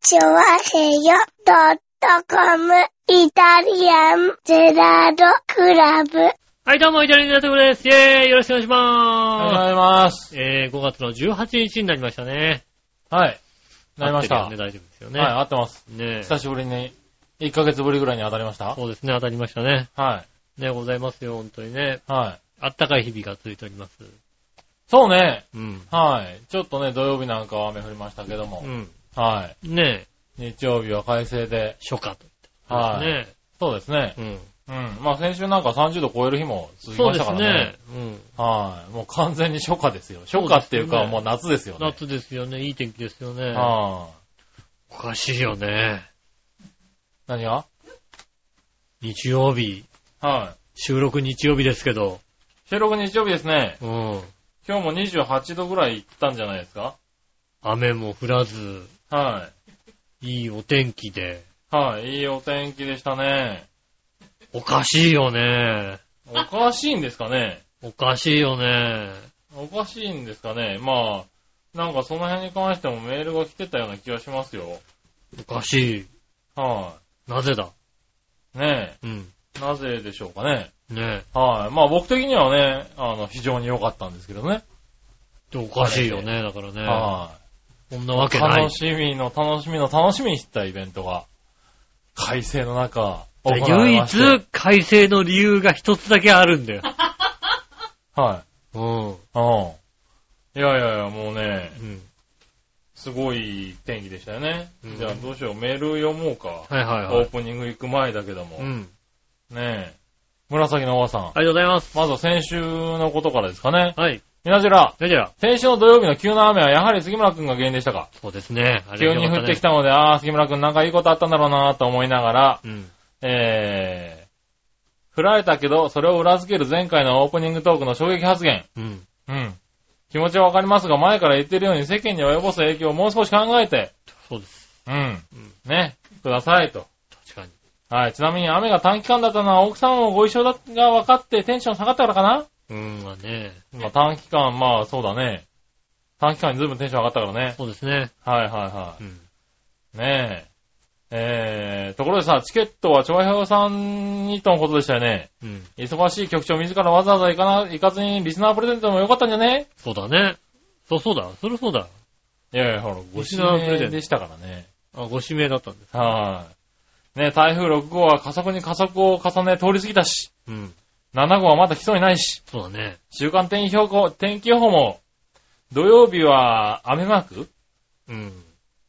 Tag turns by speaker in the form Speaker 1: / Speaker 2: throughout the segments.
Speaker 1: チョワヘヨドットコムイタリアンゼラードクラブ。
Speaker 2: はい、どうも、イタリアンジェラートクラブです。イェーイよろしくお願いし
Speaker 3: おはよう
Speaker 2: ま
Speaker 3: ございます。
Speaker 2: す。えー、5月の18日になりましたね。
Speaker 3: はい。なりました。
Speaker 2: 合ってるよね、大丈夫ですよね。
Speaker 3: はい、合ってます。
Speaker 2: ねえ。
Speaker 3: 久しぶりに、1ヶ月ぶりぐらいに当たりました
Speaker 2: そうですね、当たりましたね。
Speaker 3: はい。
Speaker 2: ね、ございますよ、本当にね。
Speaker 3: はい。
Speaker 2: あったかい日々が続いております。
Speaker 3: そうね。
Speaker 2: うん。
Speaker 3: はい。ちょっとね、土曜日なんかは雨降りましたけども
Speaker 2: う。ん。
Speaker 3: は
Speaker 2: ねえ、
Speaker 3: い。日曜日は快晴で。
Speaker 2: 初夏と。
Speaker 3: はい。
Speaker 2: ね
Speaker 3: そうですね
Speaker 2: え。。うん。
Speaker 3: うん。まあ先週なんか30度超える日も続き
Speaker 2: そう
Speaker 3: ま
Speaker 2: で
Speaker 3: したか
Speaker 2: す
Speaker 3: ら
Speaker 2: ね
Speaker 3: ね。。
Speaker 2: うん。
Speaker 3: はい。もう完全に初夏ですよ。初
Speaker 2: そう
Speaker 3: 夏
Speaker 2: ですね
Speaker 3: っていうか、もう夏ですよね。
Speaker 2: 夏ですよね、いい天気ですよね。
Speaker 3: はい。
Speaker 2: おかしいよね。
Speaker 3: 何が
Speaker 2: 日曜日、
Speaker 3: は
Speaker 2: 収録日曜日ですけど。
Speaker 3: い。収録日曜日ですね。
Speaker 2: うん。
Speaker 3: 今日も28度ぐらい行ったんじゃないですか
Speaker 2: 雨も降らず、
Speaker 3: はい。
Speaker 2: いいお天気で。
Speaker 3: はい、いいお天気でしたね。
Speaker 2: おかしいよね。
Speaker 3: おかしいんですかね
Speaker 2: おかしいよね。
Speaker 3: おかしいんですかねまあ、なんかその辺に関してもメールが来てたような気がしますよ。
Speaker 2: おかしい。
Speaker 3: は
Speaker 2: なぜだ
Speaker 3: い。ね
Speaker 2: うん。
Speaker 3: え、なぜでしょうかね
Speaker 2: ね
Speaker 3: はい。まあ僕的にはね、あの、非常に良かったんですけどね。
Speaker 2: え。おかしいよね、だからね。
Speaker 3: は
Speaker 2: こんなわ
Speaker 3: い。
Speaker 2: けない
Speaker 3: 楽。しみの楽しみの楽しみにしてたイベントが、快晴の中、行われ
Speaker 2: 唯
Speaker 3: まして
Speaker 2: 一、改正の理由が一つだけあるんだよ。
Speaker 3: は
Speaker 2: うん。
Speaker 3: い。うん。いやいやいや、もうね、
Speaker 2: うん。
Speaker 3: すごい天気でしたよね。
Speaker 2: うん
Speaker 3: じゃあどうしよう、メール読もうか。
Speaker 2: はいはいは
Speaker 3: オー
Speaker 2: い。
Speaker 3: プニング行く前だけども。
Speaker 2: うん。
Speaker 3: ねえ。紫のおばさん。
Speaker 2: ありがとうございます。
Speaker 3: まずは先週のことからですかね。
Speaker 2: はい。
Speaker 3: みなじら、
Speaker 2: それでは、
Speaker 3: 先週の土曜日の急な雨はやはり杉村くんが原因でしたか。
Speaker 2: そうですね。あ
Speaker 3: 急
Speaker 2: れ
Speaker 3: に降ってき
Speaker 2: た。
Speaker 3: たので、あー、杉村くんなんかいいことあったんだろうなと思いながら、
Speaker 2: うん。
Speaker 3: えー、振られたけど、それを裏付ける前回のオープニングトークの衝撃発言。
Speaker 2: うん。
Speaker 3: うん。気持ちはわかりますが、前から言ってるように世間に及ぼす影響をもう少し考えて、
Speaker 2: そうです。
Speaker 3: うん
Speaker 2: うん。
Speaker 3: ね、くださいと。
Speaker 2: 確かに。
Speaker 3: はい。ちなみに雨が短期間だったのは奥さんもご一緒だが分かってテンション下がったからかな
Speaker 2: うん、まあね。
Speaker 3: まあ短期間、まあそうだね。短期間にずいぶんテンション上がったからね。
Speaker 2: そうですね。
Speaker 3: はいはいは
Speaker 2: うん。
Speaker 3: い。ねえ。えー、ところでさ、チケットは長平さんにとのことでしたよね。
Speaker 2: うん。
Speaker 3: 忙しい局長自らわざわざ行かな、行かずにリスナープレゼントでもよかったんじゃね
Speaker 2: そうだね。そうそうだ。それそうだ。
Speaker 3: いやいや、ほら、ご
Speaker 2: リス
Speaker 3: 指
Speaker 2: ナープレゼン
Speaker 3: 名
Speaker 2: ト
Speaker 3: でしたからね。
Speaker 2: あ、ご指名だったんです。
Speaker 3: はい。ねえ台風6号は加速に加速を重ね通り過ぎたし、
Speaker 2: うん。
Speaker 3: 7号はまだ来そうにないし、
Speaker 2: そうだね。
Speaker 3: 週間天気予報、天気予報も、土曜日は雨マーク
Speaker 2: うん。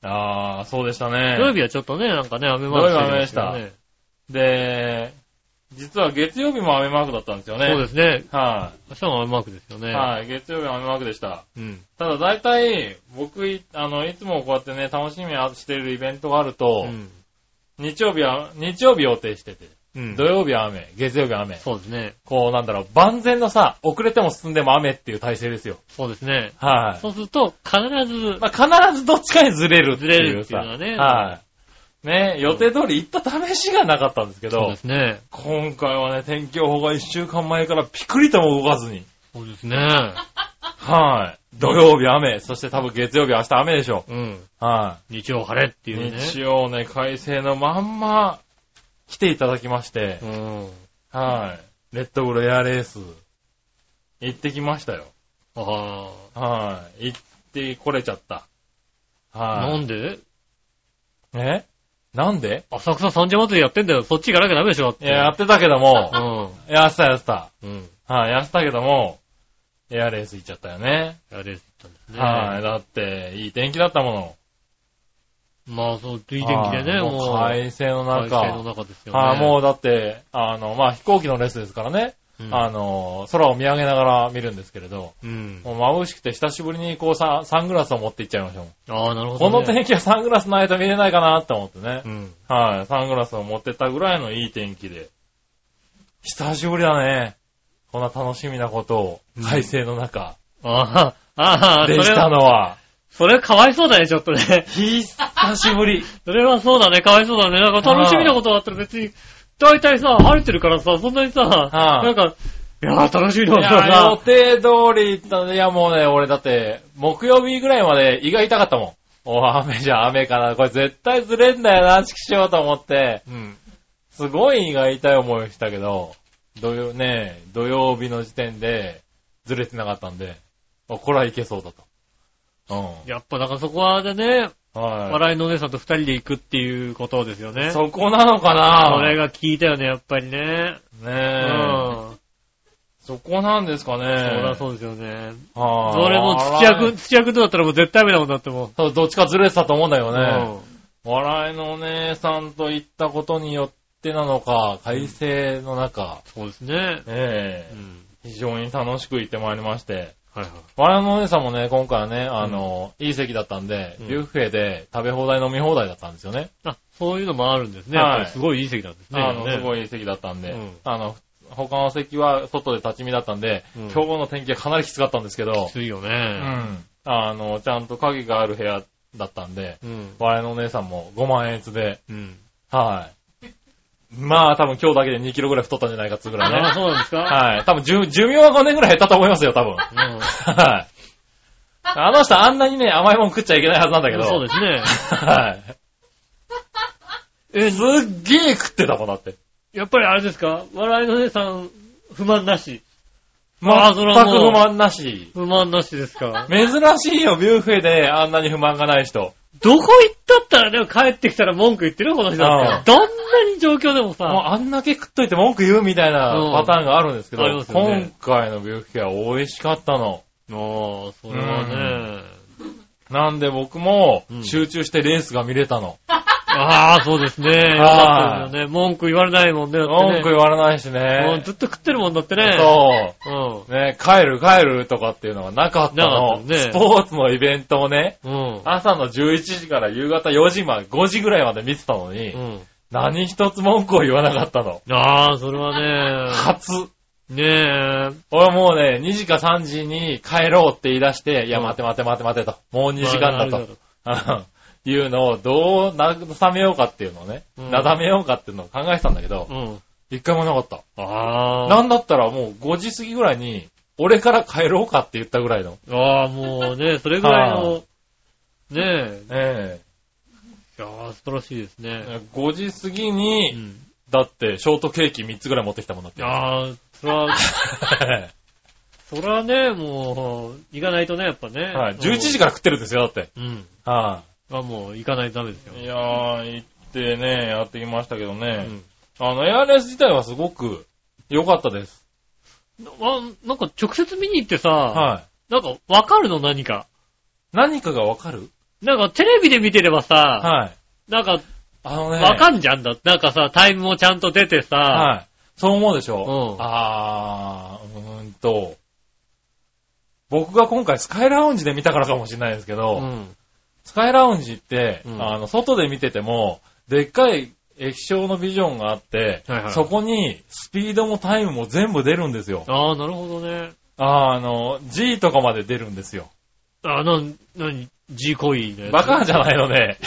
Speaker 3: ああ、そうでしたね。
Speaker 2: 土曜日はちょっとね、なんかね、雨マ
Speaker 3: 土曜日は雨
Speaker 2: ー
Speaker 3: で
Speaker 2: ク
Speaker 3: し
Speaker 2: ついてま
Speaker 3: た
Speaker 2: すよね。
Speaker 3: で、実は月曜日も雨マークだったんですよね。。
Speaker 2: そうですすね。
Speaker 3: は
Speaker 2: 明日も雨マークですよね。
Speaker 3: い、はい、月曜日は雨マークでした。
Speaker 2: うん。
Speaker 3: ただ大体、僕い、あの、いつもこうやってね、楽しみにしてるイベントがあると、
Speaker 2: うん。
Speaker 3: 日曜日は、日曜日予定してて、
Speaker 2: うん
Speaker 3: 土。曜日は雨、月曜日は雨。
Speaker 2: そうですね。
Speaker 3: こう、なんだろう、万全のさ、遅れても進んでも雨っていう体制ですよ。
Speaker 2: そうですね。
Speaker 3: はい、
Speaker 2: そうすると、必ず、
Speaker 3: まあ、必ずどっちかにずれるって
Speaker 2: ずれ
Speaker 3: い
Speaker 2: る
Speaker 3: う
Speaker 2: っていうのは
Speaker 3: さ。
Speaker 2: ね
Speaker 3: はい。ね、予定通り行った試しがなかったんですけ
Speaker 2: そう
Speaker 3: ど
Speaker 2: で、すね。
Speaker 3: 今回はね、天気予報が一週間前からピクリとも動かずに。
Speaker 2: そうですね。
Speaker 3: はい。土曜日雨、そして多分月曜日明日雨でしょ
Speaker 2: うん。
Speaker 3: う。は
Speaker 2: 日曜晴れって
Speaker 3: い。
Speaker 2: いうね。
Speaker 3: 日曜ね、快晴のまんま来ていただきまして
Speaker 2: う、ん。
Speaker 3: はい。レッドブルエアレース、行ってきましたよ。
Speaker 2: あ
Speaker 3: はい。行ってこれちゃった。
Speaker 2: あ。な
Speaker 3: は
Speaker 2: んで
Speaker 3: い。えなんで
Speaker 2: 浅草三社祭りやってんだよ。そっち行かなきゃダメでしょだっ
Speaker 3: い
Speaker 2: て。
Speaker 3: や、やってたけども、
Speaker 2: う
Speaker 3: やってたやってた。
Speaker 2: ん。うん。
Speaker 3: はい、やってたけども、エアレース行っちゃったよね。
Speaker 2: やれたんですね。
Speaker 3: はい、だって、いい天気だったもの。
Speaker 2: まあ、そう、いい天気でね、
Speaker 3: はい
Speaker 2: もう。
Speaker 3: 快晴の
Speaker 2: 快晴の
Speaker 3: 中。
Speaker 2: 中ですよね。
Speaker 3: はい、もうだって、あの、まあ、飛行機のレースですからね。
Speaker 2: うん、
Speaker 3: あの、空を見上げながら見るんですけれど、
Speaker 2: うん。
Speaker 3: もう眩しくて久しぶりにこうさ、サングラスを持って行っちゃいましたもん。
Speaker 2: ああ、なるほ
Speaker 3: こ
Speaker 2: ど、ね。
Speaker 3: の天気はサングラスないと見れないかなって思ってね
Speaker 2: う。ん。
Speaker 3: はい、サングラスを持ってったぐらいのいい天気で。久しぶりだね。こんな楽しみなことを、快晴の中、
Speaker 2: ああ、ああ、そ
Speaker 3: でし
Speaker 2: れ
Speaker 3: た
Speaker 2: は、
Speaker 3: のは、
Speaker 2: それかわいそうだね、ちょっとね。
Speaker 3: 久しぶり。
Speaker 2: それはそうだね、かわいそうだね。なんか楽しみなことがあったら別に、大体さ、晴れてるからさ、そんなにさ、
Speaker 3: はい
Speaker 2: なんか、いやー楽しみないことが
Speaker 3: や、予
Speaker 2: さ、
Speaker 3: 定通り行ったね。いや、もうね、俺だって、木曜日ぐらいまで胃が痛かったもお、雨じゃ雨かな。これ絶対ずれんだよな、チキしようと思って。
Speaker 2: うん。
Speaker 3: すごい胃が痛い思いをしたけど、土曜、ねえ、土曜日の時点で、ずれてなかったんで、あこれはいけそうだと。う
Speaker 2: やっぱだからそこはでね、
Speaker 3: ん。は
Speaker 2: 笑いのお姉さんと二人で行くっていうことですよね。
Speaker 3: い。
Speaker 2: う。
Speaker 3: そこなのかな
Speaker 2: それが効いたよね、やっぱりね。う
Speaker 3: ねえ。
Speaker 2: ん。
Speaker 3: そこなんですかね。
Speaker 2: そりゃそうですよね。
Speaker 3: は
Speaker 2: それもう土屋くん、土屋くんとだったらもう絶対ダメなもんだっても
Speaker 3: そうどっちかずれてたと思うんだよ
Speaker 2: う。
Speaker 3: ね。笑いのお姉さんと行ったことによってなのか、快晴の中、
Speaker 2: うん。そうですね。
Speaker 3: え
Speaker 2: う
Speaker 3: え
Speaker 2: ん。
Speaker 3: 非常に楽しく行ってまいりまして、
Speaker 2: はいはい。
Speaker 3: 笑いのお姉さんもね、今回はね、あの、いい席だったんで
Speaker 2: うん、
Speaker 3: ビュッフェで食べ放題飲み放題だったんですよね。
Speaker 2: あ、そういうのもあるんですね。
Speaker 3: はい
Speaker 2: やっぱりすごいいい席なんですね。
Speaker 3: あの、
Speaker 2: ね
Speaker 3: すごいいい席だったんで
Speaker 2: うん、
Speaker 3: あの、他の席は外で立ち見だったんで
Speaker 2: うん、
Speaker 3: 今日の天気はかなりきつかったんですけど
Speaker 2: き、ついよ
Speaker 3: う
Speaker 2: ね。
Speaker 3: ん。あの、ちゃんと影がある部屋だったんで、
Speaker 2: うん。
Speaker 3: 我のお姉さんも5万円つで、
Speaker 2: うん。
Speaker 3: はい。まあ、多分今日だけで2キロぐらい太ったんじゃないかっつうぐらい
Speaker 2: ああ、
Speaker 3: ね。
Speaker 2: そうなんですか
Speaker 3: はい。多分寿寿命は5年ぐらい減ったと思いますよ、多分。
Speaker 2: うん。
Speaker 3: はい。あの人あんなにね、甘いもん食っちゃいけないはずなんだけど。。
Speaker 2: そうですすね。
Speaker 3: はい。え、すっげえ食ってたもんだって。
Speaker 2: やっぱりあれですか笑いの姉さん、不満なし。ま
Speaker 3: ま
Speaker 2: あ
Speaker 3: あ、
Speaker 2: そ
Speaker 3: 全
Speaker 2: れ
Speaker 3: く
Speaker 2: はもう
Speaker 3: 不満なし。
Speaker 2: 不満なしですか
Speaker 3: 珍しいよ、ビュッフェであんなに不満がない人。
Speaker 2: どこ行ったったら、でも帰ってきたら文句言ってるよこの人だって。どんなに状況でも
Speaker 3: もう
Speaker 2: さ、
Speaker 3: あんだけ食っといて文句言うみたいな
Speaker 2: うん
Speaker 3: パターンがあるんですけど、
Speaker 2: ありますよね
Speaker 3: 今回のビュッフェは美味しかったの。
Speaker 2: もう、それはね。
Speaker 3: なんで僕も
Speaker 2: うん
Speaker 3: 集中してレースが見れたの。
Speaker 2: ああ、そうですね。よかったですよね。文句言われないもんね。だってね
Speaker 3: 文句言われないし
Speaker 2: うん
Speaker 3: ね
Speaker 2: ず。っと食ってるもんだってね。。
Speaker 3: そうう。ね、帰る帰るとかっていうのがなかった
Speaker 2: な
Speaker 3: の。
Speaker 2: かったですね
Speaker 3: スポーツのイベントをね、
Speaker 2: うん。うん。
Speaker 3: 朝の11時から夕方4時まで、5時ぐらいまで見てたのに、
Speaker 2: うん。
Speaker 3: 何一つ文句を言わなかったの。
Speaker 2: ああ、それは
Speaker 3: 初。
Speaker 2: ね。ねえ。
Speaker 3: 俺はもうね、2時か3時に帰ろうって言い出して、いや、
Speaker 2: うん
Speaker 3: 待て待て待て待てと。もう2時間だ
Speaker 2: まあ
Speaker 3: と。。いうのをどう慰めようかっていうのをね、
Speaker 2: うん
Speaker 3: なだめようかっていうのを考えてたんだけど、
Speaker 2: うん。
Speaker 3: 一回もなかった。
Speaker 2: ああ。
Speaker 3: なんだったらもう5時過ぎぐらいに、俺から帰ろうかって言ったぐらいの。
Speaker 2: ああ、もうね、それぐらいの、ねえ、
Speaker 3: え
Speaker 2: いやー素晴らしいです
Speaker 3: え
Speaker 2: ね。
Speaker 3: 5時過ぎ
Speaker 2: う
Speaker 3: に、
Speaker 2: ん。
Speaker 3: だって、ショートケーキ3つぐらい持ってきたもんだって。
Speaker 2: ああ、それ は、それはね、もう、行かないとね、やっぱね。
Speaker 3: はい、11時から食ってるんですよ、だって。
Speaker 2: うん。
Speaker 3: は
Speaker 2: あもう、行かないとダメですよ。
Speaker 3: いやー、行ってね、やってきましたけど
Speaker 2: う
Speaker 3: ね
Speaker 2: ん。
Speaker 3: あの、エアレス自体はすごく良かったです。
Speaker 2: あ、なんか直接見に行ってさ、
Speaker 3: はい。
Speaker 2: なんかわかるの何か。
Speaker 3: 何かがわかる
Speaker 2: なんかテレビで見てればさ、
Speaker 3: はい。
Speaker 2: なんか
Speaker 3: あのね。
Speaker 2: わかんじゃんだ。なんかさ、タイムもちゃんと出てさ、
Speaker 3: はい。そう思うでしょ
Speaker 2: うん
Speaker 3: あー、うーんと。僕が今回スカイラウンジで見たからかもしれないですけど、
Speaker 2: うん。
Speaker 3: スカイラウンジって、
Speaker 2: うん
Speaker 3: あの、外で見てても、でっかい液晶のビジョンがあって、
Speaker 2: はいはい
Speaker 3: そこにスピードもタイムも全部出るんですよ。
Speaker 2: ああ、なるほどね。
Speaker 3: あーあの、G とかまで出るんですよ。
Speaker 2: ああ、なん、なに、G 行為のやつ。
Speaker 3: バカじゃないのね。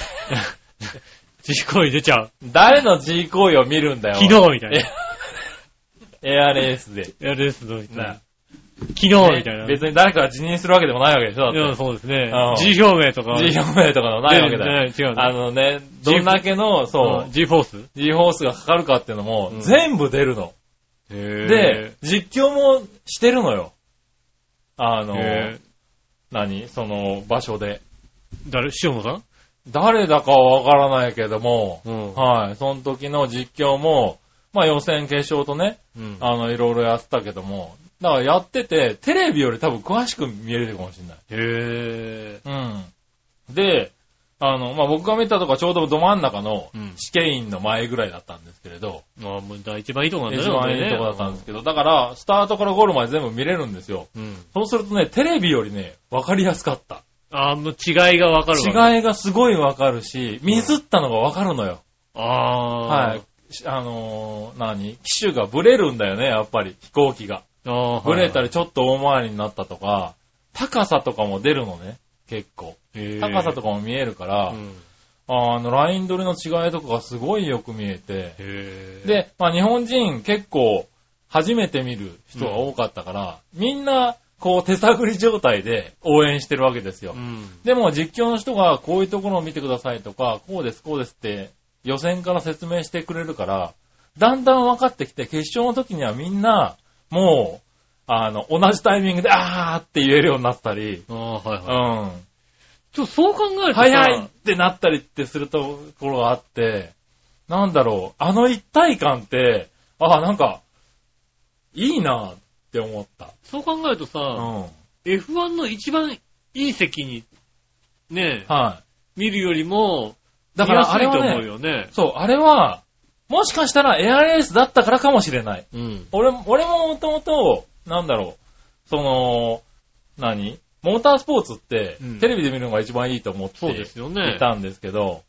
Speaker 2: G 行為出ちゃう。
Speaker 3: 誰の G 行為を見るんだよ。
Speaker 2: 昨日みたいな。
Speaker 3: エアレースで。
Speaker 2: やるですの人。
Speaker 3: な
Speaker 2: 昨日みたいな。
Speaker 3: ね別に誰かが辞任するわけでもないわけでしょ
Speaker 2: い
Speaker 3: だ
Speaker 2: や、
Speaker 3: って
Speaker 2: そうですね
Speaker 3: うん。
Speaker 2: G 表明とか。
Speaker 3: G 表明とかのないわけだよ。
Speaker 2: 出るんじゃない違
Speaker 3: あ
Speaker 2: うね。
Speaker 3: のね、どんだけの、そう
Speaker 2: うん、G フォース
Speaker 3: G ホースがかかるかっていうのも、
Speaker 2: うん
Speaker 3: 全部出るの。で、、実況もしてるのよ。あの、
Speaker 2: へ
Speaker 3: 何その場所で。
Speaker 2: ー誰塩野さん
Speaker 3: 誰だかはわからないけども、
Speaker 2: うん
Speaker 3: はい、その時の実況も、まあ予選決勝とね、
Speaker 2: うん。
Speaker 3: あの、いろいろやってたけども、だからやってて、テレビより多分詳しく見えるかもしれない。
Speaker 2: へ
Speaker 3: うん。で、あの、まあ、僕が見たとこはちょうどど真ん中の
Speaker 2: うん
Speaker 3: 試験員の前ぐらいだったんですけれど、
Speaker 2: ぇー。まあ、もうだ一番いいとこなんだ
Speaker 3: 一
Speaker 2: よ
Speaker 3: 番いいとこだったんですけど、だから、スタートからゴールまで全部見れるんですよ。
Speaker 2: うん。
Speaker 3: そうするとね、テレビよりね、わかりやすかった。
Speaker 2: あー、もう違いがわかるわ。違い。
Speaker 3: 違いがすごいわかるし、ミスったのがわかるのよ。
Speaker 2: あー。
Speaker 3: はい。。しあのー、何機種がブレるんだよね、やっぱり。飛行機が。
Speaker 2: あー。
Speaker 3: ブレた
Speaker 2: り、
Speaker 3: りちょっと大回りになったとか、高さとかも出るのね、結構。高さと
Speaker 2: か。
Speaker 3: かも見えるから、
Speaker 2: うん
Speaker 3: あの、ライン取りの違いとかがすごいよく見えて、
Speaker 2: へー。、
Speaker 3: で、まあ日本人結構初めて見る人が多かったから、みんなこう手探り状態で応援してるわけですよ。
Speaker 2: うん。
Speaker 3: でも実況の人がこういうところを見てくださいとか、こうです、こうですって予選から説明してくれるから、だんだん分かってきて、決勝の時にはみんな、もう、あの、同じタイミングで、あーって言えるようになったり、
Speaker 2: ああ、はいうはい。
Speaker 3: ん。
Speaker 2: ちょっとそう考えるとさ
Speaker 3: 早いってなったりってするところがあって、なんだろう、あの一体感って、あーなんか、いいなって思った。
Speaker 2: そう考えるとさ、
Speaker 3: うん。
Speaker 2: F1 の一番いい席に、ねえ、
Speaker 3: は
Speaker 2: 見るよりも、
Speaker 3: い。だからあ
Speaker 2: 見
Speaker 3: れ
Speaker 2: やすい
Speaker 3: は
Speaker 2: と思
Speaker 3: ね
Speaker 2: う、よね。
Speaker 3: そう、あれは、もしかしたらエアレースだったからかもしれない。
Speaker 2: うん。
Speaker 3: 俺も、俺ももともと、なんだろう、その、何モータースポーツって、
Speaker 2: うん
Speaker 3: テレビで見るのが一番いいと思っ
Speaker 2: そう
Speaker 3: て
Speaker 2: ですよね
Speaker 3: い。たんですけど、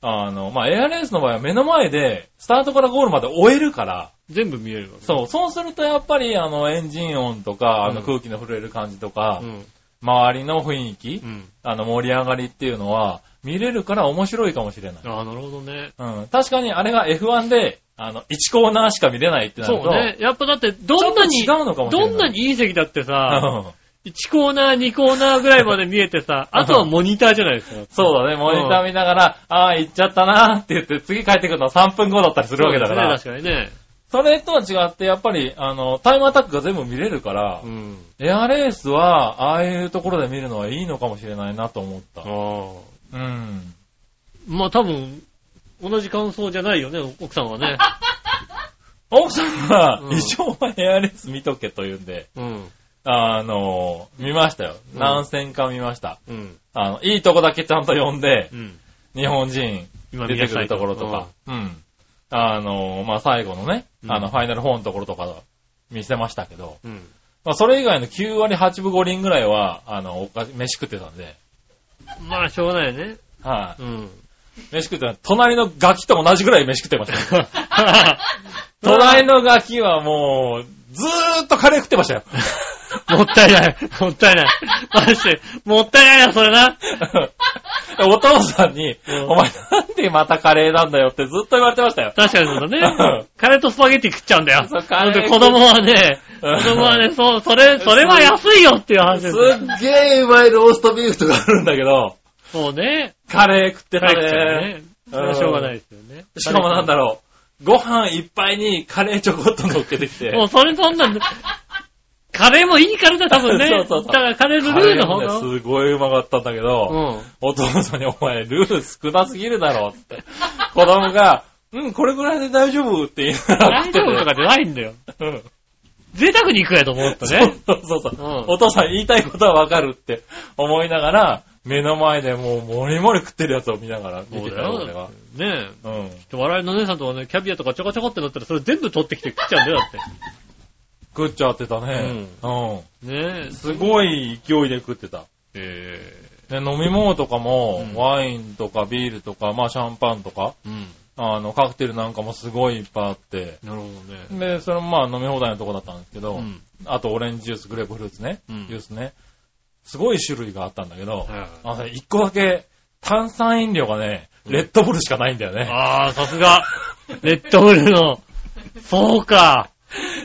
Speaker 3: あの、まあ、エアレースの場合は目の前で、スタートからゴールまで終えるから、
Speaker 2: 全部見えるわけ。
Speaker 3: そう、そうするとやっぱり、あの、エンジン音とか、あ
Speaker 2: う
Speaker 3: の
Speaker 2: ん
Speaker 3: 空気の震える感じとか、
Speaker 2: うん。
Speaker 3: 周りの雰囲気、
Speaker 2: うん。
Speaker 3: あの、盛り上がりっていうのは、見れるから面白いかもしれない。
Speaker 2: ああ、なるほどね。
Speaker 3: うん。確かにあれが F1 で、あの、1コーナーしか見れないってなる
Speaker 2: そ
Speaker 3: と、
Speaker 2: うね。やっぱだって、
Speaker 3: ちょ
Speaker 2: ど
Speaker 3: っ
Speaker 2: ん
Speaker 3: と
Speaker 2: なに、
Speaker 3: 違うのかもしれない。
Speaker 2: どんなにいい席だってさ、
Speaker 3: うん
Speaker 2: 1コーナー、2コーナーぐらいまで見えてさ、あとはモニターじゃないですか。
Speaker 3: そうだね、モニター見ながら、ああ、行っちゃったなーって言って、次帰ってくるのは3分後だったりするわけだから、
Speaker 2: そうですね確か
Speaker 3: それとは違って、やっぱり、あの、タイムアタックが全部見れるから、
Speaker 2: にね。
Speaker 3: エアレースは、ああいうところで見るのはいいのかもしれないなと思った。
Speaker 2: うん。ああ。
Speaker 3: うん。
Speaker 2: まあ多分、同じ感想じゃないよね、奥さんは ね。
Speaker 3: 奥さんが
Speaker 2: う、ん
Speaker 3: 一応はエアレース見とけと言うんで、
Speaker 2: うん。
Speaker 3: あの、見ましたよ。
Speaker 2: うん
Speaker 3: 何戦か見ました。
Speaker 2: うん。
Speaker 3: あの、いいとこだけちゃんと呼んで
Speaker 2: う、ん。
Speaker 3: 日本人
Speaker 2: 今
Speaker 3: 出てくるところとか。、うん。あの、まあ、最後のね、
Speaker 2: うん
Speaker 3: あの、ファイナル4のところとか見せましたけど、
Speaker 2: うん。うん
Speaker 3: まあ、それ以外の9割8分5厘ぐらいは、あの、おか飯食ってたんで、
Speaker 2: まあ、しょうがないよね。
Speaker 3: はい、
Speaker 2: うん。
Speaker 3: 飯食ってた。隣のガキと同じぐらい飯食ってま したよ。隣のガキはもう、ずーっとカレー食ってましたよ。
Speaker 2: もったいない。もったいない。マジで。もったいないな、それな。
Speaker 3: お父さんに、
Speaker 2: うん
Speaker 3: お前なんでまたカレーなんだよってずっと言われてましたよ。
Speaker 2: 確かにそうだ
Speaker 3: う
Speaker 2: ね
Speaker 3: ん。
Speaker 2: カレーとスパゲティ食っちゃうんだよ。
Speaker 3: そうカレー
Speaker 2: ほんで子供はね、
Speaker 3: うん
Speaker 2: 子供は ね、そう、それ、それは安いよっていう話ですす。
Speaker 3: っげえうまいローストビーフとかあるんだけど、
Speaker 2: そうね。
Speaker 3: カレー食ってた
Speaker 2: カレー食っちゃう
Speaker 3: ね。
Speaker 2: ね。それはしょうがないですよね。
Speaker 3: しかもなんだろう、ご飯いっぱいにカレーちょこっと乗っけてきて、
Speaker 2: もうそれそんなん、カレーもいいからだ、多分ね。
Speaker 3: そうそうそ
Speaker 2: だ
Speaker 3: う
Speaker 2: からカレーの
Speaker 3: カ
Speaker 2: ル
Speaker 3: レ
Speaker 2: ーの方
Speaker 3: ー
Speaker 2: が。
Speaker 3: もね、すごいうまかったんだけど、
Speaker 2: うん。
Speaker 3: お父さんにお前ルール少なすぎるだろって。子供が、うん、これぐらいで大丈夫って言いながら
Speaker 2: 大丈夫とかじゃないんだよ。
Speaker 3: か、うん
Speaker 2: 贅沢に行くやと思ったね。
Speaker 3: そうそうそう。
Speaker 2: うん
Speaker 3: お父さん言いたいことはわかるって思いながら、目の前でもうもりもり食ってるやつを見ながら見てたよ、俺は。
Speaker 2: ねえ。
Speaker 3: うん。
Speaker 2: 笑いの姉さんとかね、キャビアとかちょこちょこってなったら、それ全部取ってきて食っちゃうんだよ、だって。
Speaker 3: 食っちゃってたね。うん。
Speaker 2: ねえ。
Speaker 3: すごい勢いで食ってた。
Speaker 2: え
Speaker 3: で、飲み物とかも
Speaker 2: う、ん
Speaker 3: ワインとかビールとか、まあシャンパンとか、
Speaker 2: えうん。
Speaker 3: あの、カクテルなんかもすごいいっぱいあって、
Speaker 2: なるほどね。
Speaker 3: で、それもまあ飲み放題のとこだったんですけど、
Speaker 2: うん。
Speaker 3: あとオレンジジュース、グレープフルーツね、
Speaker 2: うん
Speaker 3: ジュースね、すごい種類があったんだけど、
Speaker 2: はいはい
Speaker 3: あの一個だけ炭酸飲料がね、レッドブルしかないんだよね。
Speaker 2: ああ、さすが。レッドブルの。そうか。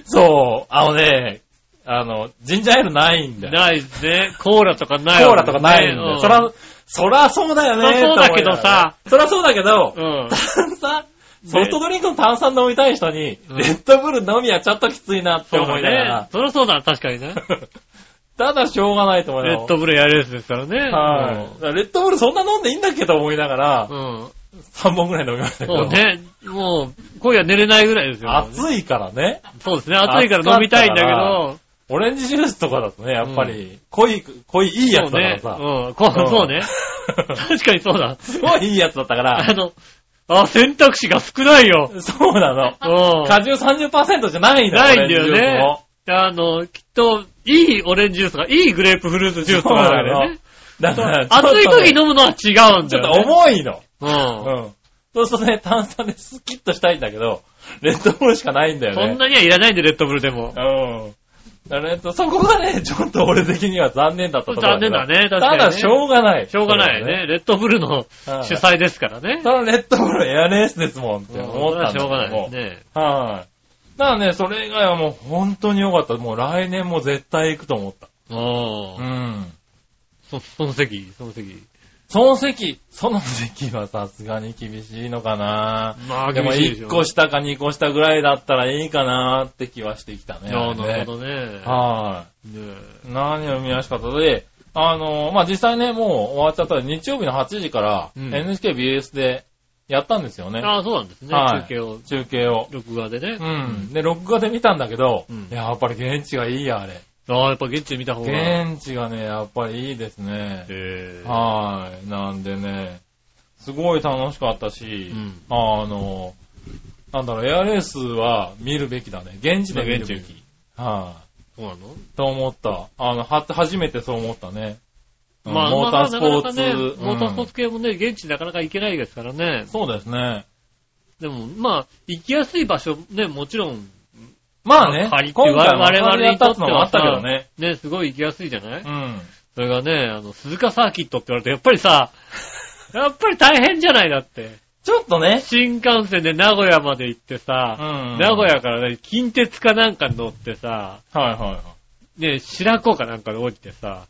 Speaker 3: そう、あのね、あの、ジンジャーエールないんだよ。
Speaker 2: ないですね。コーラとかない
Speaker 3: コー
Speaker 2: わ
Speaker 3: ラ
Speaker 2: け
Speaker 3: とかないんだよ。そら、そらそうだよね。
Speaker 2: そらそうだけどさ
Speaker 3: と思いながらね。そらそうだけど、
Speaker 2: うん。うん。
Speaker 3: 炭酸、ソフトドリンクの炭酸飲みたい人に、
Speaker 2: うん
Speaker 3: レッドブル飲みはちょっときついなって
Speaker 2: そう
Speaker 3: 思いなが
Speaker 2: だね
Speaker 3: ら。。
Speaker 2: そりゃそうだ、確かにね。
Speaker 3: ただしょうがないと思いな
Speaker 2: レ
Speaker 3: が
Speaker 2: ッ
Speaker 3: ら
Speaker 2: ドブルやるやつですからね。
Speaker 3: はい。だからレッドブルそんな飲んでいいんだっけと思いながら
Speaker 2: う、ん。うん
Speaker 3: 3本ぐらい飲みましたけ
Speaker 2: そう
Speaker 3: ど。
Speaker 2: ね。もう、今夜寝れないぐらいですよ。
Speaker 3: 暑いからね。
Speaker 2: そうですね。暑いから飲みたいんだけど。
Speaker 3: オレンジジュースとかだとね、やっぱり、濃い、濃いいいや
Speaker 2: そう
Speaker 3: つだ
Speaker 2: ね。
Speaker 3: からさ。
Speaker 2: うん。こうそうね。確かにそうだ。
Speaker 3: すごいいいやつだったか
Speaker 2: あ
Speaker 3: ら、
Speaker 2: の、あ、選択肢が少ないよ。
Speaker 3: そうなの。
Speaker 2: うん。
Speaker 3: 果汁30%じゃないんだ
Speaker 2: ない
Speaker 3: よ。
Speaker 2: んだよね。あの、きっと、いいオレンジジュースとか、いいグレープフルーツジュースとかあるわけね。
Speaker 3: だから、
Speaker 2: 暑い時
Speaker 3: の
Speaker 2: 飲むのは違うん
Speaker 3: ち
Speaker 2: だ
Speaker 3: ょっと
Speaker 2: よ、ね。
Speaker 3: 重いの。
Speaker 2: うん。
Speaker 3: うん。そうするとね、炭酸でスキッとしたいんだけど、レッドブルしかないんだよね。
Speaker 2: そんなにはいらないんで、レッドブルでも。
Speaker 3: うん。だからねそこがね、ちょっと俺的には残念だったところ
Speaker 2: 残念だね、確か
Speaker 3: た
Speaker 2: に、ね。
Speaker 3: だ、しょうがない。
Speaker 2: しょうがないね。。レッドブルの
Speaker 3: はい
Speaker 2: 主催ですからね。
Speaker 3: そのレッドブルエアレースですもんって思ったんだけ
Speaker 2: しょう
Speaker 3: ども
Speaker 2: がないですね。
Speaker 3: はい。だからね、それ以外はもう本当に良かった。もう来年も絶対行くと思った。
Speaker 2: あ
Speaker 3: う
Speaker 2: あ、
Speaker 3: ん。
Speaker 2: そ、その席、その席。
Speaker 3: その席、その席はさすがに厳しいのかな
Speaker 2: まあ、
Speaker 3: でも
Speaker 2: 厳しいでし
Speaker 3: 1
Speaker 2: ょ
Speaker 3: 個下か2個下ぐらいだったらいいかなって気はしてきたね。
Speaker 2: ああ、なるほどね。
Speaker 3: はい。
Speaker 2: ね
Speaker 3: 何を見やすかったで、あの、まあ、実際ね、もう終わっちゃったんで日曜日の8時から
Speaker 2: うん
Speaker 3: NHKBS でやったんですよね
Speaker 2: え。ああ、そうなんですね。
Speaker 3: はい
Speaker 2: 中継を、
Speaker 3: 中継を。
Speaker 2: 録画でね。
Speaker 3: うん。で、録画で見たんだけど、
Speaker 2: うん
Speaker 3: やっぱり現地がいいや、あれ。
Speaker 2: ああ、やっぱ現地で見た方が。へ
Speaker 3: 現地がね、やっぱりいいですね。
Speaker 2: え
Speaker 3: はい。なんでね、すごい楽しかったし、
Speaker 2: うん
Speaker 3: あの、なんだろう、エアレースは見るべきだね。現地で見るべ
Speaker 2: 現地
Speaker 3: き。はい。
Speaker 2: そうなの
Speaker 3: と思った。あの、は、初めてそう思ったね。うん
Speaker 2: まあ、
Speaker 3: モータースポーツ。
Speaker 2: まあなかなかねモータースポー
Speaker 3: ツ。
Speaker 2: ツ系もね、現地なかなか行けないですからね。
Speaker 3: そうですね。
Speaker 2: でも、まあ、行きやすい場所、ね、もちろん、
Speaker 3: まあね、
Speaker 2: 借りて
Speaker 3: 今回
Speaker 2: 我々
Speaker 3: やったのもあったけどね。
Speaker 2: ね、すごい行きやすいじゃない
Speaker 3: うん。
Speaker 2: それがね、あの、鈴鹿サーキットって言われて、やっぱり さ、やっぱり大変じゃないだって。
Speaker 3: ちょっとね。
Speaker 2: 新幹線で名古屋まで行って
Speaker 3: う
Speaker 2: さ、
Speaker 3: ん。
Speaker 2: 名古。屋からね、近鉄かなんかに乗ってさ、
Speaker 3: はいはいはい。
Speaker 2: ね、白子かなんかで降りてさ、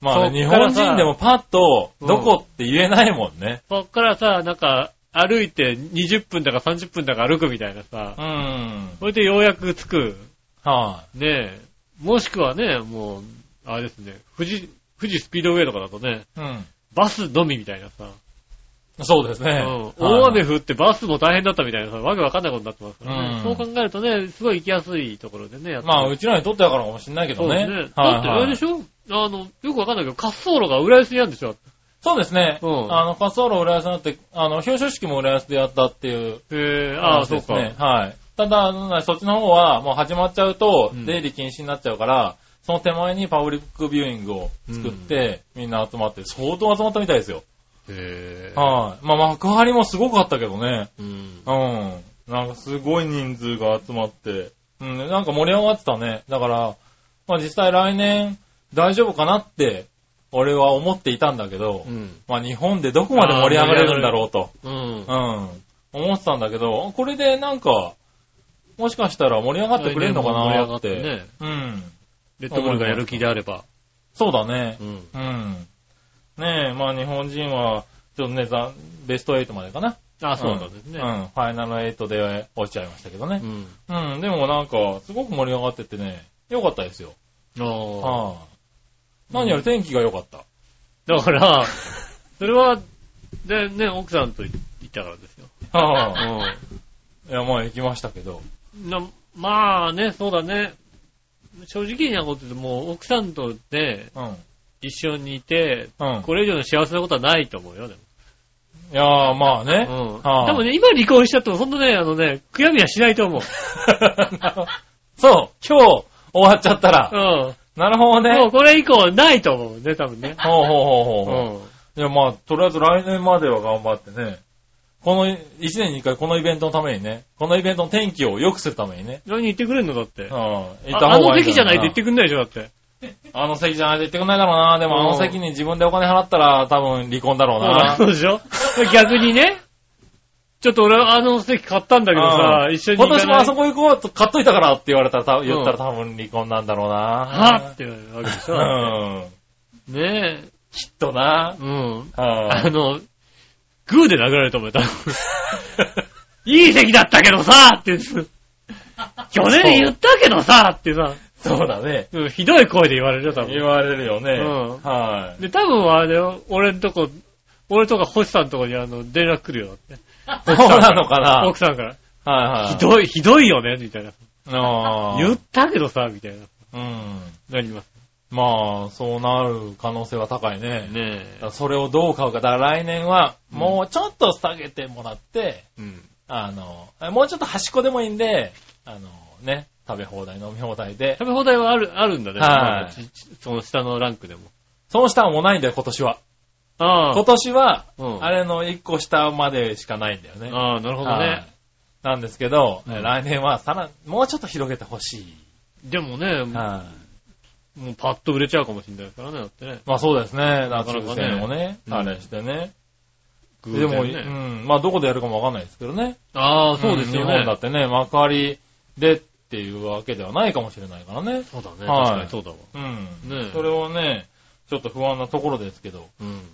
Speaker 3: まあね、日
Speaker 2: そっから
Speaker 3: 本
Speaker 2: さ
Speaker 3: 人でもパッと、どこって言えないもんね。
Speaker 2: そっからさ、なんか、歩いて20分だか30分だか歩くみたいなさ
Speaker 3: う、ん。
Speaker 2: それでようやく着く。
Speaker 3: は
Speaker 2: ねえ。もしくはね、もう、あれですね、富士、富士スピードウェイとかだとね、
Speaker 3: い。うん。
Speaker 2: バスのみみたいなさ、
Speaker 3: そうですね。
Speaker 2: うん
Speaker 3: はい
Speaker 2: 大雨降ってバスも大変だったみたいなさ、わけわかんないことになってますからね。
Speaker 3: う
Speaker 2: そ
Speaker 3: ん
Speaker 2: う考えるとね、すごい行きやすいところでね、やってる
Speaker 3: まあ、うちらにとってだからかもしんないけ
Speaker 2: そ
Speaker 3: ど
Speaker 2: う
Speaker 3: ね。
Speaker 2: ですね。
Speaker 3: はい
Speaker 2: だってあれでしょあの、よくわかんないけど、滑走路が浦安にあるんでしょ
Speaker 3: そうですね。
Speaker 2: うん
Speaker 3: あの、滑走路浦安になって、あの、表彰式も浦安でやったっていう
Speaker 2: へえ、ああ、
Speaker 3: 話
Speaker 2: そ
Speaker 3: で
Speaker 2: う
Speaker 3: す
Speaker 2: か。
Speaker 3: ね。はい。ただ、あのそっちの方はもう始まっちゃうと
Speaker 2: うん、
Speaker 3: 出入り禁止になっちゃうから、その手前にパブリックビューイングを作って、みんな集まって、相当集まったみたいですよ。
Speaker 2: へえ。
Speaker 3: はい。まあ、幕張もすごかったけどね。
Speaker 2: うん。
Speaker 3: うん。なんかすごい人数が集まって、うん、なんか盛り上がってたね。だから、まあ実際来年大丈夫かなって、俺は思っていたんだけど、
Speaker 2: うん。
Speaker 3: まあ日本でどこまで盛り上がれるんだろうと、
Speaker 2: うん
Speaker 3: う。ん、思ってたんだけど、これでなんか、もしかしたら盛り上がってくれるのか
Speaker 2: 来年も
Speaker 3: なっ
Speaker 2: 盛り上
Speaker 3: て。
Speaker 2: がってね
Speaker 3: うん。
Speaker 2: レッドブルがやる気であれば。
Speaker 3: そうだね
Speaker 2: う。ん。
Speaker 3: うん。ねえ、まあ日本人は、ちょっとね、ざベスト8までかな。
Speaker 2: ああ、そうなんですね。
Speaker 3: うん、ファイナル8で落ちちゃいましたけどね。
Speaker 2: うん。
Speaker 3: うん、でもなんか、すごく盛り上がっててね、良かったですよ。
Speaker 2: ああ。
Speaker 3: はあ、何より天気が良かった。
Speaker 2: だから、それは、で、ね、奥さんと行ったからですよ。
Speaker 3: はあ、いや、まあ行きましたけど。
Speaker 2: なまあね、そうだね。正直なことでもう奥さんとね、
Speaker 3: うん。うん。
Speaker 2: 一緒にいて、
Speaker 3: い
Speaker 2: これ以上の幸せなことはないと思うよ、で
Speaker 3: やー、まあね。
Speaker 2: も。うん。
Speaker 3: はあ
Speaker 2: でもね、今離婚しちゃっても、そんなね、あのね、悔やみは しないと思う。
Speaker 3: そう、今日終わっちゃった
Speaker 2: う
Speaker 3: ら。
Speaker 2: ん。
Speaker 3: なるほど
Speaker 2: もう
Speaker 3: ね。
Speaker 2: これ以降はないと思うね、多分ね。
Speaker 3: ほうほう ほう
Speaker 2: う
Speaker 3: ほ
Speaker 2: ん。
Speaker 3: う。いや、まあ、とりあえず来年までは頑張ってね。この、一年に一回このイベントのためにね、このイベントの天気を良くするためにね。
Speaker 2: 何言ってくれんのだって。
Speaker 3: うん。
Speaker 2: あ
Speaker 3: 行った
Speaker 2: あ
Speaker 3: 方
Speaker 2: の
Speaker 3: がいいん
Speaker 2: 席じ
Speaker 3: じ
Speaker 2: ゃ
Speaker 3: ゃ
Speaker 2: な
Speaker 3: ないい
Speaker 2: と言ってくんないでしょ、だって。
Speaker 3: あの席じゃないと言ってくんないだろうな。でもあの席に自分でお金払ったら多分離婚だろうな。
Speaker 2: そうでし ょ逆にね。ちょっと俺はあの席買ったんだけどさ、
Speaker 3: うん
Speaker 2: 一緒に行
Speaker 3: 今
Speaker 2: かない
Speaker 3: 年もあそこ行こうと買っといたからって言われたら多分、言ったら多分離婚なんだろう
Speaker 2: はぁ
Speaker 3: な
Speaker 2: っ。てなるわけでし
Speaker 3: う
Speaker 2: ょ。
Speaker 3: ん。
Speaker 2: ねえ。
Speaker 3: きっとな。
Speaker 2: うん。あ
Speaker 3: は
Speaker 2: の、グーで殴られると思うよ、多分いい席だったけどさ って。去年言ったけどさってさ、
Speaker 3: そうだね。
Speaker 2: うんひどい声で言われるよ、多
Speaker 3: 言
Speaker 2: 分。
Speaker 3: われるよね。
Speaker 2: うん
Speaker 3: はい。
Speaker 2: で、多分あれよ、俺んとこ、俺とか星さんのとこにあの、連絡来るよ、だって。
Speaker 3: そうなのかな。
Speaker 2: 奥さんから。
Speaker 3: はいはい。
Speaker 2: ひどい、ひどいよね、みたいな。
Speaker 3: ああ
Speaker 2: 言ったけどさ、みたいな。
Speaker 3: うん。
Speaker 2: なります。
Speaker 3: まあ、そうなる可能性は高いね。
Speaker 2: ね
Speaker 3: だからそれをどう買うか。だから来年は、もうちょっと下げてもらって、
Speaker 2: うん。
Speaker 3: あの、もうちょっと端っこでもいいんで、あの、ね、食べ放題、飲み放題で、
Speaker 2: 食べ放題はある、あるんだね。
Speaker 3: はい
Speaker 2: まあちちその下のランクでも。
Speaker 3: その下はもうないんだよ、今年は。
Speaker 2: あ
Speaker 3: 今年は、
Speaker 2: うん
Speaker 3: あれの1個下までしかないんだよね。
Speaker 2: ああ、なるほど
Speaker 3: はい
Speaker 2: ね。
Speaker 3: なんですけど、
Speaker 2: うん
Speaker 3: 来年はさら、もうちょっと広げてほしい。
Speaker 2: でもね、
Speaker 3: はい
Speaker 2: もうパッと売れちゃうかもしれないからね、だってね。
Speaker 3: まあそうですね、
Speaker 2: なか
Speaker 3: 夏
Speaker 2: なかね
Speaker 3: の戦もね、
Speaker 2: うん
Speaker 3: あれしてね。
Speaker 2: 偶
Speaker 3: で
Speaker 2: 然
Speaker 3: も、う
Speaker 2: ね、
Speaker 3: ん、まあどこでやるかもわかんないですけどね。
Speaker 2: ああ、そうですよ
Speaker 3: ん日本
Speaker 2: ね
Speaker 3: だ。ってね、幕張でっていうわけではないかもしれないからね。
Speaker 2: そうだね。
Speaker 3: はい
Speaker 2: 確かにそうだわ。
Speaker 3: うん。
Speaker 2: ねえ
Speaker 3: それはね、ちょっと不安なところですけど、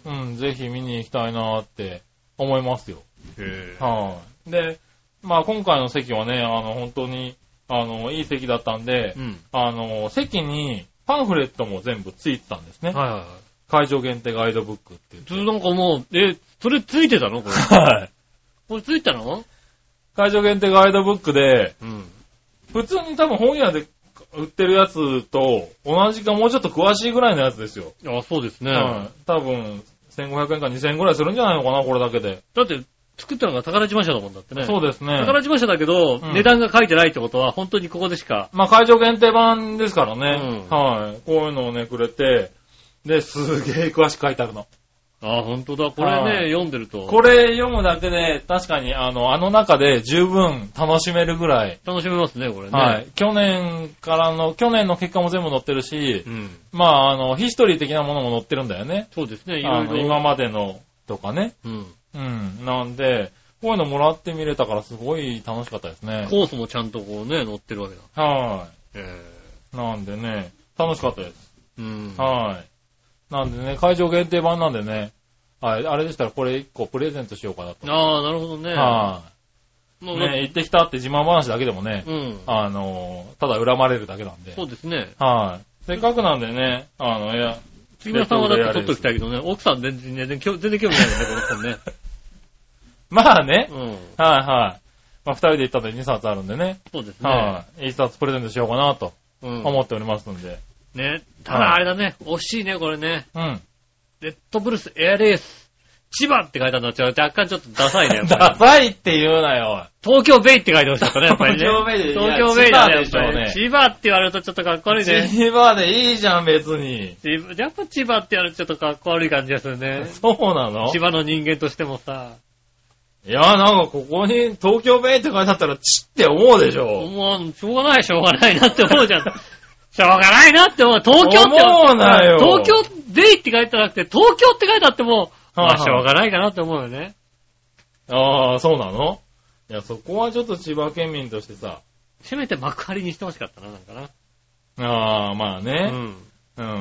Speaker 2: うん。
Speaker 3: うん、ぜひ見に行きたいなーって思いますよ。
Speaker 2: へぇ
Speaker 3: はい。で、まあ今回の席はね、あの、本当に、あの、いい席だったんで、
Speaker 2: うん。
Speaker 3: あの、席にパンフレットも全部ついてたんですね。
Speaker 2: はいはいはい。
Speaker 3: 会場限定ガイドブックっていう。
Speaker 2: それなんかもう、え、それついてたのこれ。
Speaker 3: はい。
Speaker 2: これついてたの
Speaker 3: 会場限定ガイドブックで、
Speaker 2: うん。
Speaker 3: 普通に多分本屋で売ってるやつと同じかもうちょっと詳しいぐらいのやつですよ。
Speaker 2: あ、そうですね。
Speaker 3: はい。多分、1500円か2000円ぐらいするんじゃないのかな、これだけで。
Speaker 2: だって、作ったのが宝島社だもんだってね。
Speaker 3: そうですね。
Speaker 2: 宝島社だけど、
Speaker 3: うん
Speaker 2: 値段が書いてないってことは、本当にここでしか。
Speaker 3: まあ会場限定版ですからね。
Speaker 2: う
Speaker 3: はい。こういうのをね、くれて、で、すげえ詳しく書いてあるの。
Speaker 2: あ、本当だ。これ
Speaker 3: は
Speaker 2: ね、読んでると。
Speaker 3: これ読むだけで、確かにあの、あの中で十分楽しめるぐらい。
Speaker 2: 楽しめますね、これね。
Speaker 3: はい。去年からの、去年の結果も全部載ってるし
Speaker 2: う、ん。
Speaker 3: まあ、あの、ヒストリー的なものも載ってるんだよね。
Speaker 2: そうですね、い
Speaker 3: あ
Speaker 2: ろい
Speaker 3: の
Speaker 2: ろ。
Speaker 3: 今までのとかね。
Speaker 2: うん。
Speaker 3: うん。なんで、こういうのもらってみれたからすごい楽しかったですね。
Speaker 2: コースもちゃんとこうね、載ってるわけだ。
Speaker 3: は
Speaker 2: え
Speaker 3: い。なんでね、楽しかったです。
Speaker 2: え。うん。
Speaker 3: はい。なんでね、会場限定版なんでね、はい、あれでしたらこれ1個プレゼントしようかなと。
Speaker 2: ああ、なるほどね。
Speaker 3: は
Speaker 2: も
Speaker 3: い。
Speaker 2: う
Speaker 3: ね、行ってきたって自慢話だけでもね、
Speaker 2: うん。
Speaker 3: あの、ただ恨まれるだけなんで。
Speaker 2: そうですね。
Speaker 3: はい。せっかくなんでね、あの、いや、
Speaker 2: 杉村さんはだって取っときたいけどね、奥さん全然ね、全然興全然興味ないよね、この人 ね。
Speaker 3: まあね、
Speaker 2: うん。
Speaker 3: はいはい。まあ、二人で行ったので2冊あるんでね、
Speaker 2: そうですね。
Speaker 3: はい。1冊プレゼントしようかなと
Speaker 2: うん。
Speaker 3: 思っておりますんで。
Speaker 2: ね。ただあれだね、惜しいね、これね。
Speaker 3: うん。
Speaker 2: レッドブルースエアレース、千葉って書いたのは違う。若干ちょっとダサい ね、やっぱ
Speaker 3: ダ
Speaker 2: り。
Speaker 3: サいって言うなよ。
Speaker 2: 東京ベイって書いてほしかったね、やっぱりね。
Speaker 3: 東京ベイで
Speaker 2: 東京ベイだね、
Speaker 3: い
Speaker 2: やっぱ
Speaker 3: や
Speaker 2: り
Speaker 3: 千葉で
Speaker 2: ね。
Speaker 3: しょ
Speaker 2: 千葉って言われるとちょっとかっこ悪いね。
Speaker 3: 千葉でいいじゃん、別に。
Speaker 2: 千葉やっぱ千葉って言われるとちょっとかっこ悪い感じがするね。
Speaker 3: そうなの
Speaker 2: 千葉の人間としてもさ、
Speaker 3: いや、なんかここに東京ベイって書いてあったら、チって思うでしょ。
Speaker 2: もう、しょうがない、しょうがないなって思 うじゃん。しょうがないなって思う。東京って
Speaker 3: 思うなよ
Speaker 2: 東京ベイって書いてなくて、東京って書いてあっても、ま
Speaker 3: は
Speaker 2: あ、
Speaker 3: いはい
Speaker 2: しょうがないかなって思うよね。
Speaker 3: ああ、そうなのいや、そこはちょっと千葉県民としてさ。
Speaker 2: せめて幕張にしてほしかったな、なんかな。
Speaker 3: ああ、まあ
Speaker 2: う
Speaker 3: ね。
Speaker 2: ん。
Speaker 3: うん。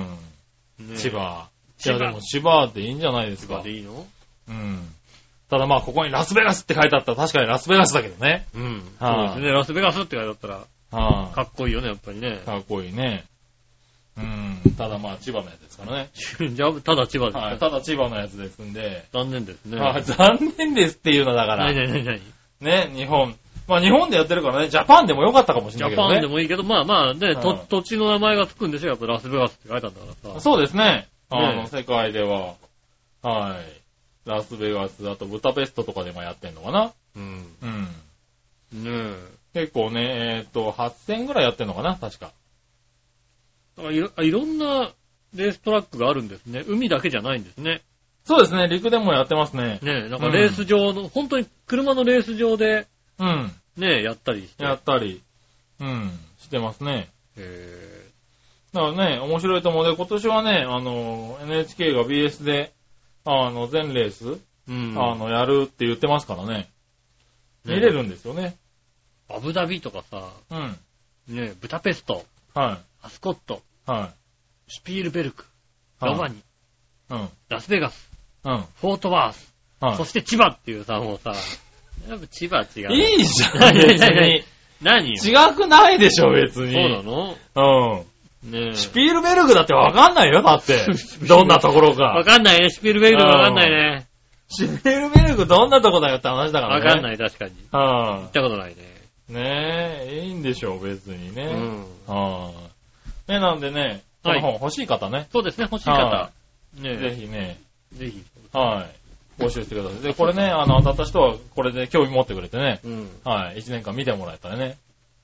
Speaker 2: ね
Speaker 3: 千。葉。い
Speaker 2: 千
Speaker 3: や、
Speaker 2: 葉
Speaker 3: でも千葉でいいんじゃないです
Speaker 2: 千
Speaker 3: か
Speaker 2: 葉で。いいの
Speaker 3: うん。ただまあ、ここにラスベガスって書いてあったら確かにラスベガスだけどね。
Speaker 2: うん。そう
Speaker 3: はい
Speaker 2: ですね。ラスベガスって書いてあったら、
Speaker 3: は
Speaker 2: かっこいいよね、やっぱりね
Speaker 3: い。。かっこいいね。うん。ただまあ、千葉のやつですからね。
Speaker 2: じゃあ、ただ千葉です
Speaker 3: はい。
Speaker 2: か。
Speaker 3: ただ千葉のやつですんで。
Speaker 2: 残念ですね。
Speaker 3: あー残念ですっていうのだか
Speaker 2: な
Speaker 3: ら
Speaker 2: い。ないないない。
Speaker 3: ね、日本。まあ日本でやってるからね、ジャパンでもよかったかもし
Speaker 2: ジ
Speaker 3: れな
Speaker 2: ャ
Speaker 3: いけど
Speaker 2: パンで
Speaker 3: ね。
Speaker 2: もいいけど、まあまあ、ね、と
Speaker 3: はい
Speaker 2: 土地の名前がつくんでしょ、やっぱラスベガスって書いてあったからさ。
Speaker 3: そうですね。あの、
Speaker 2: ね
Speaker 3: 世界では。はい。ラスベガス、あとブタペストとかでもやってんのかな。
Speaker 2: うん。
Speaker 3: うん。
Speaker 2: ねえ。
Speaker 3: 結構ね、えっ、と、8000ぐらいやってんのかな、確か。
Speaker 2: だからいろあいろんなレーストラックがあるんですね。海だけじゃないんですね。
Speaker 3: そうですね、陸でもやってますね。
Speaker 2: ねえ、なんかレース場の、本当に車のレース場で、
Speaker 3: うん。
Speaker 2: ねえ、やったりして。
Speaker 3: やったり、うん、してますね。
Speaker 2: へ
Speaker 3: だからね、面白いと思うので、今年はね、あの、NHK が BS で、あの、全レース、
Speaker 2: えうん。
Speaker 3: あの、やるって言ってますからね。見れるんですよね。
Speaker 2: アブダビとかさ、
Speaker 3: うん。
Speaker 2: ねえ、ブタペスト、
Speaker 3: は
Speaker 2: アスコット、
Speaker 3: い。はい。
Speaker 2: シュピールベルク、
Speaker 3: はい
Speaker 2: ロマニ、
Speaker 3: うん。
Speaker 2: ラスベガス、
Speaker 3: うん。
Speaker 2: フォートワース、
Speaker 3: は
Speaker 2: そして千葉っていうさ、もうさ、やっぱ千葉違 う。
Speaker 3: い。いいじゃん、
Speaker 2: 何
Speaker 3: 別
Speaker 2: 何
Speaker 3: に。
Speaker 2: 何よ
Speaker 3: 違くないでしょ、別
Speaker 2: そう
Speaker 3: に。
Speaker 2: なの
Speaker 3: うん。
Speaker 2: ねえ。
Speaker 3: シュピールベルグだってわかんないよ、だって。 どんなところ
Speaker 2: わ
Speaker 3: か。
Speaker 2: かんないね、シュピールベルクわかんないね。
Speaker 3: シュピールベルグどんなとこだよって話だから
Speaker 2: わ
Speaker 3: ね。。
Speaker 2: かんないい、確かに。行
Speaker 3: は
Speaker 2: ったことないね。
Speaker 3: い。ねえ、いいんでしょう、別に
Speaker 2: う
Speaker 3: ね。
Speaker 2: ん。
Speaker 3: はい。ね、なんでね、こ
Speaker 2: はい
Speaker 3: の本欲しい方ね。
Speaker 2: そうですね、欲しい
Speaker 3: は
Speaker 2: 方。ね
Speaker 3: ぜひね、
Speaker 2: ひ。ぜひ。
Speaker 3: はい。募集してください。で、これね、あの、当たった人はこれで興味持ってくれてね。
Speaker 2: うん。
Speaker 3: はい。1年間見てもらえたらね。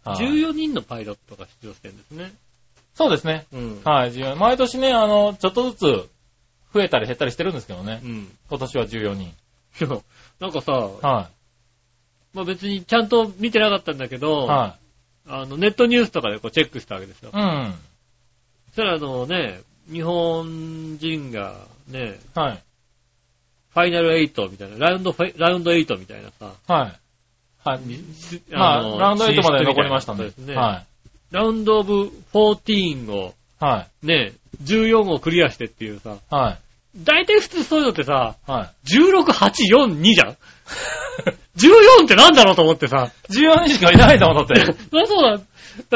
Speaker 3: はい。
Speaker 2: 14人のパイロットが出場してるんですね。
Speaker 3: そうですね。
Speaker 2: うん。
Speaker 3: はい、14毎年ね、あの、ちょっとずつ増えたり減ったりしてるんですけどね
Speaker 2: う。ん。
Speaker 3: 今年は14人。
Speaker 2: でもなんかさ、
Speaker 3: は
Speaker 2: まあ別にちゃんと見てなかったんだけ
Speaker 3: い。
Speaker 2: ど、
Speaker 3: は
Speaker 2: あの、ネットニュースとかでこうチェックしたわけですよ
Speaker 3: い。。うん。
Speaker 2: そしたらあのね、日本人がね、
Speaker 3: はい。
Speaker 2: ファイナル8みたいな、ラウンドファイ、ラウンド8みたいなさ、
Speaker 3: はい。はい。ま
Speaker 2: あ
Speaker 3: あ、
Speaker 2: の
Speaker 3: ラウンド8まで残りましたん
Speaker 2: そう
Speaker 3: で。
Speaker 2: ですね
Speaker 3: は
Speaker 2: ラウンドオブ14を、
Speaker 3: い。はい。
Speaker 2: ね、14をクリアしてっていうさ、
Speaker 3: は
Speaker 2: 大体普通そういうのってさ、
Speaker 3: い。はい。
Speaker 2: 16、8、4、2じゃん ?14 ってなんだろうと思ってさ。
Speaker 3: 14人しかいないと思って。
Speaker 2: そりゃそうだ。だか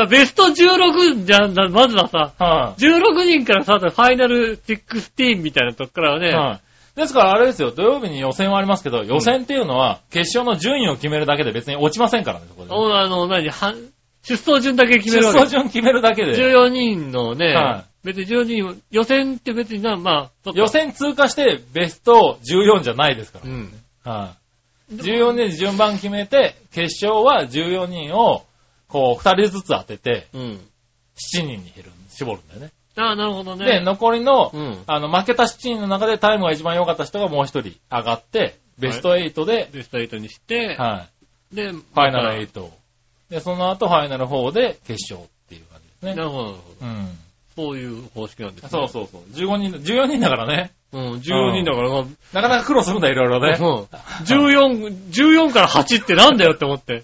Speaker 2: らベスト16じゃん、なまずはさ、
Speaker 3: は
Speaker 2: 16人からさ、ファイナル16みたいなとこからはね、
Speaker 3: い。はい。ですからあれですよ、土曜日に予選はありますけど、予選っていうのは、決勝の順位を決めるだけで別に落ちませんからね、そこで。
Speaker 2: おあの、何、は出走順だけ決め
Speaker 3: 出
Speaker 2: るわけ
Speaker 3: 走。順決めるだけで、
Speaker 2: 14人のね、
Speaker 3: は
Speaker 2: 別に14人、予選って別にな、まあ、そっか
Speaker 3: 予選通過してベスト14じゃないですか
Speaker 2: うん。
Speaker 3: ら。はい。14人で順番決めて、決勝は14人を、こう、2人ずつ当てて、
Speaker 2: うん。
Speaker 3: 7人に減る、絞るんだよね。
Speaker 2: ああ、なるほどね。
Speaker 3: で、残りの、
Speaker 2: うん
Speaker 3: あの、負けた7人の中でタイムが一番良かった人がもう1人上がって、ベスト8で、
Speaker 2: ベスト8にして、
Speaker 3: はい
Speaker 2: で、フ
Speaker 3: ファイナル8。で、その後ファイナル4で決勝っていう感じで
Speaker 2: な
Speaker 3: すね。
Speaker 2: るほど、なるほど。
Speaker 3: うん。
Speaker 2: そういう方式なんですね
Speaker 3: そうそうそう。15人だ、14人だからね。
Speaker 2: うん、14人だから、まあ、
Speaker 3: なかなか苦労するんだ、いろいろね。そう
Speaker 2: うん14、14から8ってなんだよって思って。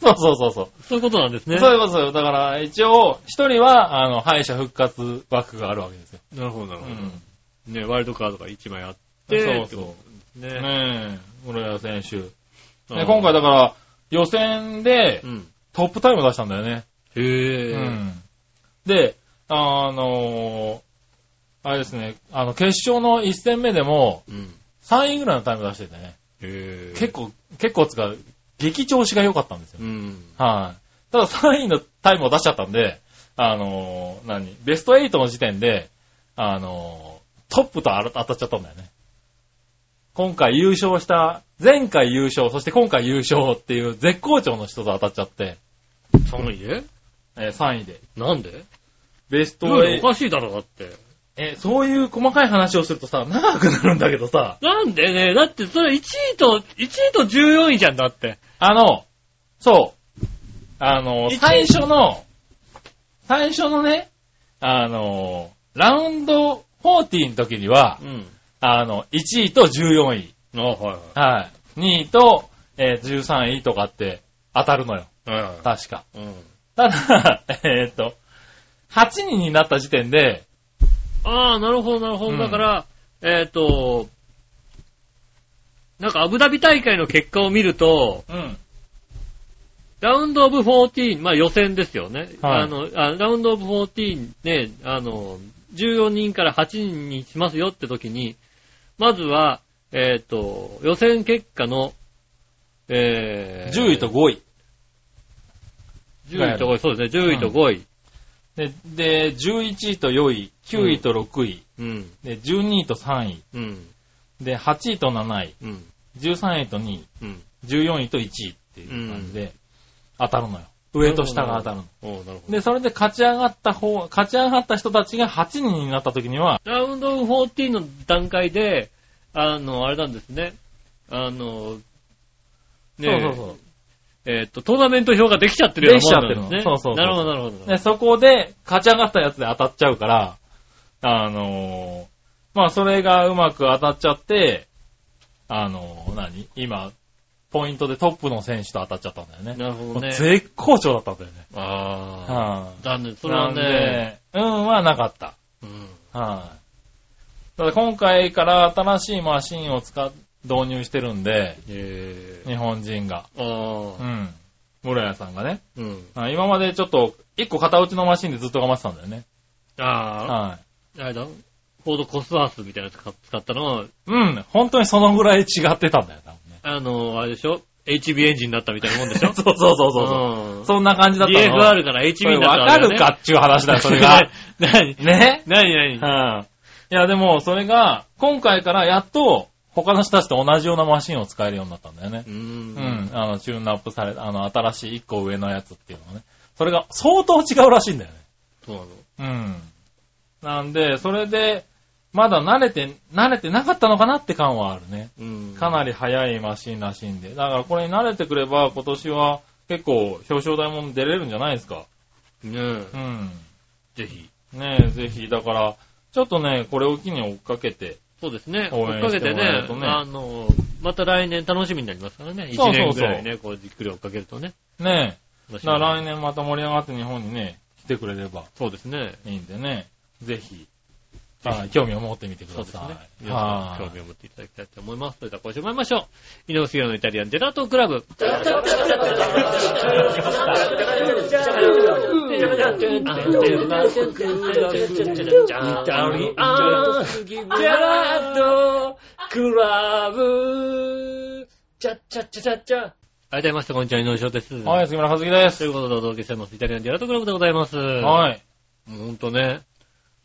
Speaker 3: そうそうそう。
Speaker 2: そういうことなんですね。
Speaker 3: そういうことですよ。だから、一応、一人は、あの、敗者復活枠があるわけですよ。
Speaker 2: なるほど、なる
Speaker 3: う
Speaker 2: ほ
Speaker 3: ん。
Speaker 2: ど。ね、ワイルドカードが1枚あって、
Speaker 3: そう
Speaker 2: ってこ
Speaker 3: そ
Speaker 2: とですね。
Speaker 3: う。ねえ、室谷選手。
Speaker 2: あ
Speaker 3: ね
Speaker 2: ー
Speaker 3: 今回だから、予選で
Speaker 2: うん。
Speaker 3: トップタイム出したんだよね。
Speaker 2: へ
Speaker 3: う
Speaker 2: ぇ
Speaker 3: ん。で、あのーあれですね、あの、決勝の1戦目でも、
Speaker 2: ー。うん。
Speaker 3: 3位ぐらいのタイム出しててね。
Speaker 2: へぇー。
Speaker 3: 結構、結構つか、激調子が良かったんですよ。
Speaker 2: うん。
Speaker 3: はい。ただ3位のタイムを出しちゃったんで、あのー何ベスト8の時点で、あのートップとあら当たっちゃったんだよね。今回優勝した、前回優勝、そして今回優勝っていう絶好調の人と当たっちゃって、
Speaker 2: 寒いで
Speaker 3: えー3位で。
Speaker 2: なんで
Speaker 3: ベスト
Speaker 2: どうお
Speaker 3: 8。
Speaker 2: かしいだろ、だって。
Speaker 3: えー、そういう細かい話をするとさ、長くなるんだけどさ、
Speaker 2: なんでね、だってそれ1位と、1位と14位じゃんだって。
Speaker 3: あの、そう。あの、
Speaker 2: 一
Speaker 3: 最初の、最初のね、あの、ラウンド40の時には、
Speaker 2: うん。
Speaker 3: あの、1位と14位、
Speaker 2: あはい
Speaker 3: はい。2位と、えー13位とかって当たるのよ。
Speaker 2: はい。はいは
Speaker 3: 確か。
Speaker 2: い。うん。
Speaker 3: ただ、 えーっと、8人になった時点で、
Speaker 2: ああ、なるほど、なるほ
Speaker 3: う
Speaker 2: ど。
Speaker 3: ん
Speaker 2: だから、えっ、と、なんかアブダビ大会の結果を見ると、
Speaker 3: うん。
Speaker 2: ラウンドオブ14、まあ予選ですよね。
Speaker 3: はい
Speaker 2: あのあラウンドオブ14ね、あの、14人から8人にしますよって時に、まずは、えっ、と、予選結果の、えー、
Speaker 3: 10位と5位。
Speaker 2: 10位と5位、そうですね、10位と5位。
Speaker 3: で、で11位と4位、9位と6位、
Speaker 2: うん、
Speaker 3: で、12位と3位、
Speaker 2: うん、
Speaker 3: で、8位と7位、
Speaker 2: うん、
Speaker 3: 13位と2位、
Speaker 2: うん。
Speaker 3: 14位と1位っていう感じで、当たるのよ。上と下が当たるの。
Speaker 2: おーなるほど。
Speaker 3: で、それで勝ち上がった方、勝ち上がった人たちが8人になった時には、
Speaker 2: ラウンド14の段階で、あの、あれなんですね。あの、ねえ
Speaker 3: そうそうそ
Speaker 2: えっ、と、トーナメント表ができちゃってるようなもんなんですね。
Speaker 3: できちゃってるのそうそうそう
Speaker 2: なるほど、なるほど
Speaker 3: う。。で、そこで勝ち上がったやつで当たっちゃうから、あのーまあ、それがうまく当たっちゃって、あのー何今、ポイントでトップの選手と当たっちゃったんだよね。
Speaker 2: なるほ
Speaker 3: も
Speaker 2: ど
Speaker 3: う
Speaker 2: ね。
Speaker 3: 絶好調だったんだよね。
Speaker 2: あ
Speaker 3: は
Speaker 2: あ。残念。
Speaker 3: い。
Speaker 2: それはね、
Speaker 3: なんで、運はなかった。
Speaker 2: うん。
Speaker 3: はい。ただ今回から新しいマシンを使っ、導入してるんで、
Speaker 2: え
Speaker 3: 日本人が。
Speaker 2: ー、あ
Speaker 3: う
Speaker 2: あ、
Speaker 3: ん。室屋さんがね。
Speaker 2: うん。
Speaker 3: あ今までちょっと、一個片打ちのマシンでずっと頑張ってたんだよね。
Speaker 2: ああ、
Speaker 3: は
Speaker 2: あれだ。コードコスワースみたいなやつか使ったのは、
Speaker 3: い。うん、本当にそのぐらい違ってたんだよ、多分ね。
Speaker 2: あの、あれでしょ ?HB エンジンになったみたいなもんでしょ
Speaker 3: そうそうそうそう。
Speaker 2: うん
Speaker 3: そんな感じだったの。
Speaker 2: DFR から HB になった
Speaker 3: わ
Speaker 2: わ
Speaker 3: か
Speaker 2: けだよね
Speaker 3: るかっちゅう話だよ、それが。
Speaker 2: 何
Speaker 3: ね
Speaker 2: 何何
Speaker 3: うん。いや、でも、それが、今回からやっと、他の人たちと同じようなマシンを使えるようになったんだよね
Speaker 2: う。ー。
Speaker 3: うんん、あの、チューンアップされた、あの、新しい1個上のやつっていうのはね。それが相当違うらしいんだよね。
Speaker 2: そうなの。
Speaker 3: うん。なんで、それで、まだ慣れて、慣れてなかったのかなって感はあるね。
Speaker 2: うん。
Speaker 3: かなり早いマシンらしいんで。だからこれに慣れてくれば、今年は結構表彰台も出れるんじゃないですか。
Speaker 2: り。ね
Speaker 3: う
Speaker 2: え。
Speaker 3: ん。
Speaker 2: ぜひ。
Speaker 3: ねえ、ぜひ、だから、ちょっとね、これを機に追っかけて、
Speaker 2: そうですね。
Speaker 3: 応
Speaker 2: 追っ
Speaker 3: 援
Speaker 2: か
Speaker 3: し
Speaker 2: け
Speaker 3: て
Speaker 2: て
Speaker 3: もらえ
Speaker 2: ね
Speaker 3: ると、ね
Speaker 2: あの、また来年楽しみになりますからね。
Speaker 3: そうそう
Speaker 2: 1年ぐ
Speaker 3: そう
Speaker 2: らいね、こうじっくり追っかけるとね。
Speaker 3: ね
Speaker 2: まあ
Speaker 3: え。だから来年また盛り上がって日本にね、来てくれれば
Speaker 2: そうですね。
Speaker 3: いいんでね、ぜひ、はい興味を持ってみてく
Speaker 2: そう
Speaker 3: だ
Speaker 2: ですね
Speaker 3: さい。。
Speaker 2: 皆さん
Speaker 3: はい
Speaker 2: 興味を持っていただきたいと思います。それでは今週も参りましょう。井上杉浦のイタリアンジェラートクラブ。改めまして、こんにちは、井上翔です。
Speaker 3: はい、杉村和樹です
Speaker 2: とい。うことでお届けしてます。イタリアンジェラートクラブでございます。は
Speaker 3: はい。
Speaker 2: い。もうほんとね、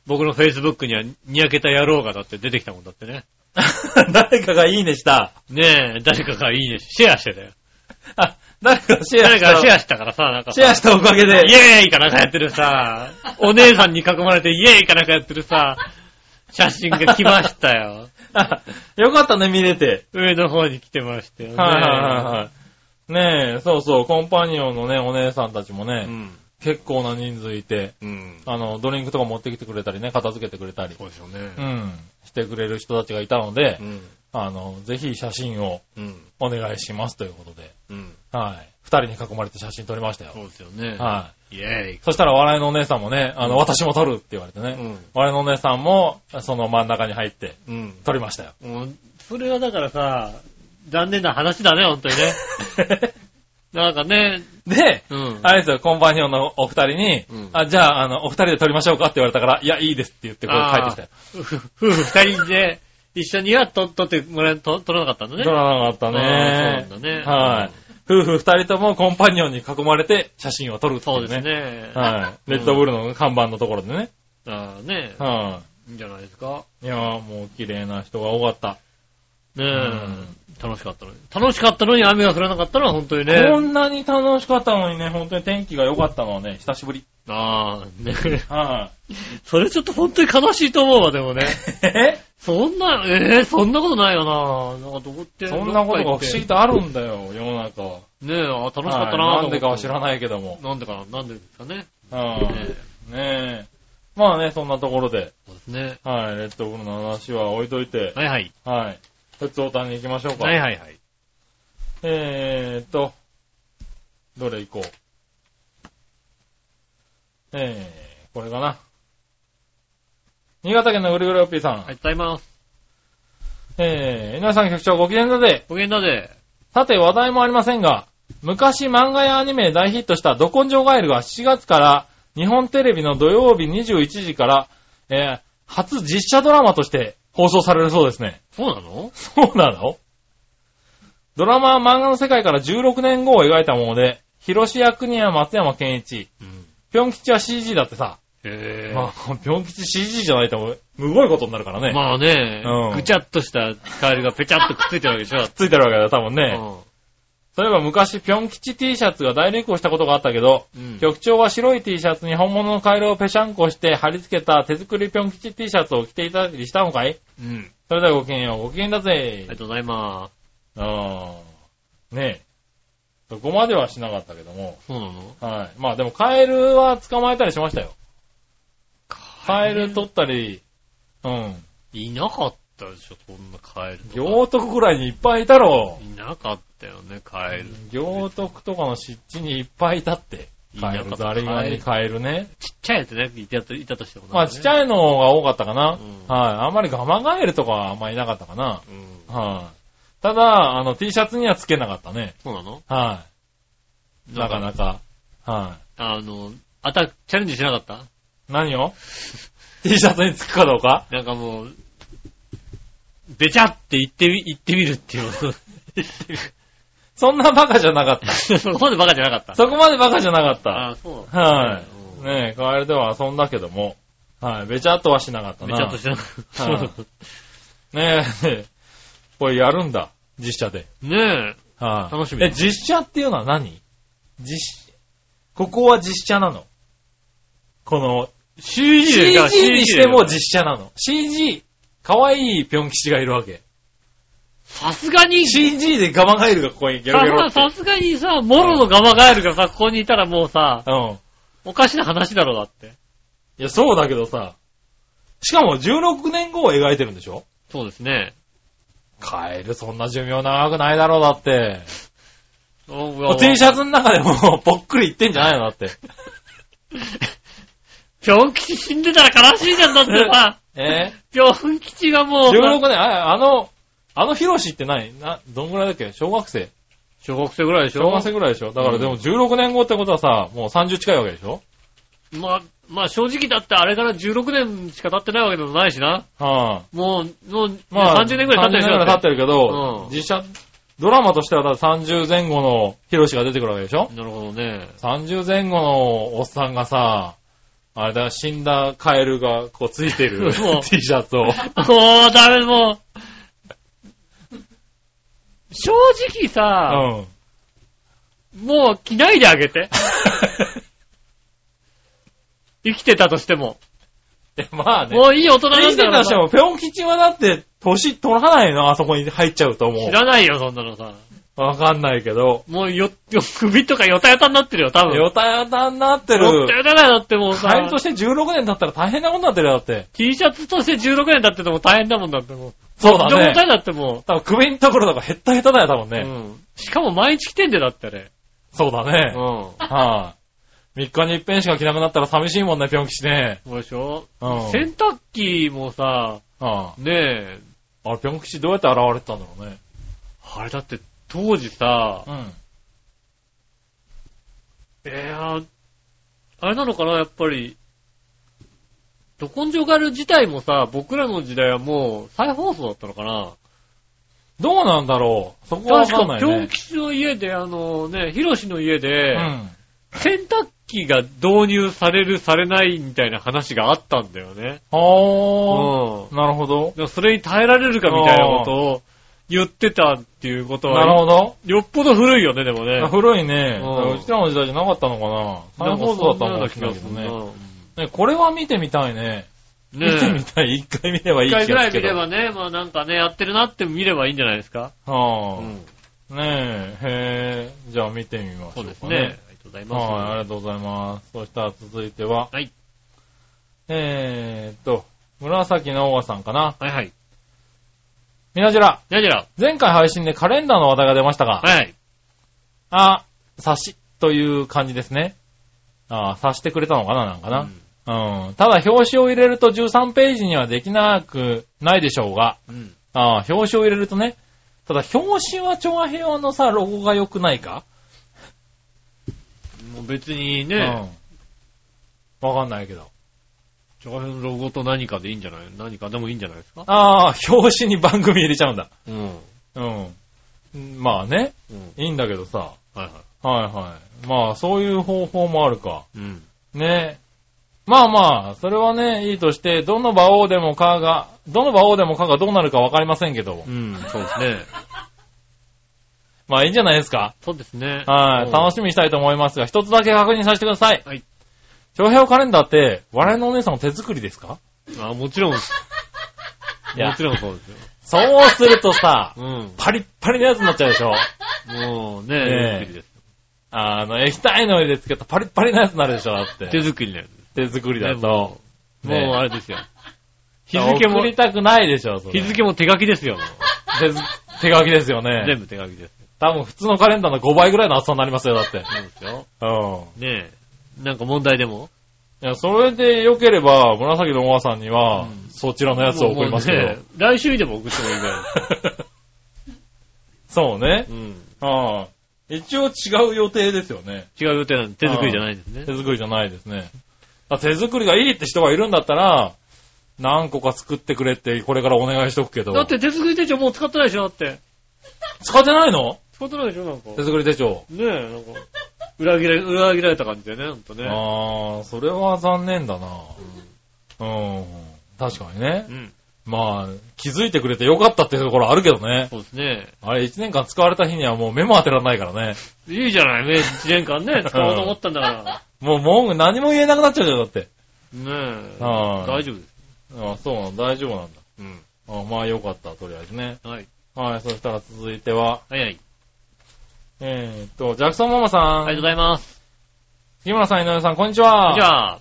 Speaker 2: 僕の Facebook にはにやけた野郎がだって出てきたもんだってね。
Speaker 3: 誰かがいいねした。
Speaker 2: ねえ、誰かがいいね、シェアしてたよ。
Speaker 3: あ、誰かシェア
Speaker 2: 誰
Speaker 3: し
Speaker 2: かが
Speaker 3: た。
Speaker 2: シェアしたからさ、なんかさ
Speaker 3: シェアしたおかげで。
Speaker 2: イエーイかなんかやってるさ、お姉さんに囲まれてイエーイかなんかやってるさ、写真が来ましたよ。
Speaker 3: あ よかったね、見れて。
Speaker 2: 上の方に来てましたよね。
Speaker 3: はいはいはいはい。ねえ、そうそう、コンパニオンのね、お姉さんたちもね、
Speaker 2: うん。
Speaker 3: 結構な人数いて、
Speaker 2: うん。
Speaker 3: あの、ドリンクとか持ってきてくれたりね、片付けてくれたり、
Speaker 2: そうですよね。
Speaker 3: うん、してくれる人たちがいたので、
Speaker 2: ん。
Speaker 3: あの、ぜひ写真を
Speaker 2: うん。
Speaker 3: お願いしますということで、
Speaker 2: うん。
Speaker 3: はい。二人に囲まれて写真撮りましたよ
Speaker 2: そ。うですよね。。
Speaker 3: はい
Speaker 2: イェーイ
Speaker 3: い。。そしたら笑いのお姉さんもね、あの、私も撮るって言われてね、
Speaker 2: うん
Speaker 3: 笑いのお姉さんも、その真ん中に入って、
Speaker 2: うん。
Speaker 3: 撮り ましたよ。
Speaker 2: もう、それはだからさ、残念な話だね、本当にね。なんか ね、
Speaker 3: で、
Speaker 2: うん。
Speaker 3: あれですよ、コンパニオンのお二人に、
Speaker 2: うん
Speaker 3: あ、じゃあ、あの、お二人で撮りましょうかって言われたから、いや、いいですって言って、こう帰ってきたよ。
Speaker 2: 夫婦夫婦二人で、一緒には撮撮ってもらえ、撮撮らなかったんだね。
Speaker 3: 撮らなかったね
Speaker 2: あー。そうなんだね
Speaker 3: はい。夫婦二人ともコンパニオンに囲まれて写真を撮るってい
Speaker 2: そうです。ね。
Speaker 3: は
Speaker 2: う
Speaker 3: い。
Speaker 2: ん
Speaker 3: レッドブルの看板のところでね。
Speaker 2: ああね、
Speaker 3: はい
Speaker 2: いんじゃないですか。
Speaker 3: いやーもう綺麗な人が多かった。
Speaker 2: ねえ、
Speaker 3: うん
Speaker 2: 楽しかったのに。楽しかったのに雨が降らなかったのは本当に
Speaker 3: こ
Speaker 2: ね。
Speaker 3: んなに楽しかったのにね、本当に天気が良かったのはね、久しぶり。
Speaker 2: ああ、ね
Speaker 3: は
Speaker 2: それちょっと本当に悲しいと思うわ、でも ね。
Speaker 3: い。え
Speaker 2: そんな、ええそんなことないよな。なんかどこって。
Speaker 3: そんなことが不
Speaker 2: ど
Speaker 3: 思
Speaker 2: っか行っ
Speaker 3: 議
Speaker 2: て
Speaker 3: とあるんだよ、世の中は。
Speaker 2: ねえ、あ楽しかった
Speaker 3: は
Speaker 2: な
Speaker 3: いなんでかは知ら
Speaker 2: ん。
Speaker 3: ないけども。
Speaker 2: なんでかな、なんでですかね。
Speaker 3: はいねえ。まあね、そんなところで、
Speaker 2: そうですね。
Speaker 3: はい、レッドブルの話は置いといて、
Speaker 2: はいはい。
Speaker 3: はい、普通オタに行きましょうか。
Speaker 2: はいはいはい。
Speaker 3: えーっと、どれ行こう。えー、これかな。新潟県のぐるぐるおっぴーさん。
Speaker 2: ありがとうございます。
Speaker 3: えー、皆さん局長ご機嫌だぜ。
Speaker 2: ご機嫌だぜ。
Speaker 3: さて話題もありませんが、昔漫画やアニメで大ヒットしたド根性ガエルが7月から日本テレビの土曜日21時から、えー、初実写ドラマとして放送されるそうですね。
Speaker 2: そうなの
Speaker 3: そうなのドラマは漫画の世界から16年後を描いたもので、広志役には松山健一、
Speaker 2: うん。
Speaker 3: ぴょん吉は CG だってさ、
Speaker 2: へえ。
Speaker 3: まあ、ぴょん吉 CG じゃないと、むごいことになるからね。
Speaker 2: まあね、
Speaker 3: うん
Speaker 2: ぐちゃっとしたカエルがぺちゃっとくっついてるわけでしょ。
Speaker 3: ついてるわけだよ、多分 ね。
Speaker 2: う
Speaker 3: そういえば昔、ぴょん吉 T シャツが大流行したことがあったけど、
Speaker 2: ん。
Speaker 3: 局長は白い T シャツに本物の回路をぺしゃんこして貼り付けた手作りぴょん吉 T シャツを着ていたりしたのかい
Speaker 2: うん。
Speaker 3: それではごきげんよう、ごきげんだ
Speaker 2: あ
Speaker 3: ぜ
Speaker 2: りが。とうございま
Speaker 3: あー。ねえ。そこまではしなかったけども。
Speaker 2: す。そうなの
Speaker 3: はい。まあでもカエルは捕まえたりしましたよ。カエル取ったり、うん。
Speaker 2: いなかったでしょ、そんなカエルとか。
Speaker 3: 行徳ぐらいにいっぱいいたろ。
Speaker 2: いなかったよね、カエル。
Speaker 3: 行徳とかの湿地にいっぱいいたって。カエ
Speaker 2: いな
Speaker 3: ル
Speaker 2: かっ、た
Speaker 3: ザリガニカエルね。
Speaker 2: ちっちゃいやつね、いたいたとしてもね。
Speaker 3: まあちっちゃいのが多かったかな。
Speaker 2: うん
Speaker 3: はい。あんまりガマガエルとかはあんまいなかったかな。
Speaker 2: うん。
Speaker 3: はい。ただ、あの T シャツにはつけなかったね。
Speaker 2: そうなの
Speaker 3: はい。なかなか。は
Speaker 2: あの、アタック、チャレンジしなかった
Speaker 3: い。何を ?T シャツにつくかどうか
Speaker 2: なんかもう、べちゃって言ってみ、言ってみるっていう。
Speaker 3: そんなバカじゃなかった。
Speaker 2: そこまでバカじゃなかった。
Speaker 3: そこまでバカじゃなかった。
Speaker 2: ああ、そうなの
Speaker 3: はい。ねえ、カエルでは遊んだけども、はい、べちゃっとはしなかった
Speaker 2: べちゃっ
Speaker 3: な
Speaker 2: と。しなかった。
Speaker 3: はいねえ、これやるんだ、実写で。
Speaker 2: ねえ。
Speaker 3: はい。
Speaker 2: 楽しみだ
Speaker 3: え、実写っていうのは何実、ここは実写なのこの、
Speaker 2: CG で
Speaker 3: CG
Speaker 2: しょ
Speaker 3: にして
Speaker 2: CG
Speaker 3: も
Speaker 2: でしょ
Speaker 3: 実写なの。CG、かわいいぴょん吉がいるわけ。
Speaker 2: さすがに、
Speaker 3: CG でガマガエルがここにゲロゲロ
Speaker 2: さ
Speaker 3: って。
Speaker 2: さすがにさ、モロのガマガエルがさ、ここにいたらもうさ、
Speaker 3: うん。
Speaker 2: おかしな話だろ、だって。
Speaker 3: いや、そうだけどさ、しかも16年後を描いてるんでしょ
Speaker 2: そうですね。
Speaker 3: カエルそんな寿命長くないだろう、だって。
Speaker 2: お
Speaker 3: もう T シャツの中でもう ぽっくりいってんじゃないのだって。
Speaker 2: ぴょん吉死んでたら悲しいじゃん、 だってさ。
Speaker 3: え
Speaker 2: ぴょん吉がもうさ、
Speaker 3: ?16 年、ああの、あのヒロシって何な、どんぐらいだっけ小学生
Speaker 2: 小学生ぐらいでしょ
Speaker 3: 小学生ぐらいでしょだからでも16年後ってことはさ、もう30近いわけでしょ
Speaker 2: まあ、まあ正直だってあれから16年しか経ってないわけでもないしな。
Speaker 3: は
Speaker 2: もう、もう、
Speaker 3: い。まあ、
Speaker 2: 30年ぐらい経ってるで
Speaker 3: 30
Speaker 2: し
Speaker 3: 年
Speaker 2: ょ
Speaker 3: ぐらい経ってるけ
Speaker 2: う
Speaker 3: ど
Speaker 2: ん、
Speaker 3: 実写、ドラマとしてはだって30前後のヒロシが出てくるわけでしょ
Speaker 2: なるほどね。
Speaker 3: 30前後のおっさんがさ、あれだ、死んだカエルがこうついてる T
Speaker 2: そう
Speaker 3: シャツを。
Speaker 2: もうダメ、もう。正直
Speaker 3: う
Speaker 2: さ、
Speaker 3: ん。
Speaker 2: もう着ないであげて。生きてたとしても。
Speaker 3: でまあね。
Speaker 2: もういい大人な
Speaker 3: 生
Speaker 2: ん
Speaker 3: きて
Speaker 2: だ
Speaker 3: た
Speaker 2: から
Speaker 3: としても、ぴょん吉はだって、年取らないのあそこに入っちゃうと思
Speaker 2: 知らないよ、そんなのさ。
Speaker 3: う。わかんないけど。
Speaker 2: もうよ、よ、首とかよたよたになってるよ、多分。
Speaker 3: よたよたになって
Speaker 2: よた
Speaker 3: る。
Speaker 2: よただよ、だってもうさ
Speaker 3: カエ。ルとして16年だったら大変なことになってるよ、だって。
Speaker 2: T シャツとして16年だってても大変だもんだってもう。
Speaker 3: そうだ
Speaker 2: 状態
Speaker 3: ね。
Speaker 2: だっても
Speaker 3: 多分首のところとかヘッタヘタだよ、多分
Speaker 2: う。う
Speaker 3: ね。
Speaker 2: ん。しかも毎日来てんだよ、だってあれ。
Speaker 3: そうだ
Speaker 2: う
Speaker 3: ね。
Speaker 2: ん。
Speaker 3: はい。3日に一遍しか着なくなったら寂しいもんね、ぴょん吉ね。
Speaker 2: そうでしょ
Speaker 3: うん
Speaker 2: 洗濯機もさ、
Speaker 3: うん
Speaker 2: ねえ、
Speaker 3: あれ、ぴょん吉どうやって現れてたんだろうね。
Speaker 2: あれだって当時さ、
Speaker 3: うん。
Speaker 2: えー、あれなのかな、やっぱり。ど根性ガール自体もさ、僕らの時代はもう再放送だったのかな。
Speaker 3: どうなんだろうそこはわ
Speaker 2: 確
Speaker 3: かん
Speaker 2: か、
Speaker 3: ない
Speaker 2: ピョン
Speaker 3: ね。
Speaker 2: 吉の家で、あのね、ヒロシの家
Speaker 3: う
Speaker 2: で、
Speaker 3: ん。
Speaker 2: 洗濯機が導入される、されないみたいな話があったんだよね。
Speaker 3: は
Speaker 2: う
Speaker 3: ー。なるほど
Speaker 2: ん。。でもそれに耐えられるかみたいなことを言ってたっていうこと
Speaker 3: なる
Speaker 2: は、
Speaker 3: ほど。
Speaker 2: よっぽど古いよね、でもね。
Speaker 3: 古いね。
Speaker 2: うん
Speaker 3: うちらの時代じゃなかったのかな。
Speaker 2: な
Speaker 3: 再
Speaker 2: んか
Speaker 3: 放
Speaker 2: そ
Speaker 3: 送だ
Speaker 2: ん
Speaker 3: っ
Speaker 2: なような
Speaker 3: たのかも
Speaker 2: 気
Speaker 3: し
Speaker 2: が
Speaker 3: れない
Speaker 2: す
Speaker 3: け
Speaker 2: る
Speaker 3: ど
Speaker 2: な。
Speaker 3: ね。
Speaker 2: ね
Speaker 3: ねこれは見てみたいね。見 てみ
Speaker 2: え。
Speaker 3: たい。一回見ればいい
Speaker 2: 一
Speaker 3: 気が
Speaker 2: 回ぐら
Speaker 3: するけ
Speaker 2: い見れ
Speaker 3: ど。
Speaker 2: ばね、まあなんかね、やってるなって見ればいいんじゃないですか。う
Speaker 3: は
Speaker 2: ん。
Speaker 3: あ。ねえ、へえ。じゃあ見てみまし
Speaker 2: そ
Speaker 3: ょう
Speaker 2: う
Speaker 3: かね。
Speaker 2: ですね。ありがとうござい
Speaker 3: はい、あり
Speaker 2: ま
Speaker 3: がとうございます。そしたら続いては。
Speaker 2: はい。
Speaker 3: えーっと、紫のオーガさんかな。
Speaker 2: す。はいはい。
Speaker 3: みなじら、
Speaker 2: じゃあじゃあ。
Speaker 3: 前回配信でカレンダーの話題が出ましたが、
Speaker 2: はい。
Speaker 3: あ、察しという感じですね。あ察してくれたのかななんかな。うん。ただ、表紙を入れると13ページにはできなくないでしょうが、
Speaker 2: うん。うん。
Speaker 3: あ表紙を入れるとね、ただ、表紙は調和平和のさ、ロゴが良くないか
Speaker 2: もう別に
Speaker 3: う
Speaker 2: ね、
Speaker 3: ん。わかんないけど。
Speaker 2: 長編のロゴと何かでいいんじゃない何かでもいいんじゃないですか
Speaker 3: ああ、表紙に番組入れちゃうんだ。
Speaker 2: うん。うん。
Speaker 3: うん。まあね、いいんだけどさ。
Speaker 2: はいは
Speaker 3: はいはい。まあ、そういう方法もあるか。
Speaker 2: い。うん。
Speaker 3: ね。まあまあ、それはね、いいとして、どの馬王でもかが、どの馬王でもかがどうなるかわかりませんけど、
Speaker 2: うん、そうですね。
Speaker 3: まあいいんじゃないですか。
Speaker 2: そうですね。
Speaker 3: はい、楽
Speaker 2: し
Speaker 3: しみにしたいと思いますが、一つだけ確認させてください。
Speaker 2: はい。
Speaker 3: 長平カレンダーって、笑いのお姉さんの手作りですか
Speaker 2: み。あ、もちろんです。
Speaker 3: いや
Speaker 2: もちろんそうですよ。
Speaker 3: そうするとさ、
Speaker 2: う
Speaker 3: パリッパリのやつになっちゃうでしょ。
Speaker 2: ん。もう
Speaker 3: ね
Speaker 2: ね、
Speaker 3: え
Speaker 2: 手作りです。
Speaker 3: あの、液体の上でつけたパリッパリのやつになるでしょ、だっ
Speaker 2: 手
Speaker 3: て。
Speaker 2: 作りのやつ。
Speaker 3: 手作りだ
Speaker 2: ね
Speaker 3: と。
Speaker 2: もう、
Speaker 3: ね
Speaker 2: もうあれですよ。日付も
Speaker 3: 送、りたくないでしょ、それ
Speaker 2: 日付も手書きですよ。もう
Speaker 3: 手づ手書きですよね。
Speaker 2: 全部手書きです。
Speaker 3: 多分普通のカレンダーの5倍ぐらいの厚さになりますよ、だって。
Speaker 2: そうですよ。
Speaker 3: うん。
Speaker 2: ねえ。なんか問題でも
Speaker 3: いや、それで良ければ、紫のおばさんには、
Speaker 2: うん
Speaker 3: そちらのやつを送りますけど。
Speaker 2: もうね来週にでも送ってもいいぐらいで
Speaker 3: そうね
Speaker 2: す。。うん。
Speaker 3: ああ一応違う予定ですよね。
Speaker 2: 違う予定なんで手作りじゃないんですね
Speaker 3: 手。作りじゃないですね。あ手作りがいいって人がいるんだったら、何個か作ってくれって、これからお願いしとくけど。
Speaker 2: だって手作り手帳もう使ってないでしょだって。
Speaker 3: 使ってないの
Speaker 2: 使ってないでしょなんか。
Speaker 3: 手
Speaker 2: ね
Speaker 3: 作り手帳。
Speaker 2: え、なんか。裏切られ、裏切られた感じでね、ほんとね。
Speaker 3: ああ、それは残念だな。うん。確かにね
Speaker 2: う。ん。
Speaker 3: まあ、気づいてくれてよかったっていうところあるけどね。
Speaker 2: そうですね。
Speaker 3: あれ、1年間使われた日にはもう目も当てられないからね。
Speaker 2: いいじゃない、ね、1年間ね、使おうと思ったんだ から。
Speaker 3: もう文句何も言えなくなっちゃうじゃん、だって。
Speaker 2: ねえ。
Speaker 3: はい
Speaker 2: 大丈夫です。
Speaker 3: ああ、そうなの、大丈夫なんだ。
Speaker 2: うん。
Speaker 3: ああまあよかった、とりあえずね。
Speaker 2: はい。
Speaker 3: はい、そしたら続いては、
Speaker 2: はいはい。
Speaker 3: えーっと、ジャクソンママさん。
Speaker 2: ありがとうございます。
Speaker 3: 杉村さん、井上さん、こんにちは。
Speaker 2: じゃあ、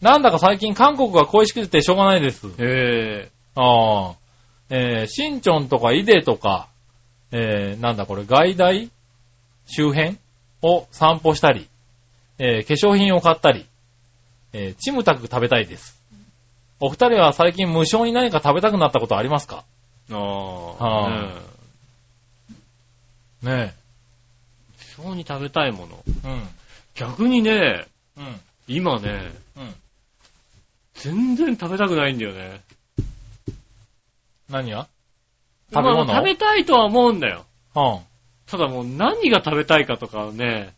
Speaker 3: なんだか最近韓国が恋しくてしょうがないです。
Speaker 2: え
Speaker 3: ああ。えー、新町とか井出とか、えー、なんだこれ、外大周辺を散歩したり、えー、化粧品を買ったり、えー、チムタク食べたいです。お二人は最近無償に何か食べたくなったことありますか
Speaker 2: ああ、
Speaker 3: は
Speaker 2: ね
Speaker 3: ね
Speaker 2: え非常に食べたいもの。
Speaker 3: え。うん。
Speaker 2: 逆にね、
Speaker 3: うん。
Speaker 2: 今ね、
Speaker 3: うん。
Speaker 2: 全然食べたくないんだよね。
Speaker 3: 何が食べ物
Speaker 2: まあ食べたいとは思うんだよ。
Speaker 3: うん。
Speaker 2: ただもう何が食べたいかとかはね、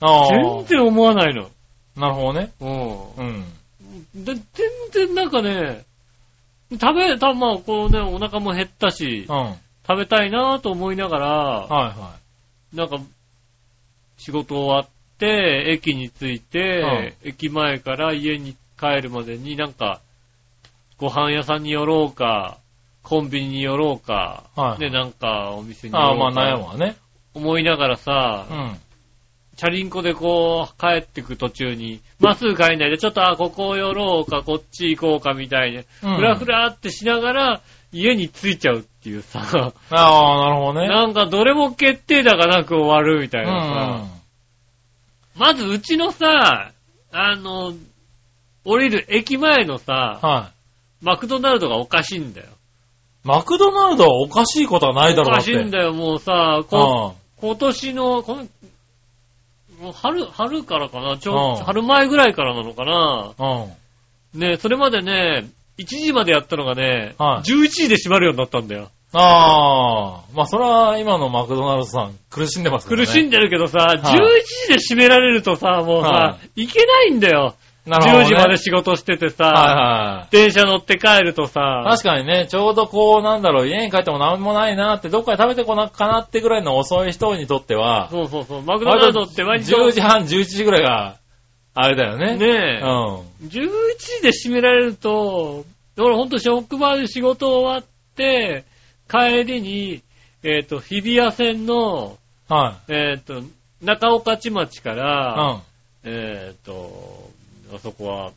Speaker 3: ああ。
Speaker 2: 全然思わないの。
Speaker 3: なるほどね。
Speaker 2: う
Speaker 3: うん。
Speaker 2: ん。で、全然なんかね、食べ、たまあこうね、お腹も減ったし
Speaker 3: うん。、はい
Speaker 2: 食べたいなぁと思いながら、
Speaker 3: は
Speaker 2: なんか、仕事終わって、駅に着いて、駅前から家に帰るまでになんか、ご飯屋さんに寄ろうか、コンビニに寄ろうか、
Speaker 3: はい
Speaker 2: で、なんかお店
Speaker 3: い。
Speaker 2: に寄
Speaker 3: ああ、ま
Speaker 2: ろ
Speaker 3: あ
Speaker 2: うか
Speaker 3: 悩む、わね。
Speaker 2: 思いながらさ
Speaker 3: う、ん。
Speaker 2: チャリンコでこう、帰ってく途中に、まっすぐ帰んないで、ちょっと、あ、ここを寄ろうか、こっち行こうか、みたいな、
Speaker 3: うん
Speaker 2: ふらふらってしながら、家に着いちゃうっていうさ、
Speaker 3: ああ、なるほどね。
Speaker 2: なんかどれも決定打がなく終わるみたい
Speaker 3: うん
Speaker 2: なさ、まずうちのさ、あの、降りる駅前のさ、
Speaker 3: は
Speaker 2: マクドナルドがおかしいんだよ。
Speaker 3: い。マクドナルドはおかしいことはないだ
Speaker 2: お
Speaker 3: ろう
Speaker 2: かしいんだよ、もうさ、
Speaker 3: う
Speaker 2: こ
Speaker 3: ん。
Speaker 2: 今年の、この、もう春、春からかな、ちょ、
Speaker 3: うん
Speaker 2: 春前ぐらいからなのかな、
Speaker 3: うん。
Speaker 2: ね、それまでね、1時までやったのがね、
Speaker 3: はい
Speaker 2: 11時で閉まるようになったんだよ。
Speaker 3: ああ、まあそれは今のマクドナルドさん苦しんでますからね。
Speaker 2: 苦しんでるけどさ、11時で閉められるとさ、もうさ
Speaker 3: は、
Speaker 2: 行けないんだよ。
Speaker 3: なるほど、ね。
Speaker 2: 10時まで仕事しててさ、
Speaker 3: はいはい。
Speaker 2: 電車乗って帰るとさ、
Speaker 3: 確かにね、ちょうどこう、なんだろう、家に帰っても何もないなって、どっかで食べてこなくかなってぐらいの遅い人にとっては、
Speaker 2: そうそうそう、マクドナルドって毎日
Speaker 3: 10時半、11時ぐらいが、あれだよね。
Speaker 2: ねえ
Speaker 3: う
Speaker 2: 11時で閉められると、俺ほんと職場で仕事終わって、帰りに、えっ、と、日比谷線の、
Speaker 3: ん。は
Speaker 2: えっ、と、中岡地町か
Speaker 3: い。
Speaker 2: ら、
Speaker 3: うん。
Speaker 2: えっ、と、あそこは、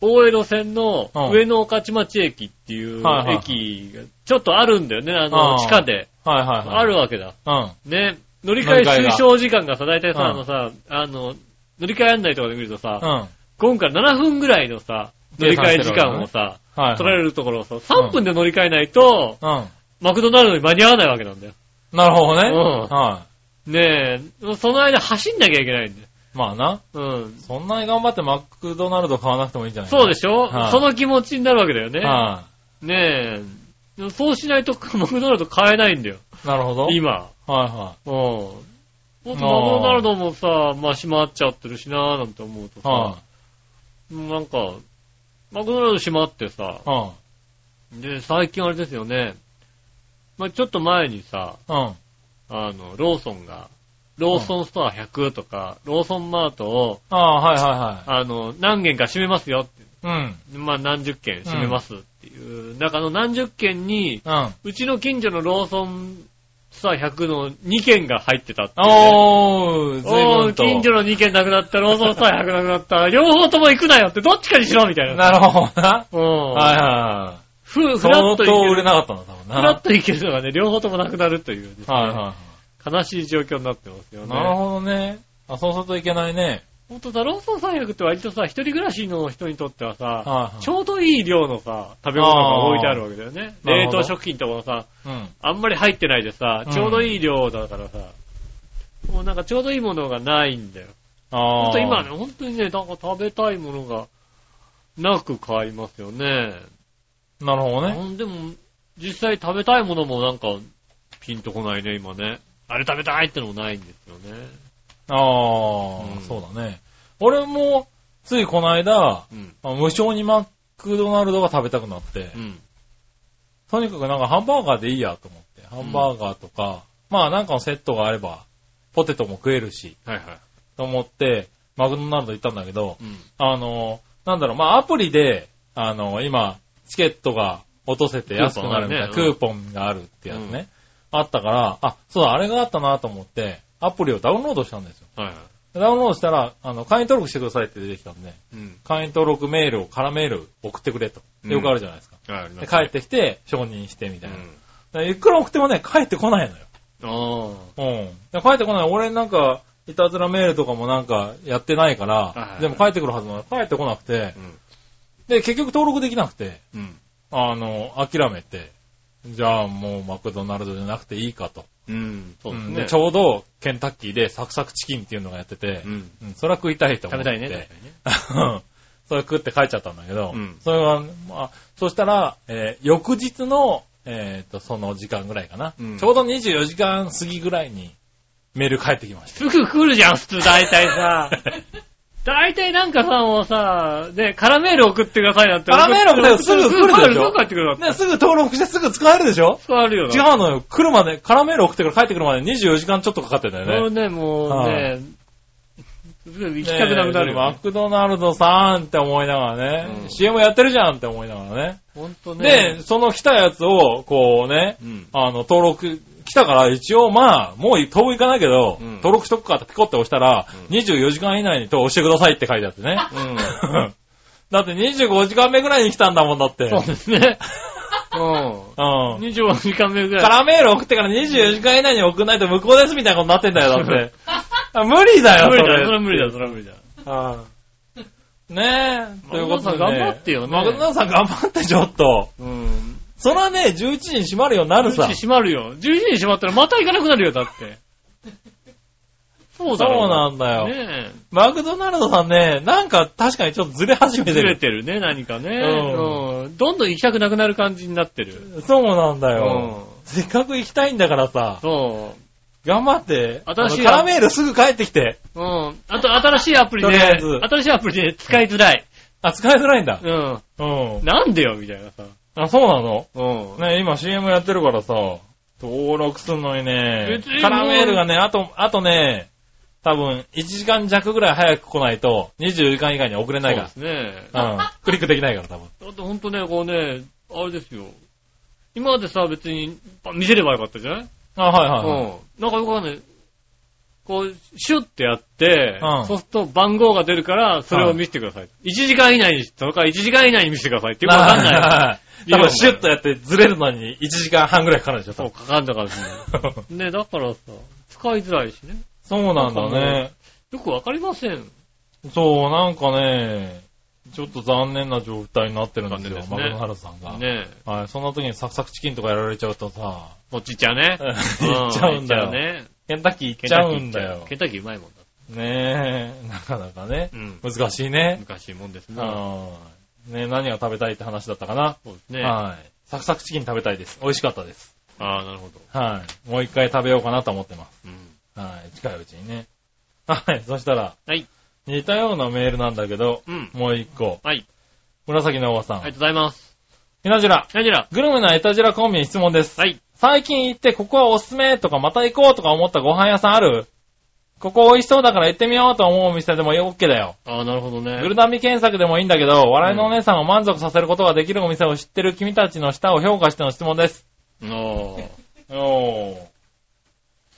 Speaker 2: 大江戸線の
Speaker 3: うん
Speaker 2: 上野御徒町駅っていう
Speaker 3: はいはいはい
Speaker 2: 駅がちょっとあるんだよね、あの、
Speaker 3: あー
Speaker 2: 地下で。
Speaker 3: はいはいはい。
Speaker 2: あるわけだ。
Speaker 3: うん。
Speaker 2: ね。乗り換え
Speaker 3: 乗り換え
Speaker 2: 推
Speaker 3: が
Speaker 2: 奨時間がさ、大体さ、
Speaker 3: うん
Speaker 2: あのさ、あの、乗り換え案内とかで見ると
Speaker 3: う
Speaker 2: さ、
Speaker 3: ん。
Speaker 2: 今回7分ぐらいのさ、乗り換え時間をさ、
Speaker 3: はい。
Speaker 2: 取られ
Speaker 3: る。
Speaker 2: るところをさ、3分で乗り換えないと、
Speaker 3: うん。
Speaker 2: マクドナルドに間に合わないわけなんだよ。
Speaker 3: なるほどね。
Speaker 2: うん
Speaker 3: は
Speaker 2: ねえ、その間走んなきゃいけないんだよ。
Speaker 3: い。まあな。
Speaker 2: うん。
Speaker 3: そんなに頑張ってマクドナルド買わなくてもいいんじゃない
Speaker 2: そうでしょ、
Speaker 3: はい
Speaker 2: その気持ちになるわけだよね。
Speaker 3: は
Speaker 2: ねえ、そうしないと マクドナルド買えないんだよ、
Speaker 3: い。なるほど。はい
Speaker 2: 今。
Speaker 3: は
Speaker 2: うん。ほんとマクドナルドもさ、まあ閉まっちゃってるしなーなんて思うと
Speaker 3: い。
Speaker 2: さ、
Speaker 3: は
Speaker 2: なんか、マクドナルド閉まってさ
Speaker 3: い。、うん。
Speaker 2: で、最近あれですよね、まあちょっと前にさ、
Speaker 3: うん。
Speaker 2: あの、ローソンが、ローソンストア100とか、ローソンマートを、
Speaker 3: ああ、はいは
Speaker 2: あの、何軒か閉めますよって、
Speaker 3: いはい。うん。
Speaker 2: まあ何十軒閉めますっていう中の何十軒に、
Speaker 3: うん。
Speaker 2: うちの近所のローソンスター100の2軒が入ってたっていうね、
Speaker 3: おー、随
Speaker 2: おー
Speaker 3: 分と。
Speaker 2: 近所の2軒なくなった、ローソンスター100なくなった、両方とも行くなよって、どっちかにしろみたいな。
Speaker 3: なるほどな。
Speaker 2: うん。
Speaker 3: はいはいはい。
Speaker 2: ふ、ふら
Speaker 3: 相
Speaker 2: っと
Speaker 3: 当
Speaker 2: 行
Speaker 3: 売
Speaker 2: け
Speaker 3: れ
Speaker 2: る。
Speaker 3: なかったんだ、多分な。
Speaker 2: ふらっと行けるのがね、両方ともなくなるというですね、
Speaker 3: はいは
Speaker 2: 悲しい状況になってますよ
Speaker 3: い。
Speaker 2: ね。
Speaker 3: なるほどね。あ、そうするといけないね。
Speaker 2: ほんとだ、ローソン三役って割とさ、一人暮らしの人にとってはさ、
Speaker 3: はいはい
Speaker 2: ちょうどいい量のさ、食べ物が置いてあるわけだよね。
Speaker 3: あーなる
Speaker 2: 冷
Speaker 3: ほど
Speaker 2: 凍食品とかもさ、
Speaker 3: うん。
Speaker 2: あんまり入ってないでさ、ちょうどいい量だからさ、もうなんかちょうどいいものがないんだよ。
Speaker 3: ああ。
Speaker 2: ほんと今ね、本当にね、なんか食べたいものがなく買いますよね。
Speaker 3: なるほど
Speaker 2: う
Speaker 3: ね。
Speaker 2: んでも、実際食べたいものもなんか、ピンとこないね、今ね。あれ食べたいってのもないんですよね。
Speaker 3: ああ、
Speaker 2: うん
Speaker 3: そうだね。俺も、ついこの間、
Speaker 2: うん。
Speaker 3: まあ無償にマクドナルドが食べたくなって、
Speaker 2: うん。
Speaker 3: とにかくなんかハンバーガーでいいやと思って、ハンバーガーとか、まあなんかのセットがあれば、ポテトも食えるし、
Speaker 2: はいはい。
Speaker 3: と思って、マクドナルド行ったんだけど、
Speaker 2: うん。
Speaker 3: あの、なんだろう、まあアプリで、あの、今、チケットが落とせて安くなるみたいな、
Speaker 2: ク
Speaker 3: ク
Speaker 2: ー
Speaker 3: ーポンがあるってやつね。あったから、あ、そうだ、あれがあったなと思って、アプリをダウンロードしたんですよ。
Speaker 2: はいはい。
Speaker 3: ダウンロードしたら、あの、会員登録してくださいって出てきたんで、
Speaker 4: うん。
Speaker 3: 会員登録メールを、空メール送ってくれと。
Speaker 4: うん
Speaker 3: よくあるじゃないですか。
Speaker 4: あありま
Speaker 3: です帰
Speaker 4: ね。
Speaker 3: ってきて、承認してみた
Speaker 4: う
Speaker 3: いな。だか
Speaker 4: ん。
Speaker 3: らいくら送ってもね、帰ってこないのよ。
Speaker 2: あ
Speaker 3: うん。だから帰ってこない。俺なんか、いたずらメールとかもなんかやってないか
Speaker 4: いはいは
Speaker 3: ら、
Speaker 4: い
Speaker 3: でも帰ってくるはずなのに帰ってこなくて
Speaker 4: う、ん。
Speaker 3: で、結局登録できなくて、
Speaker 4: うん。
Speaker 3: あの、諦めて、じゃあもうマクドナルドじゃなくていいかと。
Speaker 4: うん。そうで
Speaker 3: う
Speaker 4: す
Speaker 3: ん
Speaker 4: ね。
Speaker 3: ちょうどケンタッキーでサクサクチキンっていうのがやってて
Speaker 4: う、ん。
Speaker 3: うんそれは食いたいと思
Speaker 4: 食
Speaker 3: っ
Speaker 4: べ
Speaker 3: て。
Speaker 4: たいね。確かにね。
Speaker 3: うん それ食って帰っちゃったんだけど、
Speaker 4: うん
Speaker 3: それは、まあ、そしたら、えー翌日の、えっと、その時間ぐらいかな、
Speaker 4: うん
Speaker 3: ちょうど24時間過ぎぐらいにメール返ってきました。
Speaker 2: すぐ来るじゃん、普通、大体 さ。大体なんかさ、もうさ、ね、空メール送ってくださいなんて。
Speaker 3: 空メール送ったらすぐ来るでしょ
Speaker 2: すぐすぐ帰ってくるだ
Speaker 3: ね、
Speaker 2: って。
Speaker 3: すぐ登録してすぐ使えるでしょ
Speaker 2: そうあるよな。
Speaker 3: 違うのよ。来るまで、空メール送ってから帰ってくるまで24時間ちょっとかかってんだ
Speaker 2: こ
Speaker 3: よ
Speaker 2: れ
Speaker 3: ね。
Speaker 2: ね、もうね、すぐ行きたくなくなる
Speaker 3: ねえ
Speaker 2: よ、
Speaker 3: マ
Speaker 2: ね。
Speaker 3: クドナルドさんって思いながらね、
Speaker 4: うん
Speaker 3: CM やってるじゃんって思いながらね。
Speaker 2: ほんとね
Speaker 3: で、。その来たやつを、こうね、
Speaker 4: うん。
Speaker 3: あの、登録、来たから一応まあ、もう遠いかないけど、
Speaker 4: うん
Speaker 3: 登録しとくかってピコって押したら、
Speaker 4: うん
Speaker 3: 24時間以内に登録してくださいって書いてあってね。
Speaker 4: うん。
Speaker 3: だって25時間目ぐらいに来たんだもんだって。
Speaker 2: そうですね。
Speaker 4: う
Speaker 3: うん。
Speaker 2: 24時間目ぐ
Speaker 3: カ
Speaker 2: らい。
Speaker 3: ラーメール送ってから24時間以内に送らないと無効ですみたいなことになってんだよ、だって。あ無理だよ、
Speaker 2: 無
Speaker 3: そ
Speaker 2: 理だ、それ
Speaker 3: れ
Speaker 2: は。無理だ、それは無理だ。
Speaker 3: うんねえ、ということ
Speaker 2: マクド
Speaker 3: で、ね。
Speaker 2: ナルドさん頑張ってよね
Speaker 3: マクドナルドさん頑張って、ちょっと。
Speaker 2: うん。
Speaker 3: それはね、11時に閉まるようになるさ
Speaker 2: 11。時閉まるよ。11時に閉まったらまた行かなくなるよ、だって。そう
Speaker 3: そ
Speaker 2: だ
Speaker 3: う
Speaker 2: ろ
Speaker 3: なんだよ。
Speaker 2: ね
Speaker 3: マクドナルドさんね、なんか確かにちょっとずれ始
Speaker 2: え。
Speaker 3: めて
Speaker 2: ずれ
Speaker 3: る。
Speaker 2: てるね、何かね、
Speaker 3: うん
Speaker 2: うん。どんどん行きたくなくなる感じになってる。
Speaker 3: そうなんだ
Speaker 2: う
Speaker 3: よ。
Speaker 2: ん。
Speaker 3: せっかく行きたいんだからさ、
Speaker 2: そ
Speaker 3: 頑張って、
Speaker 2: 新しい
Speaker 3: あのカラーメールすぐ帰ってきて。
Speaker 2: う。うん。あと、新しいアプリ
Speaker 3: とりあ
Speaker 2: ね
Speaker 3: えず、
Speaker 2: 新しいアプリね、使いづらい。
Speaker 3: あ、使いづらいんだ。
Speaker 2: うん。
Speaker 3: うん。
Speaker 2: なんでよ、みたいなさ。
Speaker 3: あ、そうなの
Speaker 2: うん。
Speaker 3: ね、今 CM やってるからさ、登録すんのにね
Speaker 2: 別に、もう
Speaker 3: カラーメールがね、あと、あとね、多分1時間弱ぐらい早く来ないと、24時間以外に送れない
Speaker 2: そう
Speaker 3: か
Speaker 2: ですね。
Speaker 3: ら。うん。クリックできないから多分。
Speaker 2: だってほんとね、こうね、あれですよ。今までさ、別に、見せればよかったじゃない
Speaker 3: あ、はいはいはい。
Speaker 2: うん。なんかよくわかんない。こう、シュッてやって、
Speaker 3: うん
Speaker 2: そうすると番号が出るから、それを見せてください。1時間以内に、とか1時間以内に見せてくださいってよくわかんない。
Speaker 3: い。多分シュッとやってずれるのに1時間半ぐらいかかるでしょ、多
Speaker 2: そう、
Speaker 3: 分
Speaker 2: かかんだからね。ね、だからさ、使いづらいしね。
Speaker 3: そうなんだね。
Speaker 2: よくわかりません。
Speaker 3: そう、なんかね、ちょっと残念な状態になってるんです
Speaker 2: 残
Speaker 3: よ、
Speaker 2: 念です
Speaker 3: マ
Speaker 2: ね
Speaker 3: クドナルドさんが。
Speaker 2: ね
Speaker 3: はい、そんな時にサクサクチキンとかやられちゃうとさ、
Speaker 2: こっち行っちゃうね。
Speaker 3: 行っちゃうんだ
Speaker 2: 行っ
Speaker 3: よ。
Speaker 2: ね。
Speaker 3: ケンタッキー行っちゃうんだよ
Speaker 2: ケ。ンタッキーうまいもんだ。
Speaker 3: ねえ、な かなかね
Speaker 2: う、ん。
Speaker 3: 難しいね。
Speaker 2: 難しいもんですね。
Speaker 3: はい。ねえ何が食べたいって話だったかな。
Speaker 2: そうですね。あ
Speaker 3: はい。サクサクチキン食べたいです。美味しかったです。
Speaker 2: あー、なるほど。
Speaker 3: はい。もう一回食べようかなと思ってます。
Speaker 2: うん。
Speaker 3: はい、近いうちにね。はい、そしたら、
Speaker 2: はい。
Speaker 3: 似たようなメールなんだけど、
Speaker 2: うん。
Speaker 3: もう一個。
Speaker 2: はい。
Speaker 3: 紫のおばさん。
Speaker 2: ありがとうございます。
Speaker 3: ひなじら。
Speaker 2: ナジラ。
Speaker 3: グルメなエタジラコンビに質問です。
Speaker 2: はい。
Speaker 3: 最近行ってここはおすすめとかまた行こうとか思ったご飯屋さんあるここ美味しそうだから行ってみようと思うお店でも OK だよ。
Speaker 2: ああ、なるほどね。
Speaker 3: グルダミ検索でもいいんだけど、笑いのお姉さんを満足させることができるお店を知ってる君たちの舌を評価しての質問です。
Speaker 2: ああ。
Speaker 3: おー。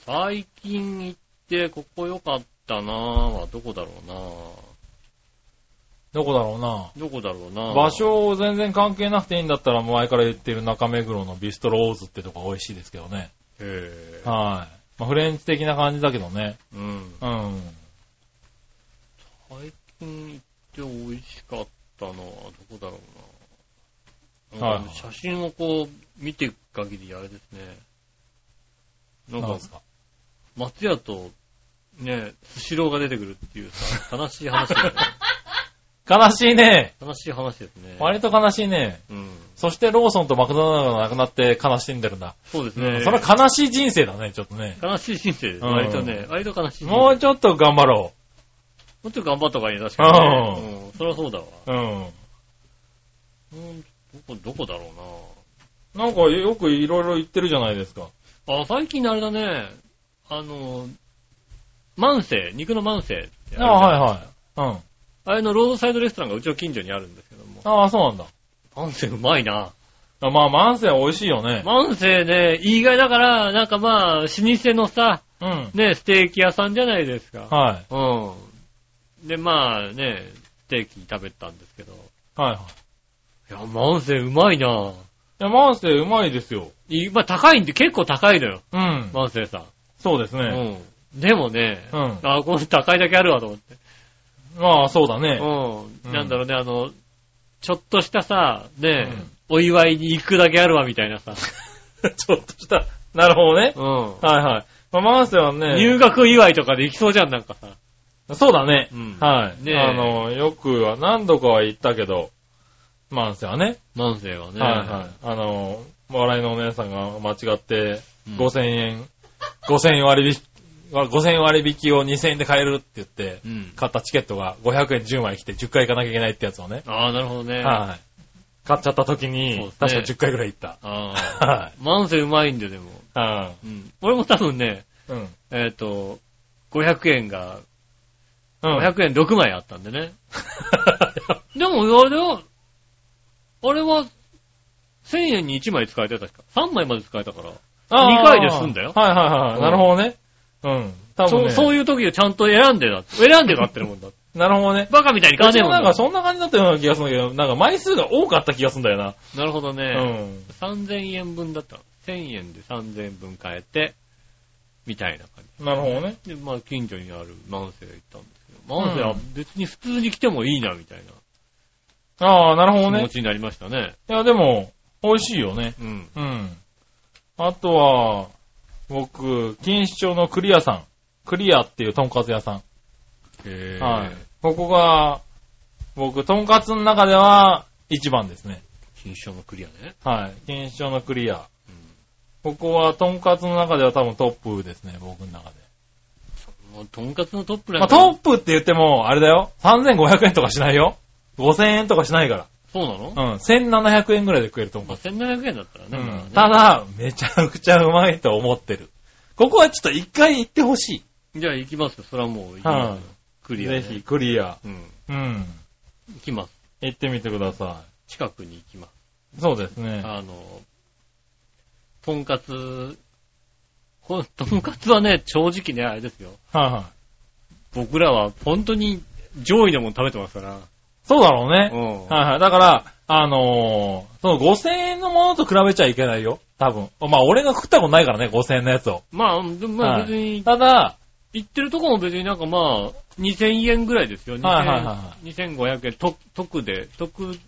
Speaker 2: 最近行って、ここ良かったなぁはどこだろうなぁ。
Speaker 3: どこだろうな。
Speaker 2: どこだろうなぁ。
Speaker 3: 場所を全然関係なくていいんだったら前から言ってる中目黒のビストロオーズってとこが美味しいですけどね。
Speaker 2: へぇ
Speaker 3: はい。まあ、フレンチ的な感じだけどね。
Speaker 2: うん。
Speaker 3: うん。
Speaker 2: 最近行って美味しかったのはどこだろうなぁ。
Speaker 3: は
Speaker 2: な
Speaker 3: い
Speaker 2: んか写真をこう、見ていく限りあれですね。なん
Speaker 3: なん
Speaker 2: か
Speaker 3: で、すか
Speaker 2: 松屋と、ね、スシローが出てくるっていうさ、悲しい話だ よね。
Speaker 3: 悲しいね。
Speaker 2: 悲しい話ですね。
Speaker 3: 割と悲しいね。
Speaker 2: うん。
Speaker 3: そしてローソンとマクドナルドがなくなって悲しんでるんだ。
Speaker 2: そうですね。
Speaker 3: それは悲しい人生だね、ちょっとね。
Speaker 2: 悲しい人生です。
Speaker 3: うん
Speaker 2: 割とね、割と悲しい人生。
Speaker 3: もうちょっと頑張ろ
Speaker 2: もうちょっと頑張った方がいいね、確かに、ね。うん。そりゃそうだわ。
Speaker 3: う。うん。
Speaker 2: うん、どこ、どこだろ
Speaker 3: なんかよくいろいろ言ってるじゃないですか。
Speaker 2: うなあ、最近のあれだね、あの、万世、肉の万世ってあるじゃ
Speaker 3: あ
Speaker 2: ん
Speaker 3: はいはい。うん。
Speaker 2: あれのロードサイドレストランがうちの近所にあるんですけども。
Speaker 3: ああ、そうなんだ。
Speaker 2: 万世うまいな。
Speaker 3: あまあ、万世は美味しいよね。
Speaker 2: 万世ね、意外だから、なんかまあ、老舗のさ、
Speaker 3: うん。
Speaker 2: ね、ステーキ屋さんじゃないですか。
Speaker 3: は
Speaker 2: うん。で、まあね、ステーキ食べたんですけど。
Speaker 3: い。はいはい。い
Speaker 2: いや、万世うまいなぁ。
Speaker 3: や、マンセうまいですよ。
Speaker 2: いまあ高いんで、結構高いのよ、
Speaker 3: うん。
Speaker 2: 万世さん。
Speaker 3: そうです
Speaker 2: う
Speaker 3: ね。
Speaker 2: ん。でもね、
Speaker 3: うん。
Speaker 2: あ、この人高いだけあるわと思って。
Speaker 3: まあ、そうだね。
Speaker 2: う。
Speaker 3: うんん
Speaker 2: なんだろうね、あの、ちょっとしたさ、ね、お祝いに行くだけあるわみたいなさ。
Speaker 3: ちょっとした。なるほどね。
Speaker 2: うん。
Speaker 3: はいはい。まあ、マンセはね。
Speaker 2: 入学祝いとかで行きそうじゃん、なんかさ。
Speaker 3: そうだね。
Speaker 2: うん
Speaker 3: はい。
Speaker 2: ねえ
Speaker 3: あの、よくは、何度かは言ったけど、マンセはね。
Speaker 2: 万世はね。
Speaker 3: はいはい。あの、笑いのお姉さんが間違って、
Speaker 2: うん
Speaker 3: 5000円、5000円割引、5000円割引を2000円で買えるって言って
Speaker 2: い。う、ん。
Speaker 3: 買ったチケットが500円10枚来て10回行かなきゃいけないってやつをね。
Speaker 2: ああ、なるほどね。い。
Speaker 3: はい。買っちゃった時
Speaker 2: そう
Speaker 3: に
Speaker 2: ですね、
Speaker 3: 確か10回ぐらい行った。
Speaker 2: ああ。
Speaker 3: は
Speaker 2: 万世うまいんで、でも。
Speaker 3: い。は
Speaker 2: うん。俺も多分ね、
Speaker 3: い。うん。
Speaker 2: えっ、と、500円が、
Speaker 3: うん。
Speaker 2: 500円6枚あったんでね。でも、あれは、あれは、1000円に1枚使えてた確か。3枚まで使えたから。
Speaker 3: あー
Speaker 2: 二回で済んだよ
Speaker 3: はいはいは
Speaker 2: う
Speaker 3: い。
Speaker 2: ん
Speaker 3: なるほどね。うん。多
Speaker 2: そ
Speaker 3: 分
Speaker 2: う
Speaker 3: ね。
Speaker 2: そういう時をちゃんと選んでだ。選んで買ってるもんだ。
Speaker 3: なるほどね。
Speaker 2: バカみたいに買わね
Speaker 3: で
Speaker 2: えも
Speaker 3: も
Speaker 2: ん
Speaker 3: な
Speaker 2: だ。
Speaker 3: んかそんな感じだったような気がするんだけど、なんか枚数が多かった気がするんだよな。
Speaker 2: なるほど
Speaker 3: う
Speaker 2: ね。
Speaker 3: ん。
Speaker 2: 3000円分だったの。1000円で3000円分買えて、みたいな感
Speaker 3: なるほどね。
Speaker 2: じ。で、まあ、近所にある万世行ったんですけど、万世は別に普通に来てもいいな、みたい
Speaker 3: ああ、な
Speaker 2: な
Speaker 3: るほど
Speaker 2: 気持
Speaker 3: ね。
Speaker 2: ちになりましたね。
Speaker 3: いや、でも、美味しいよね。
Speaker 2: うん。
Speaker 3: うん。あとは、僕、錦糸町のクリアさん。クリアっていうとんかつ屋さん。
Speaker 2: へ
Speaker 3: はい。ここが、僕、とんかつの中では一番ですね。
Speaker 2: 金賞のクリアね。
Speaker 3: はい。錦糸町のクリア。ここは、とんかつの中では多分トップですね、僕の中で。
Speaker 2: もう、とんかつのトップ
Speaker 3: ま
Speaker 2: なん
Speaker 3: あ、トップって言っても、あれだよ。3500円とかしないよ。5000円とかしないから。
Speaker 2: そうなの
Speaker 3: うん、1700円ぐらいで食えると思
Speaker 2: まあ、
Speaker 3: う。
Speaker 2: 1700円だったらね。まあね
Speaker 3: ただ、めちゃくちゃうまいと思ってる。ここはちょっと一回行ってほし
Speaker 2: じゃあ行きますよ。それはもう行きま
Speaker 3: い。
Speaker 2: すよ
Speaker 3: は
Speaker 2: ク
Speaker 3: い。
Speaker 2: リア、ね。
Speaker 3: ぜひ、。クリア。
Speaker 2: うん。
Speaker 3: うん。
Speaker 2: 行きます。
Speaker 3: 行ってみてくださ
Speaker 2: 近くに行きます。
Speaker 3: い。そうです ね。
Speaker 2: あの、とんかつ、こうとんかつはね、正直ね、あれですよ。
Speaker 3: はいはい。
Speaker 2: 僕らは本当に上位のもの食べてますから。
Speaker 3: そうだろう
Speaker 2: う
Speaker 3: ね。
Speaker 2: ん。
Speaker 3: はいはい。だから、あのーその5000円のものと比べちゃいけないよ。多分。まあ、俺が食ったことないからね、5000円のやつを。
Speaker 2: まあ、でもまあ
Speaker 3: はい
Speaker 2: 別に、
Speaker 3: ただ、
Speaker 2: 行ってるとこも別になんかまあ、2000円ぐらいですよ。2000
Speaker 3: はいはいは
Speaker 2: 2500円、と特で、特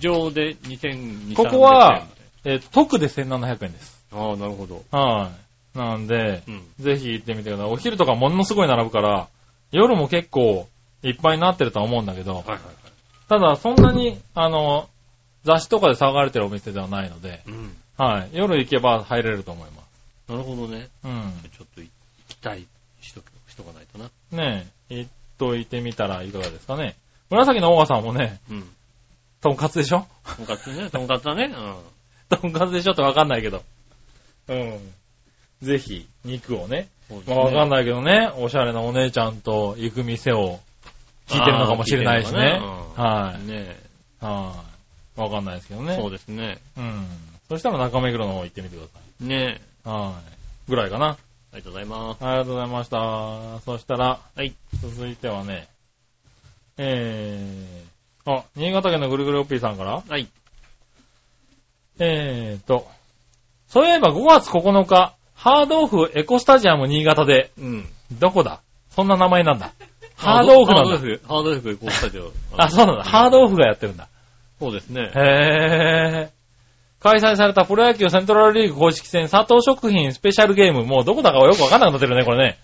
Speaker 2: 上で2200
Speaker 3: ここはえー、特で1700円です。
Speaker 2: ああ、なるほど。
Speaker 3: はい。なんで
Speaker 2: う、ん。
Speaker 3: ぜひ行ってみてください。お昼とかものすごい並ぶから、夜も結構いっぱいになってるとは思うんだけど、
Speaker 2: はいはいは
Speaker 3: ただそんなに、あの、雑誌とかで騒がれてるお店ではないので、
Speaker 2: い。うん。
Speaker 3: はい。夜行けば入れると思います。
Speaker 2: なるほどね。
Speaker 3: うん。
Speaker 2: ちょっと行きたいしとくしとかないとな。
Speaker 3: ねえ、行っといてみたらいかがですかね。紫のオーガさんもね、
Speaker 2: うん。
Speaker 3: とんかつでしょ
Speaker 2: とんかつね、とんかつだね。う
Speaker 3: とんかつでしょってわかんないけど。うん。ぜひ、肉をね。
Speaker 2: ん。
Speaker 3: まあわか
Speaker 2: ない。
Speaker 3: んないけどね、おしゃれなお姉ちゃんと行く店を聞いてるのかもしれないしね。
Speaker 2: あー聞いてるのかな
Speaker 3: は
Speaker 2: うん
Speaker 3: い。
Speaker 2: ね
Speaker 3: はい。わかんないですけど
Speaker 2: え
Speaker 3: ね。
Speaker 2: そうですね。
Speaker 3: うん。そしたら中目黒の方行ってみてくださ
Speaker 2: ねえ。
Speaker 3: い。はい。ぐらいかな。
Speaker 2: ありがとうございます。
Speaker 3: ありがとうございました。そしたら、
Speaker 2: はい。
Speaker 3: 続いてはね、えー、あ、新潟県のぐるぐるおっぴーさんから、
Speaker 2: はい。
Speaker 3: えーと、そういえば5月9日、ハードオフエコスタジアム新潟で、
Speaker 2: うん。
Speaker 3: どこだそんな名前なんだ。ハードオフなん
Speaker 2: ハードオ
Speaker 3: だ。
Speaker 2: フ、ハードオフ行こうスタジオ。
Speaker 3: あ、そうなんだ。ハードオフがやってるんだ。
Speaker 2: そうですね。
Speaker 3: へー。開催されたプロ野球セントラルリーグ公式戦佐藤食品スペシャルゲーム、もうどこだかよくわかんなくなってるね、これね。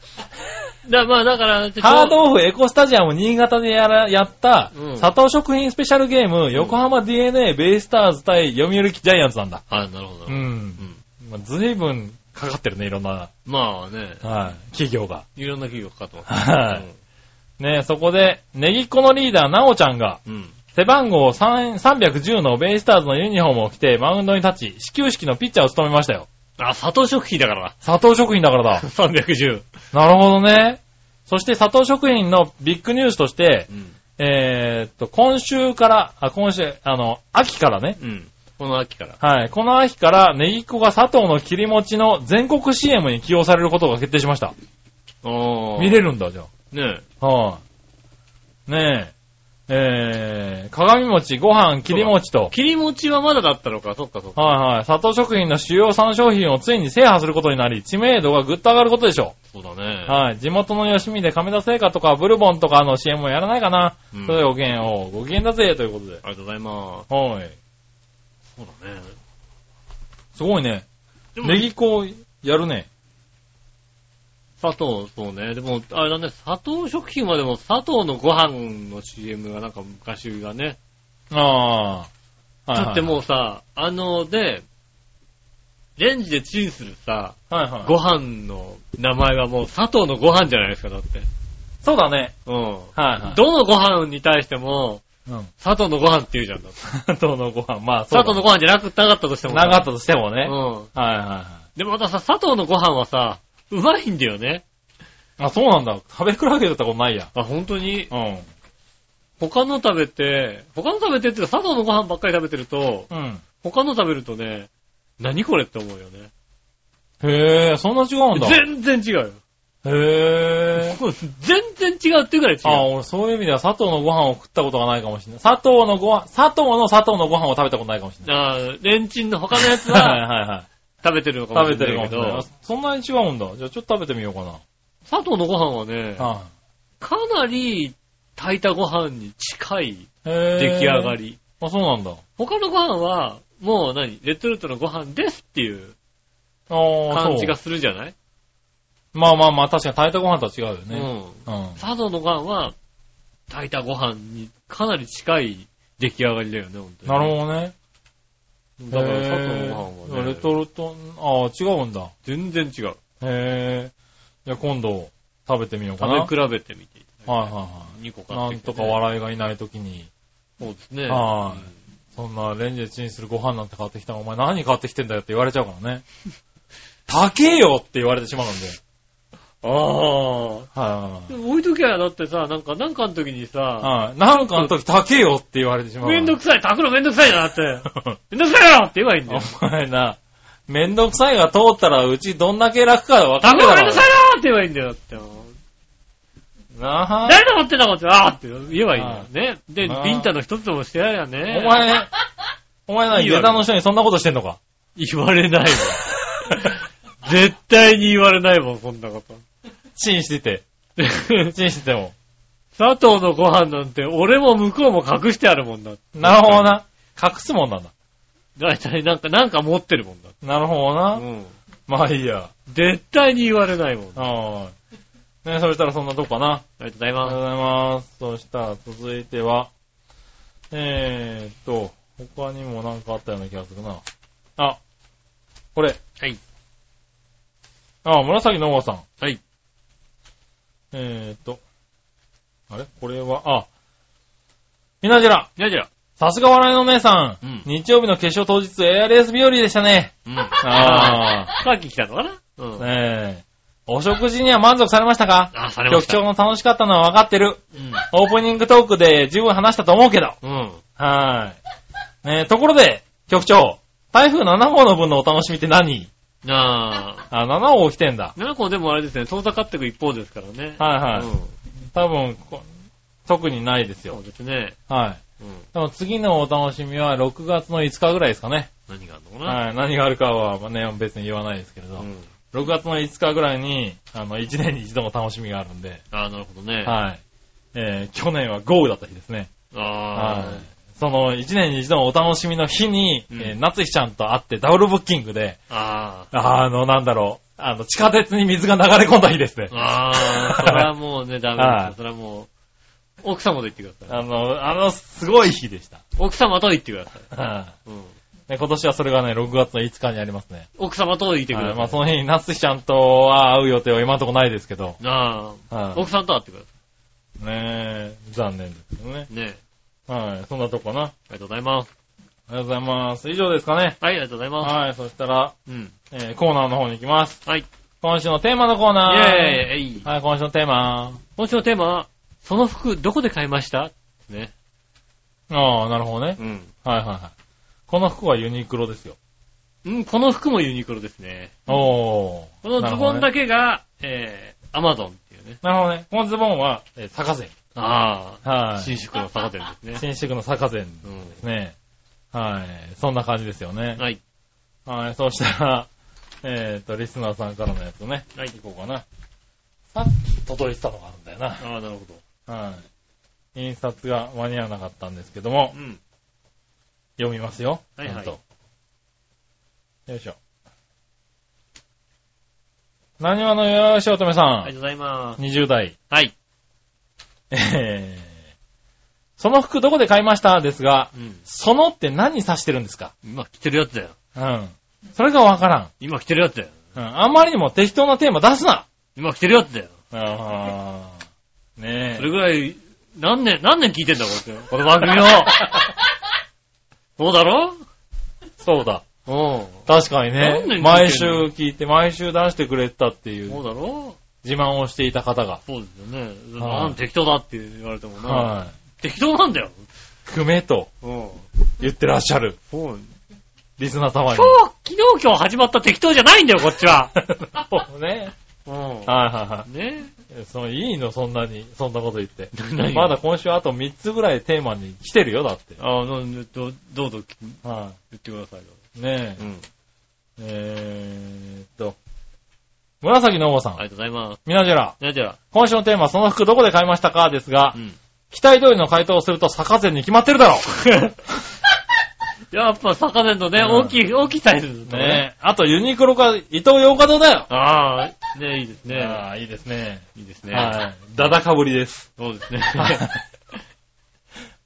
Speaker 2: だまあ、だから、
Speaker 3: ハードオフエコスタジアム新潟でやらやった、
Speaker 2: うん
Speaker 3: 佐藤食品スペシャルゲーム、横浜 DNA ベイスターズ対読売ジャイアンツなんだ。
Speaker 2: あ、なるほど。
Speaker 3: う
Speaker 2: うん
Speaker 3: ん。まあ、随分かかってるね、いろんな、
Speaker 2: まあね、
Speaker 3: はい、企業が。
Speaker 2: いろんな企業かかってます。
Speaker 3: はいねそこで、ネギっ子のリーダー、なおちゃんが、
Speaker 2: うん。うん。
Speaker 3: 背番号3 310のベイスターズのユニフォームを着て、マウンドに立ち、始球式のピッチャーを務めましたよ。
Speaker 2: あ、佐藤食品だから
Speaker 3: 佐藤食品だからだ
Speaker 2: な。。310。
Speaker 3: なるほどね。そして佐藤食品のビッグニュースとして
Speaker 2: う、ん。
Speaker 3: えーっと、今週から、あ、今週、あの、秋からね、
Speaker 2: うん。この秋から。
Speaker 3: はい。この秋から、ネギっ子が佐藤の切り餅の全国 CM に起用されることが決定しました。
Speaker 2: あ
Speaker 3: 見れるんだ、じゃ
Speaker 2: ね
Speaker 3: あ。はい、ねえ。えー、鏡餅、ご飯、切り餅と
Speaker 2: え。、切り餅はまだだったのか、そっかそっか。
Speaker 3: はいはい。佐藤食品の主要3商品をついに制覇することになり、知名度がぐっと上がることでしょ
Speaker 2: そうだね。
Speaker 3: う。はい。地元の吉見で亀田製菓とかブルボンとかの CM をやらないかな。
Speaker 2: うん
Speaker 3: それでご機嫌を。ご機嫌だぜ、ということで。
Speaker 2: ありがとうございます。
Speaker 3: はい。
Speaker 2: そうだね。
Speaker 3: すごいね。
Speaker 2: でも
Speaker 3: ネギ粉、やるね。
Speaker 2: 砂糖、そうね。でも、あれだね、砂糖食品はでも砂糖のご飯の CM がなんか昔がね。
Speaker 3: ああ。はいはい
Speaker 2: だってもうさ、あの、で、レンジでチンするさ、
Speaker 3: はいはい。
Speaker 2: ご飯の名前はもう砂糖のご飯じゃないですか、だって。
Speaker 3: そうだね。
Speaker 2: うん。
Speaker 3: はいはい。
Speaker 2: どのご飯に対しても、
Speaker 3: うん。
Speaker 2: 砂糖のご飯って言うじゃんだって。
Speaker 3: 佐 藤のご飯、まあ、
Speaker 2: 砂糖の
Speaker 3: ご
Speaker 2: ご飯じゃなくなかったとしても。
Speaker 3: なかったとしてもね。
Speaker 2: うん。
Speaker 3: はいはいは
Speaker 2: でもまたさ、砂糖のご飯はさ、うまいんだよね。
Speaker 3: い。あ、そうなんだ。食べ比べだったことないや。
Speaker 2: あ、本当に。
Speaker 3: うん。
Speaker 2: 他の食べて、他の食べてっていうか砂糖のご飯ばっかり食べてると、
Speaker 3: うん。
Speaker 2: 他の食べるとね、何これって思うよね。
Speaker 3: へえ、そんな違うんだ。
Speaker 2: 全然違うよ。
Speaker 3: へえ。
Speaker 2: 全然違うっていうぐらい違
Speaker 3: あ、
Speaker 2: う。
Speaker 3: 俺そういう意味では佐藤のご飯を食ったことがないかもしれない。佐藤のご飯、佐藤の佐藤のご飯を食べたことないかもしれない。
Speaker 2: ああレンチンの他のやつ
Speaker 3: はい
Speaker 2: は
Speaker 3: はいはい。
Speaker 2: 食べてるのかも
Speaker 3: 食べ
Speaker 2: してれ
Speaker 3: る
Speaker 2: ない
Speaker 3: かもし
Speaker 2: け
Speaker 3: れない。あ
Speaker 2: ど、
Speaker 3: そんなに違うんだ。じゃあちょっと食べてみようかな。
Speaker 2: 砂糖のご飯はね、
Speaker 3: は
Speaker 2: かなり炊いたご飯に近い
Speaker 3: い。へえ。
Speaker 2: 出来上が。り。
Speaker 3: あ、そうなんだ。
Speaker 2: 他のご飯は、もう何レトルトのご飯ですっていう
Speaker 3: ああ、
Speaker 2: 感
Speaker 3: そ
Speaker 2: じ
Speaker 3: う
Speaker 2: が。するじゃない
Speaker 3: まあまあまあ、確かに炊いたご飯とは違うよ
Speaker 2: う
Speaker 3: ね。
Speaker 2: ん。
Speaker 3: うん。
Speaker 2: 佐藤のご飯は、炊いたご飯にかなり近い出来上がりだよね、本当に。
Speaker 3: なるほどね。
Speaker 2: ほだから佐藤のご飯は
Speaker 3: レ
Speaker 2: ね、
Speaker 3: トルト、ああ、違うんだ。
Speaker 2: 全然違う。
Speaker 3: へえ。じゃあ今度、食べてみようかな。
Speaker 2: 食べ比べてみていただ
Speaker 3: はいい
Speaker 2: て。
Speaker 3: は
Speaker 2: 2個
Speaker 3: い
Speaker 2: 買
Speaker 3: は
Speaker 2: って
Speaker 3: い。なん
Speaker 2: きて
Speaker 3: と
Speaker 2: ね
Speaker 3: か笑いがいないときに、
Speaker 2: そうですね。
Speaker 3: はそんなレンジでチンするご飯なんて買ってきたら、お前何買ってきてんだよって言われちゃうか らね。高えよって言われてしまうんで。
Speaker 2: あ
Speaker 3: は
Speaker 2: あ。
Speaker 3: い
Speaker 2: でも置いときゃ、だってさ、なんか、なんかの時にさ、
Speaker 3: はいはい。なんかの時高えよって言われてしまう。
Speaker 2: めんど
Speaker 3: く
Speaker 2: くさい、炊くのめんどくさいなって。めんどくさいよって言えばいいんだよ。
Speaker 3: お前な、めんどくさいが通ったらうちどんだけ楽か分か
Speaker 2: 炊
Speaker 3: る
Speaker 2: くのめん
Speaker 3: だろ
Speaker 2: ど
Speaker 3: う
Speaker 2: くさいよって言えばいいんだよって。
Speaker 3: なあ
Speaker 2: 誰と思ってんだこっちはあーって言えばいいんだよね。で、
Speaker 3: あー
Speaker 2: ビンタの一つでもしてやりゃね。
Speaker 3: お前、お前な、
Speaker 2: いいわよ
Speaker 3: 下駄の人にそんなことしてんのか。
Speaker 2: 言われないわ。 絶対に言われないもん、そんなこと。
Speaker 3: チンしてて。チンしてても。
Speaker 2: 佐藤のご飯なんて、俺も向こうも隠してあるもんだ。
Speaker 3: なるほどな。隠すもんなんだ。
Speaker 2: 大体なんか、なんか持ってるもんだ。
Speaker 3: なるほど
Speaker 2: う
Speaker 3: な。
Speaker 2: ん。
Speaker 3: まあいいや。
Speaker 2: 絶対に言われないもん。あ
Speaker 3: はい。ね、そしたらそんなとこかな。
Speaker 2: りがとうござい
Speaker 3: ありがと
Speaker 2: ま
Speaker 3: うございます。そしたら続いては、えーっと、他にもなんかあったような気がするな。あ、これ。
Speaker 2: す。はい。
Speaker 3: あ、紫のおばさん。
Speaker 2: はい。
Speaker 3: えーっと、あれこれは、あ、みなじら。
Speaker 2: じゃあじゃあ。
Speaker 3: さすが笑いのお姉さ
Speaker 2: う
Speaker 3: ん,、
Speaker 2: ん
Speaker 3: 日曜日の決勝当日、エアレース日和でしたね。
Speaker 2: うん。
Speaker 3: あ
Speaker 2: さっき来たのかなうん。
Speaker 3: ねえ。お食事には満足されましたか
Speaker 2: あ、されました。
Speaker 3: 局長も楽しかったのは分かってる。オープニングトークで十分話したと思うけど。
Speaker 2: うん。うん。
Speaker 3: はーい。ねえ、ところで、局長、台風7号の分のお楽しみって何
Speaker 2: ああ。
Speaker 3: あ、7号来てんだ。
Speaker 2: 7個でもあれですね、遠ざかっていく一方ですからね。
Speaker 3: はいはい。
Speaker 2: うん。
Speaker 3: 多分こ特にないです
Speaker 2: そ
Speaker 3: よ
Speaker 2: う。ですね。
Speaker 3: はい。
Speaker 2: うん。
Speaker 3: でも次のお楽しみは6月の5日ぐらいですかね。
Speaker 2: 何があるのかな
Speaker 3: はい。何があるかは、まあね、別に言わないですけれど。
Speaker 2: うん。
Speaker 3: 6月の5日ぐらいに、あの、1年に一度の楽しみがあるんで、
Speaker 2: ああ、なるほどね。
Speaker 3: はい。えー去年は豪雨だった日ですね。
Speaker 2: あ
Speaker 3: はい。その、1年に一度のお楽しみの日に、
Speaker 2: うん
Speaker 3: えー夏日ちゃんと会ってダブルブッキングで、
Speaker 2: あ。あ
Speaker 3: あの、なんだろう、あの、地下鉄に水が流れ込んだ日ですね
Speaker 2: あ。。ああ、それはもうね、ダメ
Speaker 3: は
Speaker 2: で
Speaker 3: い
Speaker 2: す。それはもう、奥様と言ってください。
Speaker 3: あの、あの、すごい日でした。
Speaker 2: 奥様と言ってください。
Speaker 3: は
Speaker 2: うん。
Speaker 3: い。で今年はそれがね、6月の5日にありますね。
Speaker 2: 奥様と言ってく
Speaker 3: は
Speaker 2: だ
Speaker 3: いまあ、
Speaker 2: さ
Speaker 3: その日に夏日ちゃんとは会う予定は今のところないですけど、
Speaker 2: い。ああ
Speaker 3: は。い
Speaker 2: 奥さんと会ってくださ
Speaker 3: ねえ、残念ですけどね。
Speaker 2: い。ね
Speaker 3: はい、そんなとこかな。あ
Speaker 2: ありがとうございます。
Speaker 3: りがとうございます。以上ですかね。
Speaker 2: はい、ありがとうございます。
Speaker 3: はい、そしたら、
Speaker 2: うん。
Speaker 3: えーコーナーの方に行きます。
Speaker 2: はい。イ
Speaker 3: 今週のテーマのコーナー。
Speaker 2: ェーイえい
Speaker 3: はい、今週のテーマ。
Speaker 2: 今週のテーマは、その服どこで買いましたね。
Speaker 3: ああ、なるほどね。
Speaker 2: うん。
Speaker 3: はいはいはい。この服はユニクロですよ。
Speaker 2: うん、この服もユニクロですね。
Speaker 3: おー。
Speaker 2: このズボンだ
Speaker 3: け。
Speaker 2: けが、えー、アマゾンっていうね。
Speaker 3: なるほどね。このズボンは、えー、坂膳。
Speaker 2: あ
Speaker 3: は
Speaker 2: あ、
Speaker 3: い。
Speaker 2: 新宿の坂店ですね。
Speaker 3: 新宿の坂膳
Speaker 2: う
Speaker 3: ですね。はい。そんな感じですよね
Speaker 2: ん。。はい。
Speaker 3: はい、そうしたら、 えっ、と、リスナーさんからのやつね。
Speaker 2: はい
Speaker 3: 行こうかな。さっき届いてたのがあるんだよな。
Speaker 2: ああ、なるほど。
Speaker 3: はい。印刷が間に合わなかったんですけども
Speaker 2: う、ん。
Speaker 3: 読みますよ。
Speaker 2: はいはい
Speaker 3: ちゃんとよいしょ。何話のよしおとめさん、
Speaker 2: ありがとうございます。
Speaker 3: 20代。
Speaker 2: はい。
Speaker 3: えーその服どこで買いましたですが、
Speaker 2: うん。
Speaker 3: そのって何指してるんですか
Speaker 2: 今着てるやつだよ。
Speaker 3: うん。それがわからん。
Speaker 2: 今着てるやつだよ。
Speaker 3: うん。あんまりにも適当なテーマ出すな
Speaker 2: 今着てるやつだよ。
Speaker 3: ああ。ねえ。
Speaker 2: それぐらい、何年、何年聞いてんだ、これ。この番 組を。そうだろ
Speaker 3: そうだ。
Speaker 2: う
Speaker 3: 確か
Speaker 2: 何年聞い
Speaker 3: に
Speaker 2: て
Speaker 3: ね。
Speaker 2: んの
Speaker 3: 毎週聞いて、毎週出してくれてたってい
Speaker 2: ん。そう
Speaker 3: う
Speaker 2: だろ
Speaker 3: 自慢をしていた方が。
Speaker 2: そうですよね。
Speaker 3: はい
Speaker 2: なん適当だって言われてもな。
Speaker 3: は
Speaker 2: 適当なんだよ。
Speaker 3: い。くめと
Speaker 2: うん。
Speaker 3: 言ってらっしゃる。
Speaker 2: そう。
Speaker 3: リスナー
Speaker 2: 今
Speaker 3: 様
Speaker 2: 日、
Speaker 3: に。
Speaker 2: 昨日今日始まった適当じゃないんだよ、こっちは。
Speaker 3: そうね。
Speaker 2: う
Speaker 3: はいはいは
Speaker 2: ん。ね
Speaker 3: い。そういいの、そんなに、そんなこと言って
Speaker 2: 何。が
Speaker 3: まだ今週あと3つぐらいテーマに来てるよ、だって。
Speaker 2: あの、どどうぞ
Speaker 3: は
Speaker 2: 言ってくださいよ。
Speaker 3: い。ねえ。
Speaker 2: ん。
Speaker 3: えーっと。紫の王さ
Speaker 2: あ
Speaker 3: ん。
Speaker 2: りがとうございます。
Speaker 3: みなじら。
Speaker 2: じゃあじゃ
Speaker 3: 今週のテーマ、その服どこで買いましたかですが
Speaker 2: あ、う、ん。
Speaker 3: 期待通りの回答をすると坂前に決まってるだろ
Speaker 2: やっぱ坂根のね、
Speaker 3: うん
Speaker 2: 大きい、大きいサイズ
Speaker 3: う
Speaker 2: だね。
Speaker 3: ねえ。あとユニクロか伊藤洋華堂だよ
Speaker 2: ああ、ねいいですね。
Speaker 3: ああ、いいですね。
Speaker 2: いいですね。
Speaker 3: はい。ダダかぶり です。
Speaker 2: そうですね。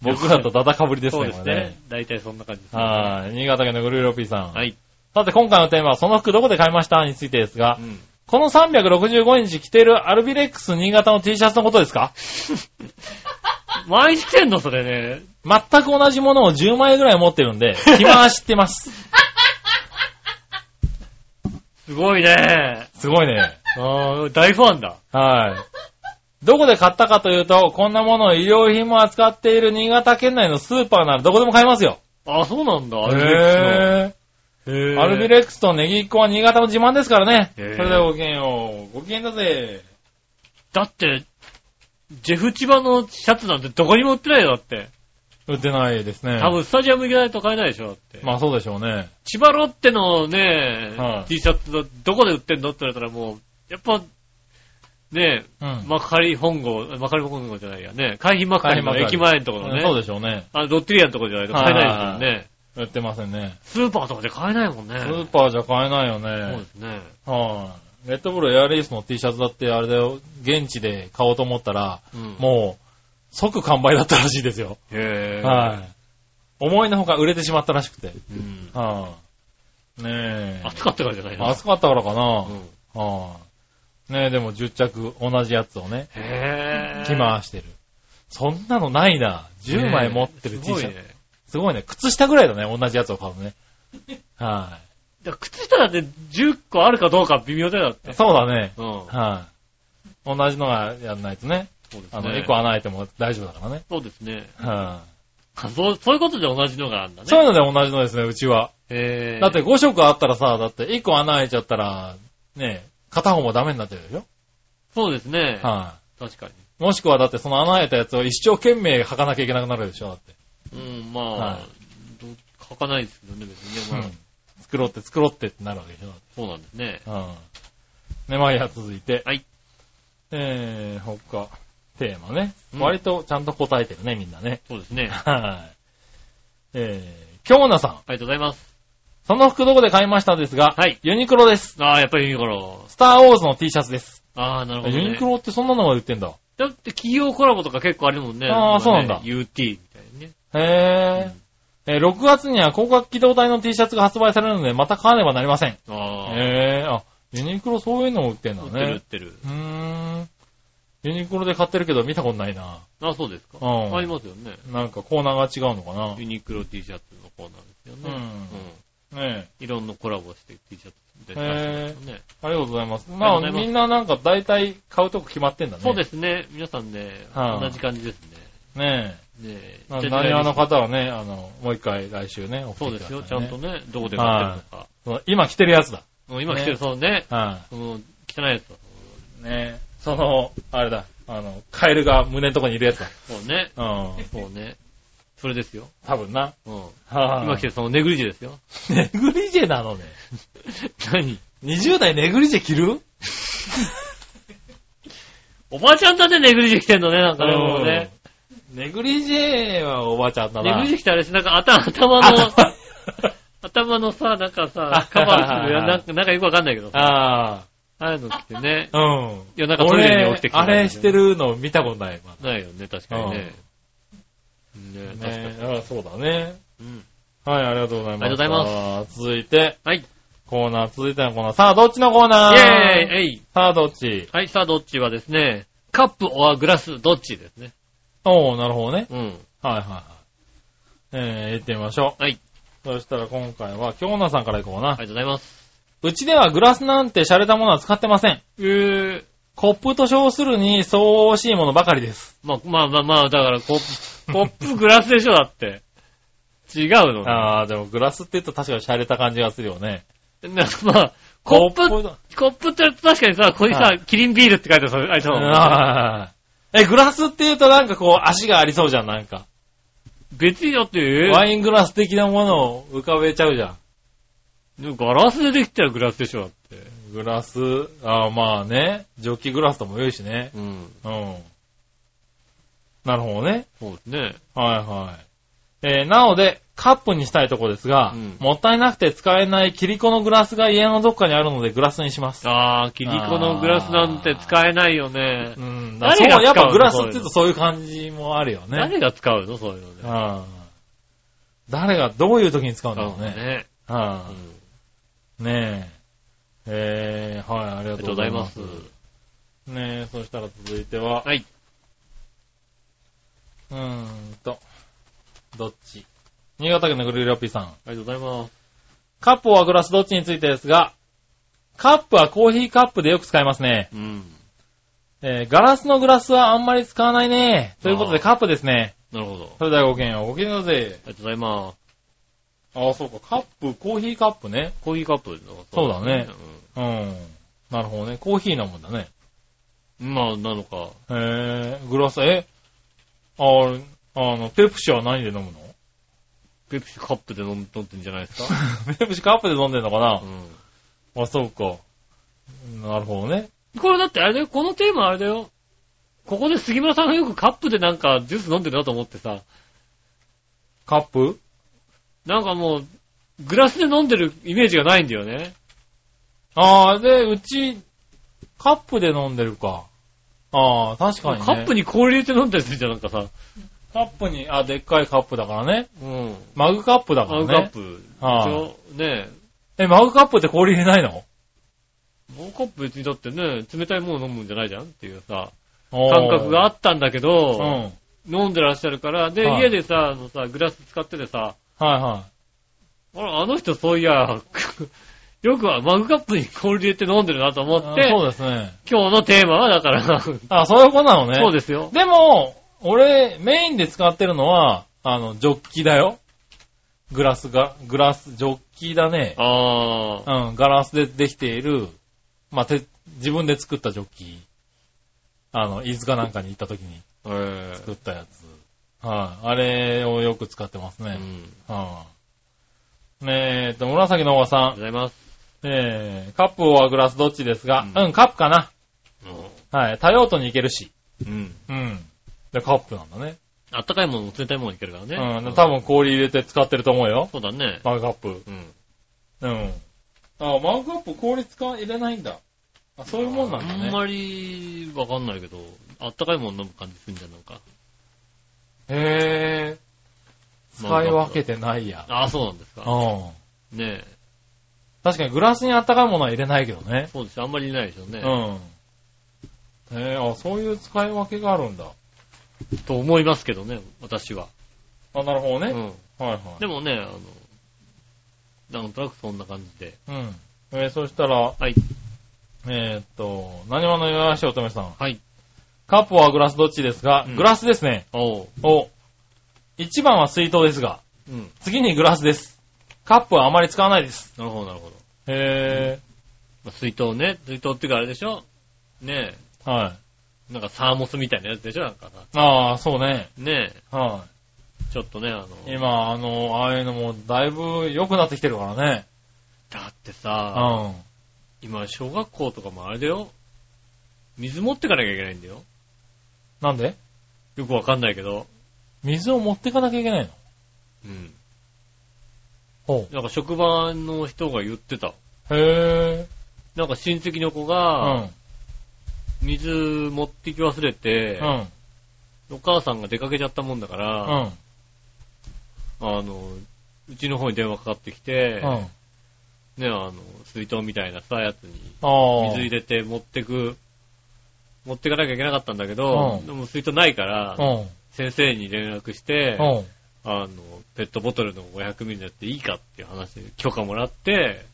Speaker 3: 僕らとダダかぶりです
Speaker 2: そう
Speaker 3: ね。
Speaker 2: です
Speaker 3: これ
Speaker 2: ね。。大体そんな感じですね。
Speaker 3: はい。新潟県のグルーロピーさん。
Speaker 2: はい。
Speaker 3: さて今回のテーマは、その服どこで買いましたについてですが
Speaker 2: う、ん。
Speaker 3: この365日着てるアルビレックス新潟の T シャツのことですか
Speaker 2: 毎日来てんのそれね。
Speaker 3: 全く同じものを10枚ぐらい持ってる んで、暇は知ってます。
Speaker 2: すごいね。
Speaker 3: すごいね。
Speaker 2: ああ、大ファンだ。
Speaker 3: はい。どこで買ったかというと、こんなものを医療品も扱っている新潟県内のスーパーならどこでも買えますよ。
Speaker 2: ああ、そうなんだ。アルビレック
Speaker 3: へ
Speaker 2: スの。へ
Speaker 3: ぇ
Speaker 2: え
Speaker 3: アルビレックスとネギっ子は新潟の自慢ですからね。そ
Speaker 2: へー
Speaker 3: れではごきげんよう。ごきげんだぜ。
Speaker 2: だって、ジェフ千葉のシャツなんてどこにも売ってないよ、だって。
Speaker 3: 売ってないですね。
Speaker 2: 多分スタジアム行けないと買えないでしょ、だって。
Speaker 3: まあそうでしょうね。
Speaker 2: 千葉ロッテのね、
Speaker 3: はい
Speaker 2: T シャツだどこで売ってんのって言われたらもう、やっぱ、ね
Speaker 3: うん。
Speaker 2: マカリ本郷、マカリ本郷じゃないやね、海浜マカリの駅前のところのね、
Speaker 3: そうでしょうね。
Speaker 2: あのロッテリアのところじゃないと買えないですよね。
Speaker 3: 売ってませんね。
Speaker 2: スーパーとかじゃ買えないもんね。
Speaker 3: スーパーじゃ買えないよ
Speaker 2: そう
Speaker 3: ね
Speaker 2: で。すね。
Speaker 3: はい。レッドブルエアレースの T シャツだってあれだよ、現地で買おうと思ったら、
Speaker 2: うん、
Speaker 3: もう、即完売だったらしいですよ。
Speaker 2: へぇー。
Speaker 3: はい。思いのほか売れてしまったらしくて。
Speaker 2: うん。
Speaker 3: はい。ねえ。
Speaker 2: 暑かったからじゃないの
Speaker 3: 暑かったからかな。
Speaker 2: うん
Speaker 3: はい。ねえ、でも10着同じやつをね、
Speaker 2: へぇー。
Speaker 3: 着回してる。そんなのないな。10枚持ってる
Speaker 2: ね
Speaker 3: T シャツ。
Speaker 2: す
Speaker 3: す
Speaker 2: ご
Speaker 3: ご
Speaker 2: い
Speaker 3: い
Speaker 2: ね
Speaker 3: ね。。靴下ぐらいだね、同じやつを買うのね。は
Speaker 2: だから靴下だって10個あるかどうか微妙だよ、だって
Speaker 3: い。。そうだね。
Speaker 2: うん。
Speaker 3: はい。同じのがやんないとね。
Speaker 2: そうですね。
Speaker 3: あの、1個穴開いても大丈夫だからね。
Speaker 2: そうですね。
Speaker 3: は
Speaker 2: あそう、そういうことで同じのがあるんだ
Speaker 3: い。
Speaker 2: ね。
Speaker 3: そういうので同じのですね、うちは。
Speaker 2: へぇー。
Speaker 3: だって5色あったらさ、だって1個穴開いちゃったら、ね、片方もダメになっちゃうでしょ
Speaker 2: そうですね。
Speaker 3: は
Speaker 2: 確かに。
Speaker 3: い。もしくはだってその穴開いたやつを一生懸命履かなきゃいけなくなるでしょだって。
Speaker 2: うん、まあ、
Speaker 3: はい
Speaker 2: ど書かないですけどね、別にね。まあ、
Speaker 3: 作ろうって作ろうってってなるわけでしょだっ
Speaker 2: そうなんですね。
Speaker 3: てうん。ね、まあいいや、続いて。
Speaker 2: はい。
Speaker 3: えー、他、テーマね。
Speaker 2: うん
Speaker 3: 割とちゃんと答えてるね、みんなね。
Speaker 2: そうですね。あ
Speaker 3: はい。えー、京奈さん。
Speaker 2: りがとうございます。
Speaker 3: その服どこで買いましたですが、
Speaker 2: はい
Speaker 3: ユニクロです。
Speaker 2: ああ、やっぱりユニクロ。
Speaker 3: スターウォーズの T シャツです。
Speaker 2: ああ、なるほど、ね。
Speaker 3: ユニクロってそんなのが売ってんだ。
Speaker 2: だって企業コラボとか結構あるもんね。
Speaker 3: あーそうなんだ
Speaker 2: 今ね UT みたいにね。
Speaker 3: へー。えー6月には広角機動隊の T シャツが発売されるので、また買わねばなりません。
Speaker 2: ああ、
Speaker 3: へー。あ、ユニクロそういうのを売ってんだ
Speaker 2: 売ってる売っ
Speaker 3: ね。
Speaker 2: てる。
Speaker 3: うーん。ユニクロで買ってるけど見たことないな。
Speaker 2: ああ、そうですか。
Speaker 3: うん
Speaker 2: ありますよね。
Speaker 3: なんかコーナーが違うのかな。
Speaker 2: ユニクロ T シャツのコーナーですよね。
Speaker 3: うんねえ。
Speaker 2: いろんなコラボして T シャツ出してますよね。
Speaker 3: ありがとうございます。
Speaker 2: がと
Speaker 3: ま
Speaker 2: うござ
Speaker 3: あ、
Speaker 2: います
Speaker 3: みんななんか大体買うとこ決まってんだね。。
Speaker 2: そうですすね。皆さんね、
Speaker 3: はい
Speaker 2: 同じ感じですね。
Speaker 3: ね
Speaker 2: ねえ
Speaker 3: え。な
Speaker 2: じゃ
Speaker 3: 何話の
Speaker 2: 時代劇
Speaker 3: 方はね、あの、もう一回来週ね、送
Speaker 2: そ
Speaker 3: っ
Speaker 2: うで
Speaker 3: てくだ
Speaker 2: す
Speaker 3: さい
Speaker 2: よ、
Speaker 3: ね
Speaker 2: ちゃんとね、どこで買ってるのか。
Speaker 3: そう今来てるやつだ。
Speaker 2: もう今来てる、そうね、
Speaker 3: は
Speaker 2: その、汚いやつだ。
Speaker 3: い。ねえ。その、あれだ。あの、カエルが胸のとこにいるやつだ。
Speaker 2: そうね、
Speaker 3: うん。
Speaker 2: そうね。それですよ。
Speaker 3: 多分な。
Speaker 2: うん。
Speaker 3: は
Speaker 2: 今来てるそのネグリジェですよ。
Speaker 3: ネグリジェなのね。
Speaker 2: 何
Speaker 3: 20代ネグリジェ着る
Speaker 2: おばちゃんだね、ネグリジェ来てんのね、なんかね、もうね。
Speaker 3: うん。ネグリジェはおばあちゃんだ
Speaker 2: ネ
Speaker 3: な。
Speaker 2: グリジェ来てあれし、なんか頭、頭の、 頭のさ、なんかさ、カバーするや
Speaker 3: あ
Speaker 2: つなんか、なんかよくわかんないけどさ、
Speaker 3: あ
Speaker 2: ああいうの来てね。
Speaker 3: あ。うん。
Speaker 2: いや、なんかトイレに
Speaker 3: 俺
Speaker 2: 起きて、きた
Speaker 3: あれして。るの見たことない。ま
Speaker 2: ないよね、確かにね。ね
Speaker 3: だ
Speaker 2: 確かに
Speaker 3: ね。あそうだね。
Speaker 2: うん。
Speaker 3: はい、ありがとうございます。
Speaker 2: ありがとうござ
Speaker 3: います。続いて、
Speaker 2: はい。イ
Speaker 3: コーナー、続いてのコーナー。さあ、どっちのコーナ
Speaker 2: ェ
Speaker 3: ー
Speaker 2: ーイえい
Speaker 3: さあ、どっち
Speaker 2: はい、さあ、どっちはですね、カップ、オアグラス、どっちですね。
Speaker 3: おー、なるほどね。
Speaker 2: うん。
Speaker 3: はいはいはい。えー、行ってみましょう。
Speaker 2: はい。
Speaker 3: そしたら今回は、京奈さんから行こうな。
Speaker 2: ありがとうございます。
Speaker 3: うちではグラスなんて洒落たものは使ってません。
Speaker 2: えー、
Speaker 3: コップと称するに相応しいものばかりです。
Speaker 2: まあ、まあまあまあ、だからコップ、コップ、グラスでしょ、だって。違うのね。
Speaker 3: あー、でもグラスって言うと確かに洒落た感じがするよね。
Speaker 2: なんかまあ、コップ、
Speaker 3: コッ
Speaker 2: コップって確かにさ、ここにさ
Speaker 3: は、
Speaker 2: キリンビールって書いてあるあれだもんね
Speaker 3: あーえ、グラスって言うとなんかこう足がありそうじゃん、なんか。
Speaker 2: 別にだって、え
Speaker 3: ワイングラス的なものを浮かべちゃうじゃん。
Speaker 2: ガラスでできたらグラスでしょ、だって。
Speaker 3: グラス、あーまあね、ジョッキグラスとも良いしね。
Speaker 2: うん。
Speaker 3: うん。なるほどね。
Speaker 2: そうですね。
Speaker 3: はいはい。えーなので、カップにしたいとこですが、
Speaker 2: うん
Speaker 3: もったいなくて使えないキリコのグラスが家のどっかにあるのでグラスにします。
Speaker 2: あー、キリコのグラスなんて使えないよね
Speaker 3: う。ん、
Speaker 2: 誰
Speaker 3: だそう、
Speaker 2: が使うの
Speaker 3: やっぱグラスって言うとそういう感じもあるよね。
Speaker 2: 誰が使うのそういうのね。
Speaker 3: うん誰がどういう時に使うんだ
Speaker 2: 使う
Speaker 3: ろ
Speaker 2: の
Speaker 3: うね。
Speaker 2: ね。うんあ
Speaker 3: はんねえ。えー、はい、ありが
Speaker 2: りが
Speaker 3: と
Speaker 2: とうご
Speaker 3: うござ
Speaker 2: ざい
Speaker 3: いま。
Speaker 2: ますす。
Speaker 3: ねえ、そしたら続いては、
Speaker 2: はい。
Speaker 3: うーんと、どっち新潟県のグルーラピーさん。
Speaker 2: ありがとうございます。
Speaker 3: カップはグラスどっちについてですが、カップはコーヒーカップでよく使いますね。
Speaker 2: うん。
Speaker 3: えーガラスのグラスはあんまり使わないね。ということで
Speaker 2: あー
Speaker 3: カップですね。
Speaker 2: なるほど。
Speaker 3: それではごきげんよう。ごきげんようぜ。
Speaker 2: ありがとうございます。
Speaker 3: ああ、そうか。カップ、コーヒーカップね。
Speaker 2: コーヒーカップの
Speaker 3: そうだね。うん。なるほどね。コーヒーなもんだね。
Speaker 2: うんまあ、なのか。
Speaker 3: へえ、グラス、えあーあの、ペプシは何で飲むの
Speaker 2: ペプシカップで飲む飲んでんじゃない ですか。
Speaker 3: ペプシカップで飲んでんのかな
Speaker 2: う、ん。
Speaker 3: あ、そうか。なるほどね。
Speaker 2: これだってあれだよ、このテーマあれだよ。ここで杉村さんがよくカップでなんかジュース飲んでるなと思ってさ、
Speaker 3: カップ
Speaker 2: なんかもう、グラスで飲んでるイメージがないんだよね。
Speaker 3: ああ、で、うち、カップで飲んでるか。ああ、確かに、ね。
Speaker 2: カップ
Speaker 3: に。
Speaker 2: に氷入れて飲んだりするじゃん、なんかさ。
Speaker 3: カップに、あ、でっかいカップだからね。
Speaker 2: うん。
Speaker 3: マグカップだか
Speaker 2: マ
Speaker 3: ら
Speaker 2: グ
Speaker 3: ね。
Speaker 2: カップ。
Speaker 3: はい
Speaker 2: 一応ね
Speaker 3: え、マグカップって氷入れないの
Speaker 2: え。マグカップ別にだってね、冷たいもの飲むんじゃないじゃんっていうさ、
Speaker 3: おー
Speaker 2: 感覚があったんだけ
Speaker 3: うん。
Speaker 2: ど、
Speaker 3: はい
Speaker 2: 飲んでらっしゃるから、で、
Speaker 3: はい
Speaker 2: 家でさ、あのさ、グラス使っててさ、あ
Speaker 3: は
Speaker 2: らあの人そういや、 よくはマグカップに氷入れて飲んでるなと思
Speaker 3: い。
Speaker 2: って
Speaker 3: あ、そうですね。
Speaker 2: 今日のテーマはだから、
Speaker 3: あ、そういうことなのね。
Speaker 2: そうですよ。
Speaker 3: でも、俺、メインで使ってるのは、あの、ジョッキだよ。グラスが、グラス、ジョッキだね。
Speaker 2: ああ、
Speaker 3: うん、ガラスでできている、まあ、て、自分で作ったジョッキ。あの、飯塚なんかに行った時に
Speaker 2: ええ
Speaker 3: 作ったやつ。はい、あれをよく使ってます
Speaker 2: う
Speaker 3: ね。
Speaker 2: ん。
Speaker 3: はい、ねええっと、紫のおばさ
Speaker 2: ありがとうご
Speaker 3: ん。
Speaker 2: ざいます。
Speaker 3: えー、カップはグラスどっちですが、う、
Speaker 2: うん
Speaker 3: カップかな。
Speaker 2: う
Speaker 3: はい。多用途に行けるし。
Speaker 2: ん。
Speaker 3: うん。で、カップなんだね。
Speaker 2: あったかいものも冷たいものいけるからね。
Speaker 3: うん。多分氷入れて使ってると思うよ。
Speaker 2: そうだね。
Speaker 3: マグカップ。
Speaker 2: うん。
Speaker 3: うん。あ、マグカップ氷使わ入れないんだ。あ、そういうもんなんだね。
Speaker 2: あんまりわかんないけど、あったかいもの飲む感じするんじゃん、なんか。
Speaker 3: へぇー。使い分けてないや。
Speaker 2: ああ、そうなんです
Speaker 3: う
Speaker 2: か。
Speaker 3: ん。
Speaker 2: ねえ。
Speaker 3: 確かにグラスにあったかいものは入れないけどね。
Speaker 2: そうですよあんまりいないでしょう
Speaker 3: う
Speaker 2: ね。
Speaker 3: ん。へぇあ、そういう使い分けがあるんだ。
Speaker 2: と思いますけどね、私は。
Speaker 3: あ、なるほど
Speaker 2: うん。
Speaker 3: ね。はいはい。
Speaker 2: でもね、あの、なんとなくそんな感じで。
Speaker 3: うん。えーそしたら、
Speaker 2: はい。
Speaker 3: えーっと、何話の岩橋乙女さん。
Speaker 2: はい。
Speaker 3: カップはグラスどっちですが、
Speaker 2: うん
Speaker 3: グラスですね。
Speaker 2: おう。
Speaker 3: お。一番は水筒ですが、
Speaker 2: うん。
Speaker 3: 次にグラスです。カップはあまり使わないです。
Speaker 2: なるほど、なるほど。
Speaker 3: へ
Speaker 2: まあ水筒ね。水筒っていうかあれでしょね
Speaker 3: ぇー。はい。
Speaker 2: え。なんかサーモスみたいなやつでしょなんかさ。
Speaker 3: ああ、そうね。
Speaker 2: ね
Speaker 3: は
Speaker 2: え。ちょっとね、あの。
Speaker 3: い。今、あの、ああいうのもだいぶ良くなってきてるからね。
Speaker 2: だって
Speaker 3: う
Speaker 2: さ、
Speaker 3: ん。
Speaker 2: 今、小学校とかもあれだよ。水持ってかなきゃいけないんだよ。
Speaker 3: なんで
Speaker 2: よくわかんないけど。
Speaker 3: 水を持ってかなきゃいけないの
Speaker 2: うん。
Speaker 3: ほ
Speaker 2: なんか職場の人が言ってた。
Speaker 3: う。へ
Speaker 2: なんか親戚の子
Speaker 3: ぇ
Speaker 2: が
Speaker 3: ー。、
Speaker 2: 水持ってき忘れて、
Speaker 3: うん。うん。
Speaker 2: お母さんが出かけちゃったもんだから、
Speaker 3: うん。
Speaker 2: あの、うちの方に電話かかってきて、
Speaker 3: うん。あ
Speaker 2: ね、あの、水筒みたいなさ、やつに
Speaker 3: あ。
Speaker 2: 水入れて持ってく、持ってかなきゃいけなかったんだけど、
Speaker 3: うん
Speaker 2: でも水筒ないから、
Speaker 3: うん。
Speaker 2: 先生に連絡して、
Speaker 3: うん。
Speaker 2: あの、ペットボトルの500ミリのやっていいかっていう話で許可もらって、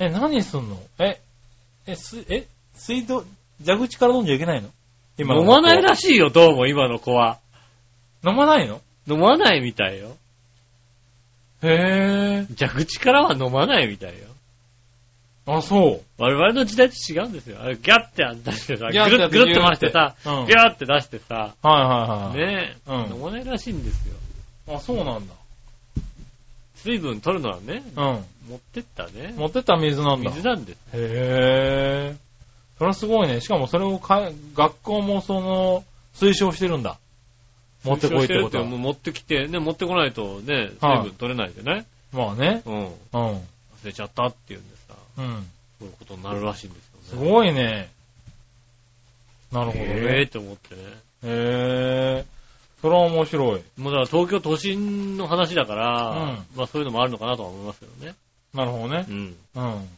Speaker 3: え、何すんのえ、え、す、え、水道、蛇口から飲んじゃいけないの
Speaker 2: 飲まないら
Speaker 3: し
Speaker 2: しいよ、どうも今の子は。
Speaker 3: 飲まないの
Speaker 2: 飲まないみたいよ。
Speaker 3: へぇー。
Speaker 2: 蛇口からは飲まないみたいよ。
Speaker 3: あ、そう。
Speaker 2: 我々の時代と違うんですよ。あれギャッて出してさ、
Speaker 3: ギャッ
Speaker 2: ぐるってぐるって回してさ、
Speaker 3: うん
Speaker 2: ギャーって出してさ、
Speaker 3: はいはいはい。
Speaker 2: ねえ、
Speaker 3: うん
Speaker 2: 飲まないらしいんですよ。
Speaker 3: あ、そうなんだ。
Speaker 2: 水分取るのはね、
Speaker 3: う
Speaker 2: 持ってったね
Speaker 3: ん。。持ってった水なんだ。
Speaker 2: 水なんです。
Speaker 3: へぇー。それはすごいね。しかもそれをかえ、学校もその、推奨してるんだ。持ってこいってこ
Speaker 2: 水を
Speaker 3: と
Speaker 2: 捨てる
Speaker 3: は
Speaker 2: もう持ってきて、ね、持ってこないとね、水
Speaker 3: はい
Speaker 2: 分取れないでね。
Speaker 3: まあね。
Speaker 2: うん。忘
Speaker 3: うん。
Speaker 2: れちゃったっていうんでさ、
Speaker 3: うん。
Speaker 2: そういうことになるらしいんですよね。
Speaker 3: すごいね。なるほど
Speaker 2: ええ
Speaker 3: ね。
Speaker 2: と思ってね。
Speaker 3: へぇー。それは面白い。
Speaker 2: もうだから東京都心の話だから、まあそういうのもあるのかなとは思いますけどね。
Speaker 3: なるほどね
Speaker 2: う。ん。
Speaker 3: うん。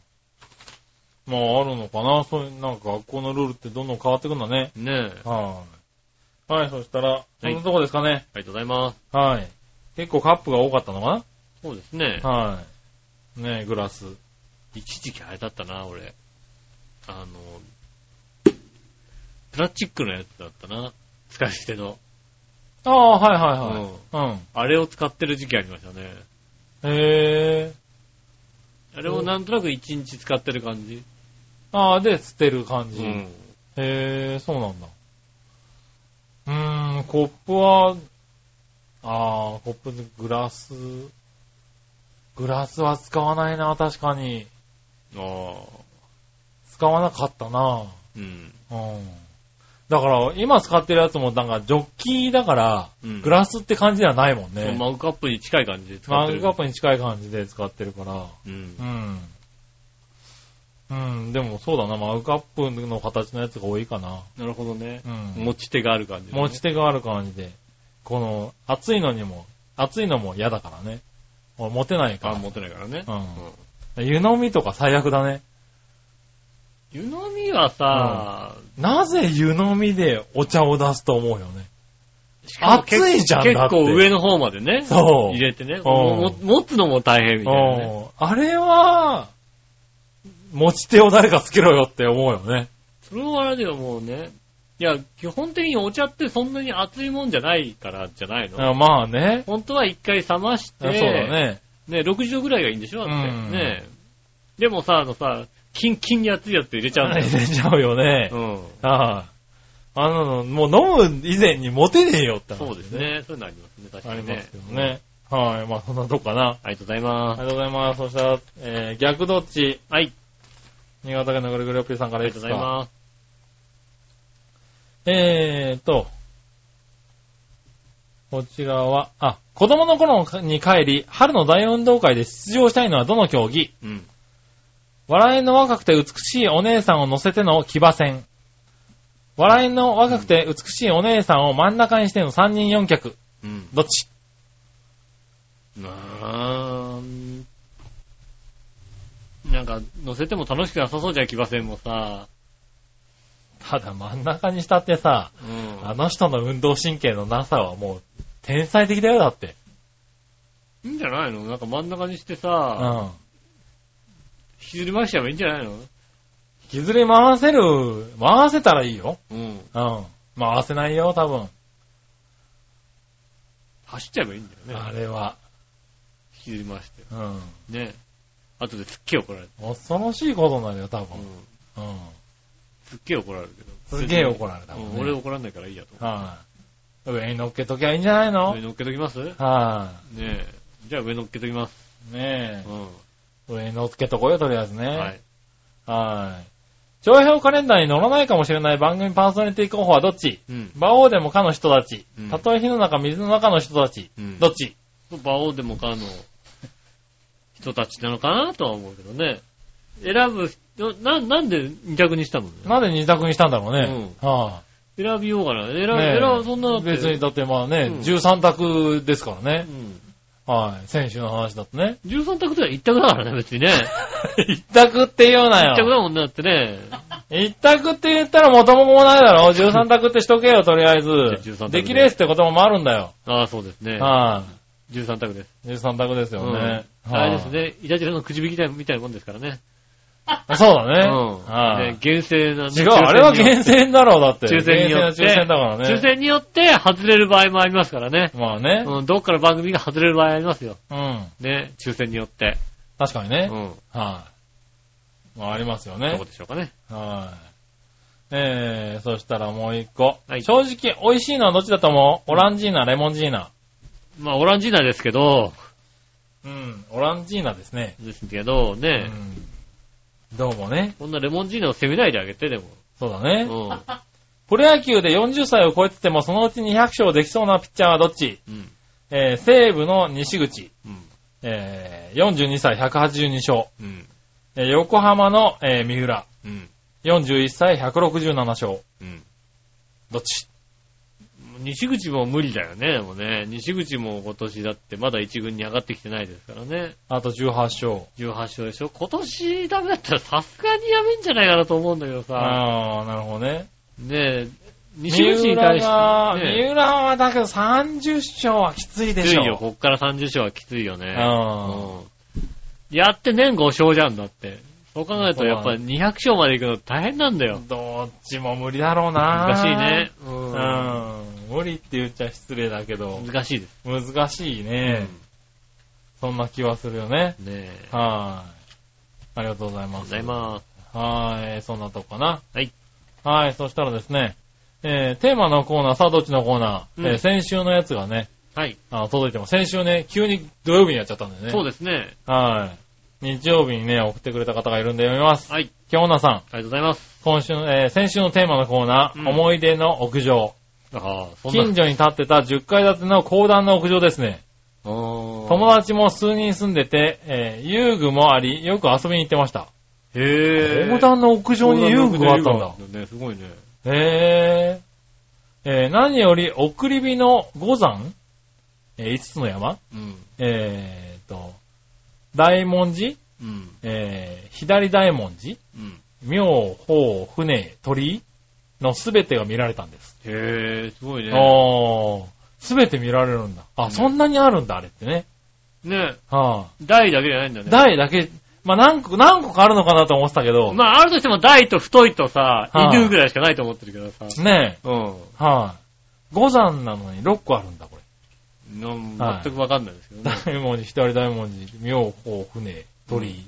Speaker 3: まあ、あるのかな。そういう、なんか学校のルールってどんどん変わってくんだね。
Speaker 2: ねえ。
Speaker 3: はい。はい、そしたら、そんなとこですかね。
Speaker 2: ありがとうございます。
Speaker 3: はい。結構カップが多かったのか
Speaker 2: そうですね
Speaker 3: な。はい。ねえ、グラス。
Speaker 2: 一時期あれだったな、俺。あの、プラスチックのやつだったな。使い捨ての。
Speaker 3: ああ、はいはいはい。
Speaker 2: あれを使ってる時期ありましたね。
Speaker 3: うん。へえ。
Speaker 2: あれをなんとなく一日使ってる感じ。
Speaker 3: ああ、で、捨てる感
Speaker 2: う
Speaker 3: じ。へ。え、そうなんだ。うーん、コップは、ああ、コップ、グラス、グラスは使わないな、確かに。
Speaker 2: ああ。
Speaker 3: 使わなかったな
Speaker 2: うん。
Speaker 3: うん。だから、今使ってるやつもなんかジョッキーだから、
Speaker 2: うん
Speaker 3: グラスって感じではないもんね。
Speaker 2: マグカップに近い感じで使
Speaker 3: マ
Speaker 2: って
Speaker 3: グ
Speaker 2: る。
Speaker 3: カップに近い感じで使ってるから。
Speaker 2: うん
Speaker 3: う。ん。うん、でもそうだな、マグカップの形のやつが多いかな。
Speaker 2: なるほどね。
Speaker 3: うん。
Speaker 2: 持ち手がある感じ、ね。
Speaker 3: 持ち手がある感じで。この、熱いのにも、熱いのも嫌だからね。俺持てない
Speaker 2: あ
Speaker 3: か
Speaker 2: 持てないからね。
Speaker 3: ら。うん。湯飲みとか最悪だね。
Speaker 2: 湯飲みはさ、
Speaker 3: なぜ湯飲みでお茶を出すと思うよね。
Speaker 2: しかも結構
Speaker 3: 熱いじゃんだ
Speaker 2: 結
Speaker 3: って
Speaker 2: 構上の方までね。
Speaker 3: そう
Speaker 2: 入れてね。
Speaker 3: ん
Speaker 2: も持つのも大変みたいなね。
Speaker 3: うんあれは、持ち手を誰かつけろよって思うよね。
Speaker 2: それはあれだよ、もうね。いや、基本的にお茶ってそんなに熱いもんじゃないからじゃないの。
Speaker 3: あまあね。
Speaker 2: 本当は一回冷まして、
Speaker 3: そうだね。
Speaker 2: ね、60度ぐらいがいいんでしょだって。
Speaker 3: うん
Speaker 2: ねでもさ、あのさ、キンキンに熱いやつ入れちゃうんだよ。
Speaker 3: 入れちゃうよね
Speaker 2: う。ん。
Speaker 3: ああ。あの、もう飲む以前に持てねえよって話
Speaker 2: そうです。ね。そういうのありますね、確
Speaker 3: あ
Speaker 2: か
Speaker 3: り
Speaker 2: に
Speaker 3: ま
Speaker 2: ね
Speaker 3: すけど。ね。はい。まあそんなとこかな。
Speaker 2: うん。ありがとうございま
Speaker 3: あり
Speaker 2: す。
Speaker 3: がとうございます。そしたら、えー、逆どっち
Speaker 2: はい。
Speaker 3: 新潟県のぐるぐるおっぴーさんか
Speaker 2: あ
Speaker 3: ら
Speaker 2: り
Speaker 3: い
Speaker 2: が
Speaker 3: く
Speaker 2: とう
Speaker 3: つ
Speaker 2: ござい
Speaker 3: か。
Speaker 2: ます。
Speaker 3: えーと、こちらは、あ、子供の頃に帰り、春の大運動会で出場したいのはどの競技
Speaker 2: うん。
Speaker 3: 笑いの若くて美しいお姉さんを乗せての騎馬戦。笑いの若くて美しいお姉さんを真ん中にしての3人4脚。
Speaker 2: うん。
Speaker 3: どっち
Speaker 2: なん、なんか、乗せても楽しくなさそうじゃん、騎馬戦もさ。
Speaker 3: ただ真ん中にしたってさ、
Speaker 2: うん
Speaker 3: あの人の運動神経のなさはもう天才的だよ、だって。
Speaker 2: いいんじゃないのなんか真ん中にして
Speaker 3: う
Speaker 2: さ、
Speaker 3: ん。
Speaker 2: 引きずり回しちゃえばいいんじゃないの
Speaker 3: 引きずり回せる、回せたらいいよ。
Speaker 2: うん。
Speaker 3: うん。回せないよ、多分。
Speaker 4: 走っちゃえばいいんだよね。
Speaker 3: あれは。
Speaker 4: 知りましたよ。
Speaker 3: うん。
Speaker 4: ね。後ですっげえ怒られる。
Speaker 3: 恐ろしいことになるよ、多
Speaker 4: う
Speaker 3: 分。
Speaker 4: ん。
Speaker 3: うん。
Speaker 4: すっげえ怒られるけど。
Speaker 3: すげえ怒られたもん
Speaker 4: う
Speaker 3: ね。
Speaker 4: ん俺怒らんないからいいやと。
Speaker 3: はい。上に乗っけときゃいいんじゃないの
Speaker 4: 上乗っけときますね
Speaker 3: は
Speaker 4: え。じゃあ上乗っけときます。
Speaker 3: い。ね
Speaker 4: うん。
Speaker 3: え。上に乗っけとこうよ、とりあえずね。
Speaker 4: はい。
Speaker 3: はい。長編カレンダーに乗らないかもしれない番組パーソナリティ候補はどっち
Speaker 4: うん。
Speaker 3: 馬王でもかの人たち
Speaker 4: う。ん
Speaker 3: たとえ火の中、水の中の人たち。
Speaker 4: うん
Speaker 3: どっち
Speaker 4: 馬王でもかの人たちなのかなとは思うけどね。
Speaker 2: 選ぶ人、な、なんで二択にしたのね
Speaker 3: なんで二択にしたんだろうね。は
Speaker 2: 選びようかな。選
Speaker 3: い。
Speaker 2: ぶ、
Speaker 3: ねえ
Speaker 2: 選ぶ、そんなだって
Speaker 3: 別に、だってまあね
Speaker 2: う、ん
Speaker 3: 13択ですからね
Speaker 2: う。ん。
Speaker 3: はい。先週の話だとね。
Speaker 2: 13択とは一択だからね、別にね。
Speaker 3: 一択って言うな
Speaker 2: 一択
Speaker 3: よ。
Speaker 2: だもんね、だってね。
Speaker 3: 一択って言ったら元も子もないだろ。13択ってしとけよ、とりあえ
Speaker 2: 13
Speaker 3: ず。
Speaker 2: 択
Speaker 3: できレースって言葉もあるんだよ。
Speaker 2: ああ、そうですね。
Speaker 3: は
Speaker 2: 13択です。
Speaker 3: い。13択ですよね。
Speaker 2: うんあれですね、イタジラのくじ引きだみたいなもんですからね。
Speaker 3: はい。そうだ
Speaker 2: う
Speaker 3: ね。
Speaker 2: ん。
Speaker 3: はい
Speaker 2: ね厳正なね、
Speaker 3: 違う、あれは
Speaker 2: 抽選によ
Speaker 3: 厳選だろう、だって。
Speaker 2: 抽選によって
Speaker 3: 厳正な抽選だからね。
Speaker 2: 抽選によって外れる場合もありますからね。
Speaker 3: まあね。
Speaker 2: うん、どっから番組が外れる場合ありますよ。
Speaker 3: うん。
Speaker 2: ね、抽選によって。
Speaker 3: 確かに
Speaker 2: うん
Speaker 3: ね。。はい。まあ、ありますよ
Speaker 2: ど
Speaker 3: ね
Speaker 2: こ。でしょうかね。
Speaker 3: はい。えー、そしたらもう一個。
Speaker 2: はい
Speaker 3: 正直、美味しいのはどっちだと思うオランジーナ、レモンジーナ。
Speaker 2: まあ、オランジーナですけど、
Speaker 3: うん、オランジーナですね。
Speaker 2: ですけど、
Speaker 3: う
Speaker 2: ね、
Speaker 3: ん。どうもね。
Speaker 2: こんなレモンジーナを責めないであげて、でも。
Speaker 3: そうだね。
Speaker 2: うん。
Speaker 3: プロ野球で40歳を超えてても、そのうち200勝できそうなピッチャーはどっち
Speaker 2: うん。
Speaker 3: えー、西武の西口。
Speaker 2: うん。
Speaker 3: えー、42歳182勝。
Speaker 2: うん。
Speaker 3: えー横浜の、えー三浦。
Speaker 2: うん。
Speaker 3: 41歳167勝。
Speaker 2: うん。
Speaker 3: どっち
Speaker 2: 西口も無理だよね、でもね。西口も今年だってまだ一軍に上がってきてないですからね。
Speaker 3: あと18勝。
Speaker 2: 18勝でしょ今年ダメだったらさすがにやめんじゃないかなと思うんだけどさ。
Speaker 3: ああー、なるほどね。
Speaker 2: ねえ、西
Speaker 3: 三
Speaker 2: 口に
Speaker 3: 浦
Speaker 2: 対して、
Speaker 3: は、
Speaker 2: ね
Speaker 3: 三浦はだけど30勝はきついで
Speaker 2: きつ
Speaker 3: しょ。
Speaker 2: いよ。こっから30勝はきついよ
Speaker 3: う
Speaker 2: ね。う
Speaker 3: ん。
Speaker 2: ん。やって年5勝じゃんだって。そう考えるとやっぱ
Speaker 3: そう
Speaker 2: り200勝まで行くの大変なんだよ。
Speaker 3: どっちも無理だろうな。
Speaker 2: 難しいね。
Speaker 3: う。
Speaker 2: うん
Speaker 3: 無理って言っちゃ失礼だけど、
Speaker 2: ん。難しいです。
Speaker 3: 難しいね。そんな気はするよね。
Speaker 2: うんねえ。
Speaker 3: はい。ありがとうござい
Speaker 2: ありがとう
Speaker 3: ま
Speaker 2: ご
Speaker 3: す
Speaker 2: ざ。います。
Speaker 3: はい、そんなとこかな。
Speaker 2: はい。
Speaker 3: はい、そしたらですね、えー、テーマのコーナー、さあどっちのコーナー、
Speaker 2: うん
Speaker 3: えー先週のやつがね、
Speaker 2: はい。
Speaker 3: あの届いても、先週ね、急に土曜日にやっちゃったんでね。
Speaker 2: そうですね。
Speaker 3: はい。日曜日にね、送ってくれた方がいるんで読みます。
Speaker 2: はい。
Speaker 3: 今日女さん、
Speaker 2: ありがとうございます。
Speaker 3: 今週の、えー先週のテーマのコーナー、
Speaker 2: うん
Speaker 3: 思い出の屋上。
Speaker 2: ああ、そんな。
Speaker 3: 近所に建ってた10階建ての高段の屋上ですね。
Speaker 2: 友
Speaker 3: 友達も数人住んでて、えー遊具もあり、よく遊びに行ってました。
Speaker 2: 達。へ
Speaker 3: 高段の屋上に遊具があったんだ。
Speaker 2: ね、すごいね。
Speaker 3: へえ。えー何より、送り火の五山えー、5つの山
Speaker 2: うん。
Speaker 3: えーと、大文字
Speaker 2: うん。
Speaker 3: えー左大文字
Speaker 2: うん。
Speaker 3: 妙法、船、鳥居のすべてが見られたんです。
Speaker 2: へえ、すごいね。
Speaker 3: おー。すべて見られるんだ。あ、
Speaker 2: うん
Speaker 3: そんなにあるんだ、あれってね。
Speaker 2: ね、
Speaker 3: は
Speaker 2: 台だけじゃないんだ
Speaker 3: あ。
Speaker 2: ね。
Speaker 3: 台だけ、まあ、何個、何個かあるのかなと思ってたけど、
Speaker 2: まあ、あるとしても台と太いとさ、
Speaker 3: あ
Speaker 2: 犬ぐらいしかないと思ってるけどさ。
Speaker 3: ねえ、
Speaker 2: う
Speaker 3: はい、五山なのに6個あるんだ、これ。
Speaker 2: ん。なん
Speaker 3: はい
Speaker 2: 全くわかんないですけどね。
Speaker 3: 大文字、左大文字、妙法、船、鳥居、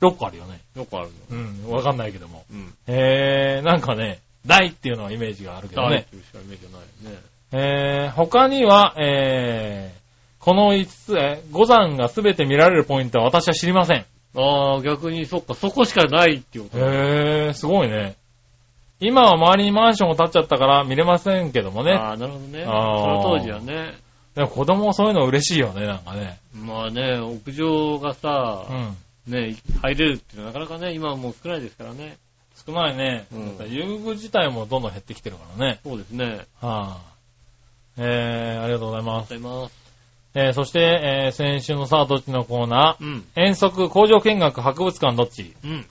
Speaker 3: 6個あるよね。
Speaker 2: よくあるの。
Speaker 3: うん、わかんないけども。
Speaker 2: うん。
Speaker 3: へー、なんかね、大っていうのはイメージがあるけど
Speaker 2: 台っ
Speaker 3: ね。
Speaker 2: ていうしかイメージがないよね。
Speaker 3: えー、他には、えー、この5つ、えー、五山が全て見られるポイントは私は知りません。
Speaker 2: ああ、逆に、そっか、そこしかないっていうこと。
Speaker 3: へー、すごいね。今は周りにマンションを建っちゃったから見れませんけどもね。
Speaker 2: ああ、なるほどね。そ
Speaker 3: あー
Speaker 2: の当時はね。
Speaker 3: でも子供そういうの嬉しいよね、なんかね。
Speaker 2: まあね、屋上がさ、
Speaker 3: うん。
Speaker 2: ね、入れるっていうのはなかなかね、今はもう少ないですからね。
Speaker 3: 少ないね。
Speaker 2: うん
Speaker 3: 遊具自体もどんどん減ってきてるからね。
Speaker 2: そうですね。ありがと
Speaker 3: はぁ、えー、ありがとうございま
Speaker 2: うご
Speaker 3: す。
Speaker 2: ざいます。
Speaker 3: えー、そして、えー、先週のさあどっちのコーナー。
Speaker 2: うん。
Speaker 3: 遠足、工場見学、博物館どっち
Speaker 2: うん。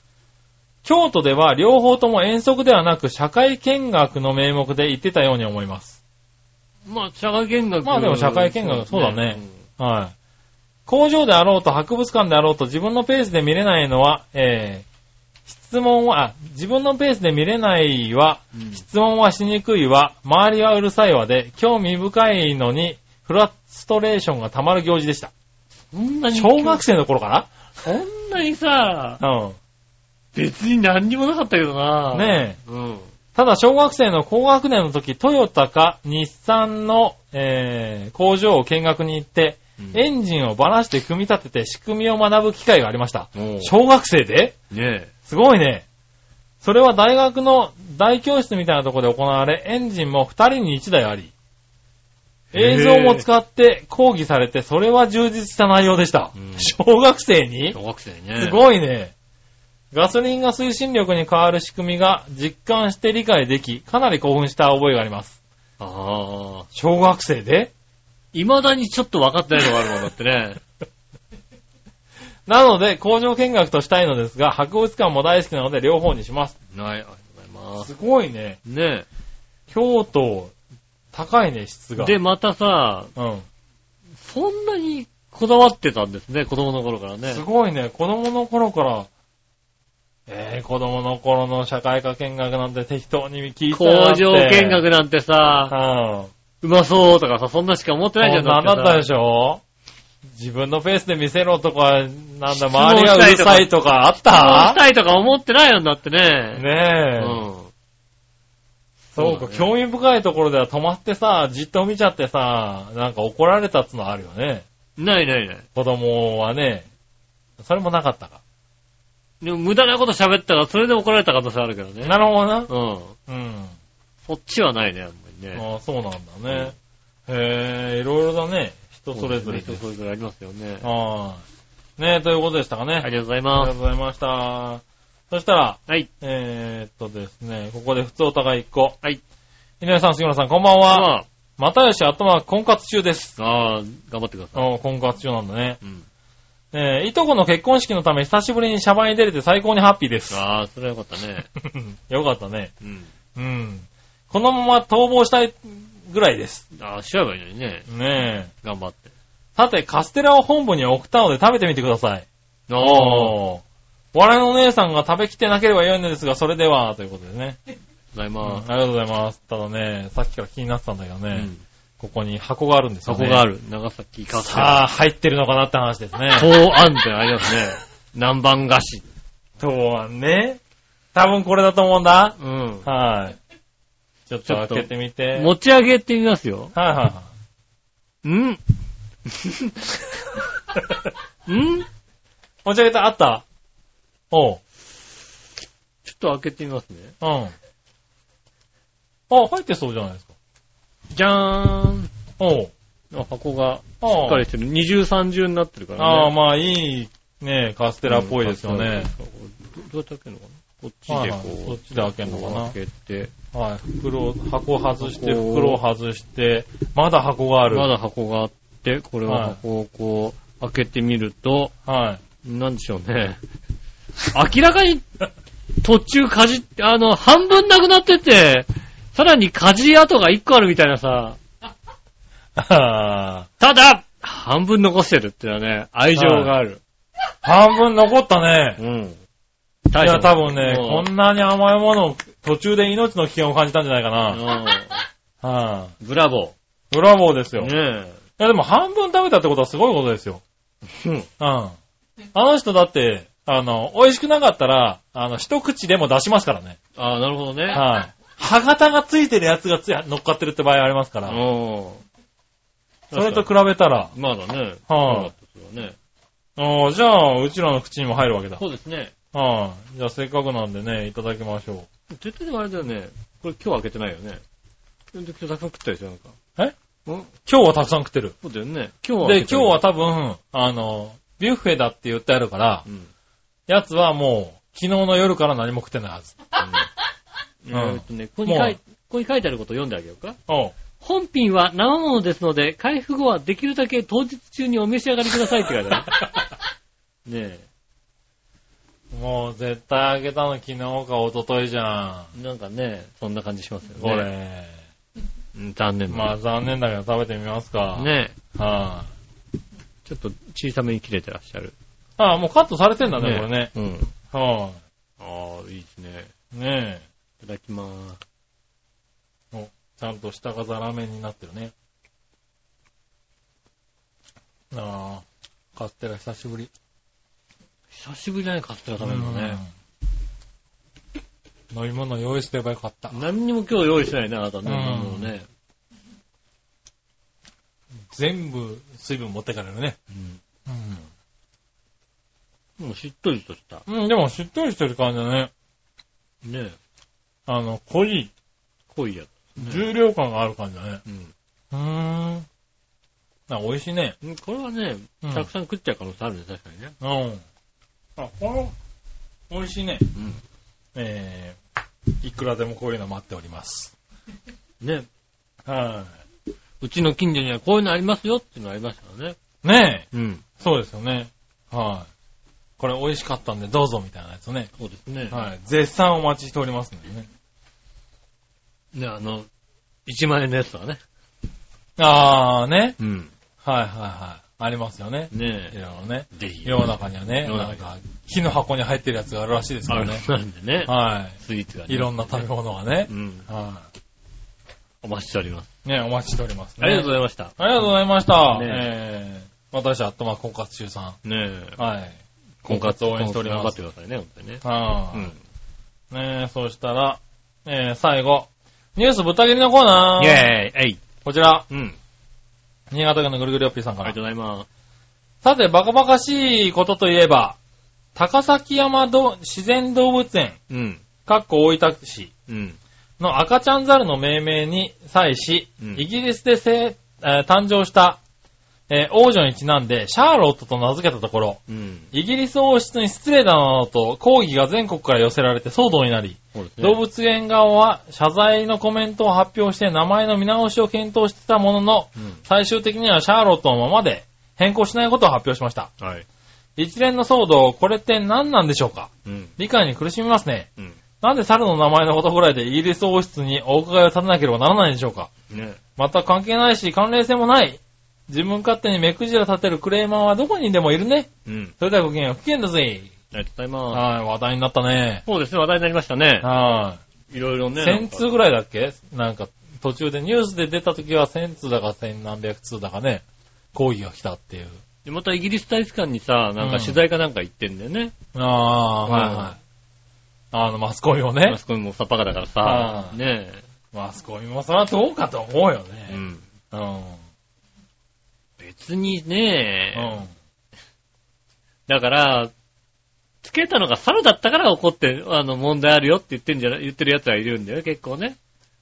Speaker 3: 京都では両方とも遠足ではなく社会見学の名目で行ってたように思います。
Speaker 2: まあ、社会見学。
Speaker 3: まあでも社会見学そうだねはい。工場であろうと博物館であろうと自分のペースで見れないのは、えー質問は、あ自分のペースで見れないは、
Speaker 2: うん
Speaker 3: 質問はしにくいは、周りはうるさいわで、興味深いのに、フラストレーションがたまる行事でした。
Speaker 2: そんなに、
Speaker 3: 小学生の頃か
Speaker 2: そんなにさ、
Speaker 3: な
Speaker 2: 別に何にもなかったけど
Speaker 3: う
Speaker 2: な。
Speaker 3: ん。ねえ。
Speaker 2: うん。
Speaker 3: ただ、小学生の高学年の時、トヨタか日産の、えー工場を見学に行って、
Speaker 2: うん
Speaker 3: エンジンをばらして組み立てて仕組みを学ぶ機会がありました。
Speaker 2: も
Speaker 3: 小学生で
Speaker 2: う、ね
Speaker 3: すごいね。それは大学の大教室みたいなところで行われ、エンジンも2人に1台あり、
Speaker 2: へー
Speaker 3: 映像も使って講義されて、それは充実した内容でした。
Speaker 2: うん
Speaker 3: 小学生に
Speaker 2: え。小学生ね。
Speaker 3: すごいね。ガソリンが推進力に変わる仕組みが実感して理解でき、かなり興奮した覚えがあります。
Speaker 2: ああ。
Speaker 3: 小学生で
Speaker 2: 未だにちょっと分かってないのがあるもんだってね。
Speaker 3: なので、工場見学としたいのですが、博物館も大好きなので両方にします。
Speaker 2: はい、ありがとうございます。
Speaker 3: すごいね。
Speaker 2: ね
Speaker 3: 京都、高いね、質
Speaker 2: え。
Speaker 3: が。
Speaker 2: で、またさ、
Speaker 3: うん。
Speaker 2: そんなにこだわってたんですね、子供の頃からね
Speaker 3: す。ごいね。子供の頃から、えー、子供の頃の社会科見学なんて適当に聞いて
Speaker 2: 工場見学なんてさ、
Speaker 3: うん。
Speaker 2: うまそうとかさ、そんなしか思ってないじゃん。
Speaker 3: そんなんだったで
Speaker 2: し
Speaker 3: しょ自分のペースで見せろとか、なんだ、周りがうるさいとかあっ
Speaker 2: したたいとか思ってないよんだってね。う
Speaker 3: ねえ、
Speaker 2: ん。
Speaker 3: そうか、
Speaker 2: そうだね
Speaker 3: 興味深いところでは止まってさ、じっと見ちゃってさ、なんか怒られたっつのあるよね。
Speaker 2: ないないない。
Speaker 3: 子供はね。それもなかったか。
Speaker 2: でも無駄なこと喋ったら、それで怒られた可能性あるからね。
Speaker 3: なるほどな。
Speaker 2: うん。
Speaker 3: うん。
Speaker 2: そっちはないね、あんまりね。
Speaker 3: ああ、そうなんだね。へえ、いろいろだね。人それぞれ
Speaker 2: 人
Speaker 3: です。
Speaker 2: それぞれありますよね。
Speaker 3: はい。ねえ、ということでしたかね。
Speaker 2: ありがとうござい
Speaker 3: ありが
Speaker 2: ま
Speaker 3: と
Speaker 2: す。
Speaker 3: うございました。そしたら、
Speaker 2: はい。
Speaker 3: えー、っとですね、ここで普通お互い1個。
Speaker 2: はい。
Speaker 3: 井上さん、杉村さん、こんばんは。
Speaker 2: ま
Speaker 3: またよし、頭、婚活中です。
Speaker 2: あ、ああ、頑張ってください。
Speaker 3: おー婚活中なんだね。
Speaker 2: うん。
Speaker 3: えー、いとこの結婚式のため、久しぶりにシャバに出れて最高にハッピーです。
Speaker 2: ああ、それはよかったね。
Speaker 3: よかったね。
Speaker 2: うん。
Speaker 3: うん。このまま逃亡したいぐらいです。
Speaker 2: ああ、しちゃえばいいのにね。
Speaker 3: ねえ。
Speaker 2: 頑張って。
Speaker 3: さて、カステラを本部に送ったので食べてみてください。
Speaker 2: ああ、ありがとう
Speaker 3: おー。笑いのお姉さんが食べきてなければ良いのですが、それでは、ということでね。
Speaker 2: ござい
Speaker 3: うんあ
Speaker 2: ま
Speaker 3: り
Speaker 2: す。
Speaker 3: がとうございます。ただね、さっきから気になってたんだけどね、
Speaker 2: うん。
Speaker 3: ここに箱があるんです
Speaker 2: そ
Speaker 3: よね。
Speaker 2: こがある。長崎カステラ。
Speaker 3: さあ、入ってるのかなって話ですね。
Speaker 2: 東安ってありますね。南蛮菓子。
Speaker 3: そうはね。多分これだと思うんだ。
Speaker 2: うん。
Speaker 3: はい。ちょっと
Speaker 2: ちょっと
Speaker 3: 開けてみて。
Speaker 2: 持ち上げてみますよ。
Speaker 3: はいはいは
Speaker 2: ん ん
Speaker 3: い。持ち上げた、あったおう。
Speaker 2: ちょっと開けてみますね。
Speaker 3: うん。あ、入ってそうじゃないですか。
Speaker 2: じゃーん。
Speaker 3: おう。
Speaker 2: あ箱が
Speaker 3: あ
Speaker 2: しっかりしてる。二重三重になってるからね。
Speaker 3: ああ、
Speaker 2: カ
Speaker 3: まあいい、ね、カス
Speaker 2: ス
Speaker 3: テラっぽいですよね。
Speaker 2: テラっぽいですよどどうやって開けるのかなこっちで
Speaker 3: はいはい
Speaker 2: こ
Speaker 3: そうっ、ちで開けるのかな
Speaker 2: こう開けて、
Speaker 3: はい。袋を、箱を外して、
Speaker 2: 箱を
Speaker 3: 袋を外して、まだ箱がある。
Speaker 2: まだ箱があって、これは箱をこう、開けてみると、
Speaker 3: はい。
Speaker 2: なんでしょうね。明らかに、途中かじって、あの、半分なくなってて、さらにかじ跡が一個あるみたいなさ、
Speaker 3: あ
Speaker 2: ただ、半分残してるっていうのはね、愛情がある。
Speaker 3: ー半分残ったね。
Speaker 2: うん。
Speaker 3: い
Speaker 2: 大
Speaker 3: や、多分ね、
Speaker 2: も
Speaker 3: こ
Speaker 2: うん
Speaker 3: なに甘いものを途中で命の危険を感じたんじゃないかな。は
Speaker 2: うんブラボ
Speaker 3: い。ブラボーです
Speaker 2: ー。
Speaker 3: よ。い
Speaker 2: ね
Speaker 3: や、でも半分食べたってことはすごいことですよ。
Speaker 2: え。うん。
Speaker 3: うん。あの人だって、あの、美味しくなかったら、あの、一口でも出しますからね。
Speaker 2: ああ、なるほどね。
Speaker 3: はい。歯型がついてるやつがつい乗っかってるって場合ありますから。
Speaker 2: うん。
Speaker 3: それと
Speaker 2: 確か
Speaker 3: 比べたら、
Speaker 2: にまだね。
Speaker 3: はい
Speaker 2: そうだったですよね
Speaker 3: おーじゃあ、うちらの口にも入るわけだ。
Speaker 2: そうですね。
Speaker 3: はい。じゃあ、せっかくなんでね、いただきましょ
Speaker 2: 絶対でもあれだよね。これ今日開けてないよね。今日たくさん食ったでしょ、なんか。
Speaker 3: え
Speaker 2: うん
Speaker 3: う。今日はたくさん食ってる。
Speaker 2: そうだよね。今日は。
Speaker 3: で、今日は、多分、あの、ビュッフェだって言ってあるから
Speaker 2: う、ん。
Speaker 3: やつはもう、昨日の夜から何も食ってないはず。
Speaker 2: うんん。えーっとね、ここに書
Speaker 3: もう
Speaker 2: いここに書いてあることを読んであげようか。
Speaker 3: おう
Speaker 2: 本品は生ものですので、開封後はできるだけ当日中にお召し上がりくださいって書いてあ る。ね
Speaker 3: もう、絶対あげたの昨日か一昨日じゃん。
Speaker 2: え。なんかね、そんな感じしますよね。
Speaker 3: これ。
Speaker 2: うん。残念
Speaker 3: まあ、
Speaker 2: だ
Speaker 3: 残念だけど食べてみますか。。
Speaker 2: ねえ。
Speaker 3: は
Speaker 2: ちょっと小さめに切れてらっしゃる。
Speaker 3: い。ああ、もうカットされてんだね、これね。
Speaker 2: うん。
Speaker 3: はい。
Speaker 2: ああ。いいですね。
Speaker 3: ねえ。
Speaker 2: いただきます。
Speaker 3: ちゃんと下がザラメになってるね。ああ、カステラ久しぶり。
Speaker 2: 久しぶりだね、カステラ食べるのね。
Speaker 3: うん。飲み物用意すればよかった。
Speaker 2: 何にも今日用意してないね、あなたね。
Speaker 3: うん
Speaker 2: あのね。
Speaker 3: 全部水分持ってかれるね。
Speaker 2: もうしっとりとした。
Speaker 3: うん。うん、でもしっとりしてる感じだね。
Speaker 2: ね。
Speaker 3: あの、濃い、
Speaker 2: 濃いやつ。
Speaker 3: 重量感がある感じだね。
Speaker 2: うん
Speaker 3: うーん。あ、美味しいね。
Speaker 2: うん。これはね、
Speaker 3: うん
Speaker 2: たくさん食っちゃう可能性あるね、確かにね。
Speaker 3: うん。あ、これ、美味しいね。えー、いくらでもこういうの待っております。
Speaker 2: うん。ね。
Speaker 3: は
Speaker 2: うちの近所にはこういうのありますよっていうのありましたからね。
Speaker 3: い。ねえ、
Speaker 2: うん。
Speaker 3: そうですよね。はい。これ美味しかったんでどうぞみたいなやつね。
Speaker 2: そうですね。
Speaker 3: はい。絶賛お待ちしておりますんでね。
Speaker 2: ね、あの、1万円のやつはね。
Speaker 3: あーね。
Speaker 2: うん。
Speaker 3: はいはいはい。ありますよね。いろ
Speaker 2: ね
Speaker 3: いろね。
Speaker 2: え。ぜひ。
Speaker 3: 世の中にはね、
Speaker 2: 世の
Speaker 3: なん
Speaker 2: 中
Speaker 3: か、木の箱に入ってるやつがあるらしいです
Speaker 2: あ
Speaker 3: よ
Speaker 2: れ
Speaker 3: ね。
Speaker 2: なんでね。
Speaker 3: は
Speaker 2: スイーツが
Speaker 3: い。
Speaker 2: ね。
Speaker 3: いろんな食べ物がね
Speaker 2: う。ん。
Speaker 3: は
Speaker 2: お待ちしております。
Speaker 3: い。ねお待ちしておりますね。
Speaker 2: ありがとうございました。
Speaker 3: ありがとうございました。
Speaker 2: ね
Speaker 3: えー、私、アットマーク婚活中さ
Speaker 2: ねえ
Speaker 3: ん。。はい。
Speaker 2: 婚活
Speaker 3: 応援しております
Speaker 2: 頑張ってくださいね、本当にね。
Speaker 3: あ
Speaker 2: う
Speaker 3: ー
Speaker 2: ん。
Speaker 3: ねえ、そうしたら、えー、最後、ニュースぶった切りのコーナー。
Speaker 2: イェーイえい
Speaker 3: こちら、
Speaker 2: うん。
Speaker 3: 新潟県のぐるぐるよっぴーさんか
Speaker 2: あり
Speaker 3: ら
Speaker 2: が。とうございます。
Speaker 3: さて、バカバカしいことといえば、高崎山ど自然動物園、
Speaker 2: うん。
Speaker 3: かっこ大分市
Speaker 2: うん。
Speaker 3: の赤ちゃんザルの命名に際し、
Speaker 2: うん
Speaker 3: イギリスで生、えー誕生した、えー王女にちなんで、シャーロットと名付けたところ、
Speaker 2: うん。
Speaker 3: イギリス王室に失礼だなどと抗議が全国から寄せられて騒動になり、
Speaker 2: そうですね。
Speaker 3: 動物園側は謝罪のコメントを発表して名前の見直しを検討してたものの、
Speaker 2: うん。
Speaker 3: 最終的にはシャーロットのままで変更しないことを発表しました。
Speaker 2: はい。
Speaker 3: 一連の騒動、これって何なんでしょうか
Speaker 2: うん。
Speaker 3: 理解に苦しみますね。
Speaker 2: うん。
Speaker 3: なんで猿の名前のことぐらいでイギリス王室にお伺いを立てなければならないんでしょうか
Speaker 2: ね
Speaker 3: また関係ないし関連性もない。自分勝手に目くじら立てるクレーマーはどこにでもいるね。
Speaker 2: うん。
Speaker 3: それではごきげんよう。不機嫌だぜ。
Speaker 2: ありがとうございます。
Speaker 3: はい、話題になったね。
Speaker 2: そうですね、話題になりましたね。
Speaker 3: はい。
Speaker 2: いろいろね。
Speaker 3: 1000通ぐらいだっけなんか、途中でニュースで出た時は1000通だか1000何百通だかね、抗議が来たっていう。
Speaker 2: でまたイギリス大使館にさ、なんか取材かなんか行ってんだよね。
Speaker 3: ああ、はいはい。あの、マスコミもね
Speaker 2: あ。そこにもさ、バカだからさ
Speaker 3: う。ん
Speaker 2: ね
Speaker 3: マスコミもそらどうかと思うよ
Speaker 2: え。う
Speaker 3: ね。
Speaker 2: ん。
Speaker 3: うん。うん。
Speaker 2: 別にねだから、つけたのが猿だったから怒って、あの、問題あるよって言ってんじゃな、言ってる奴はいるんだよ、結構ね。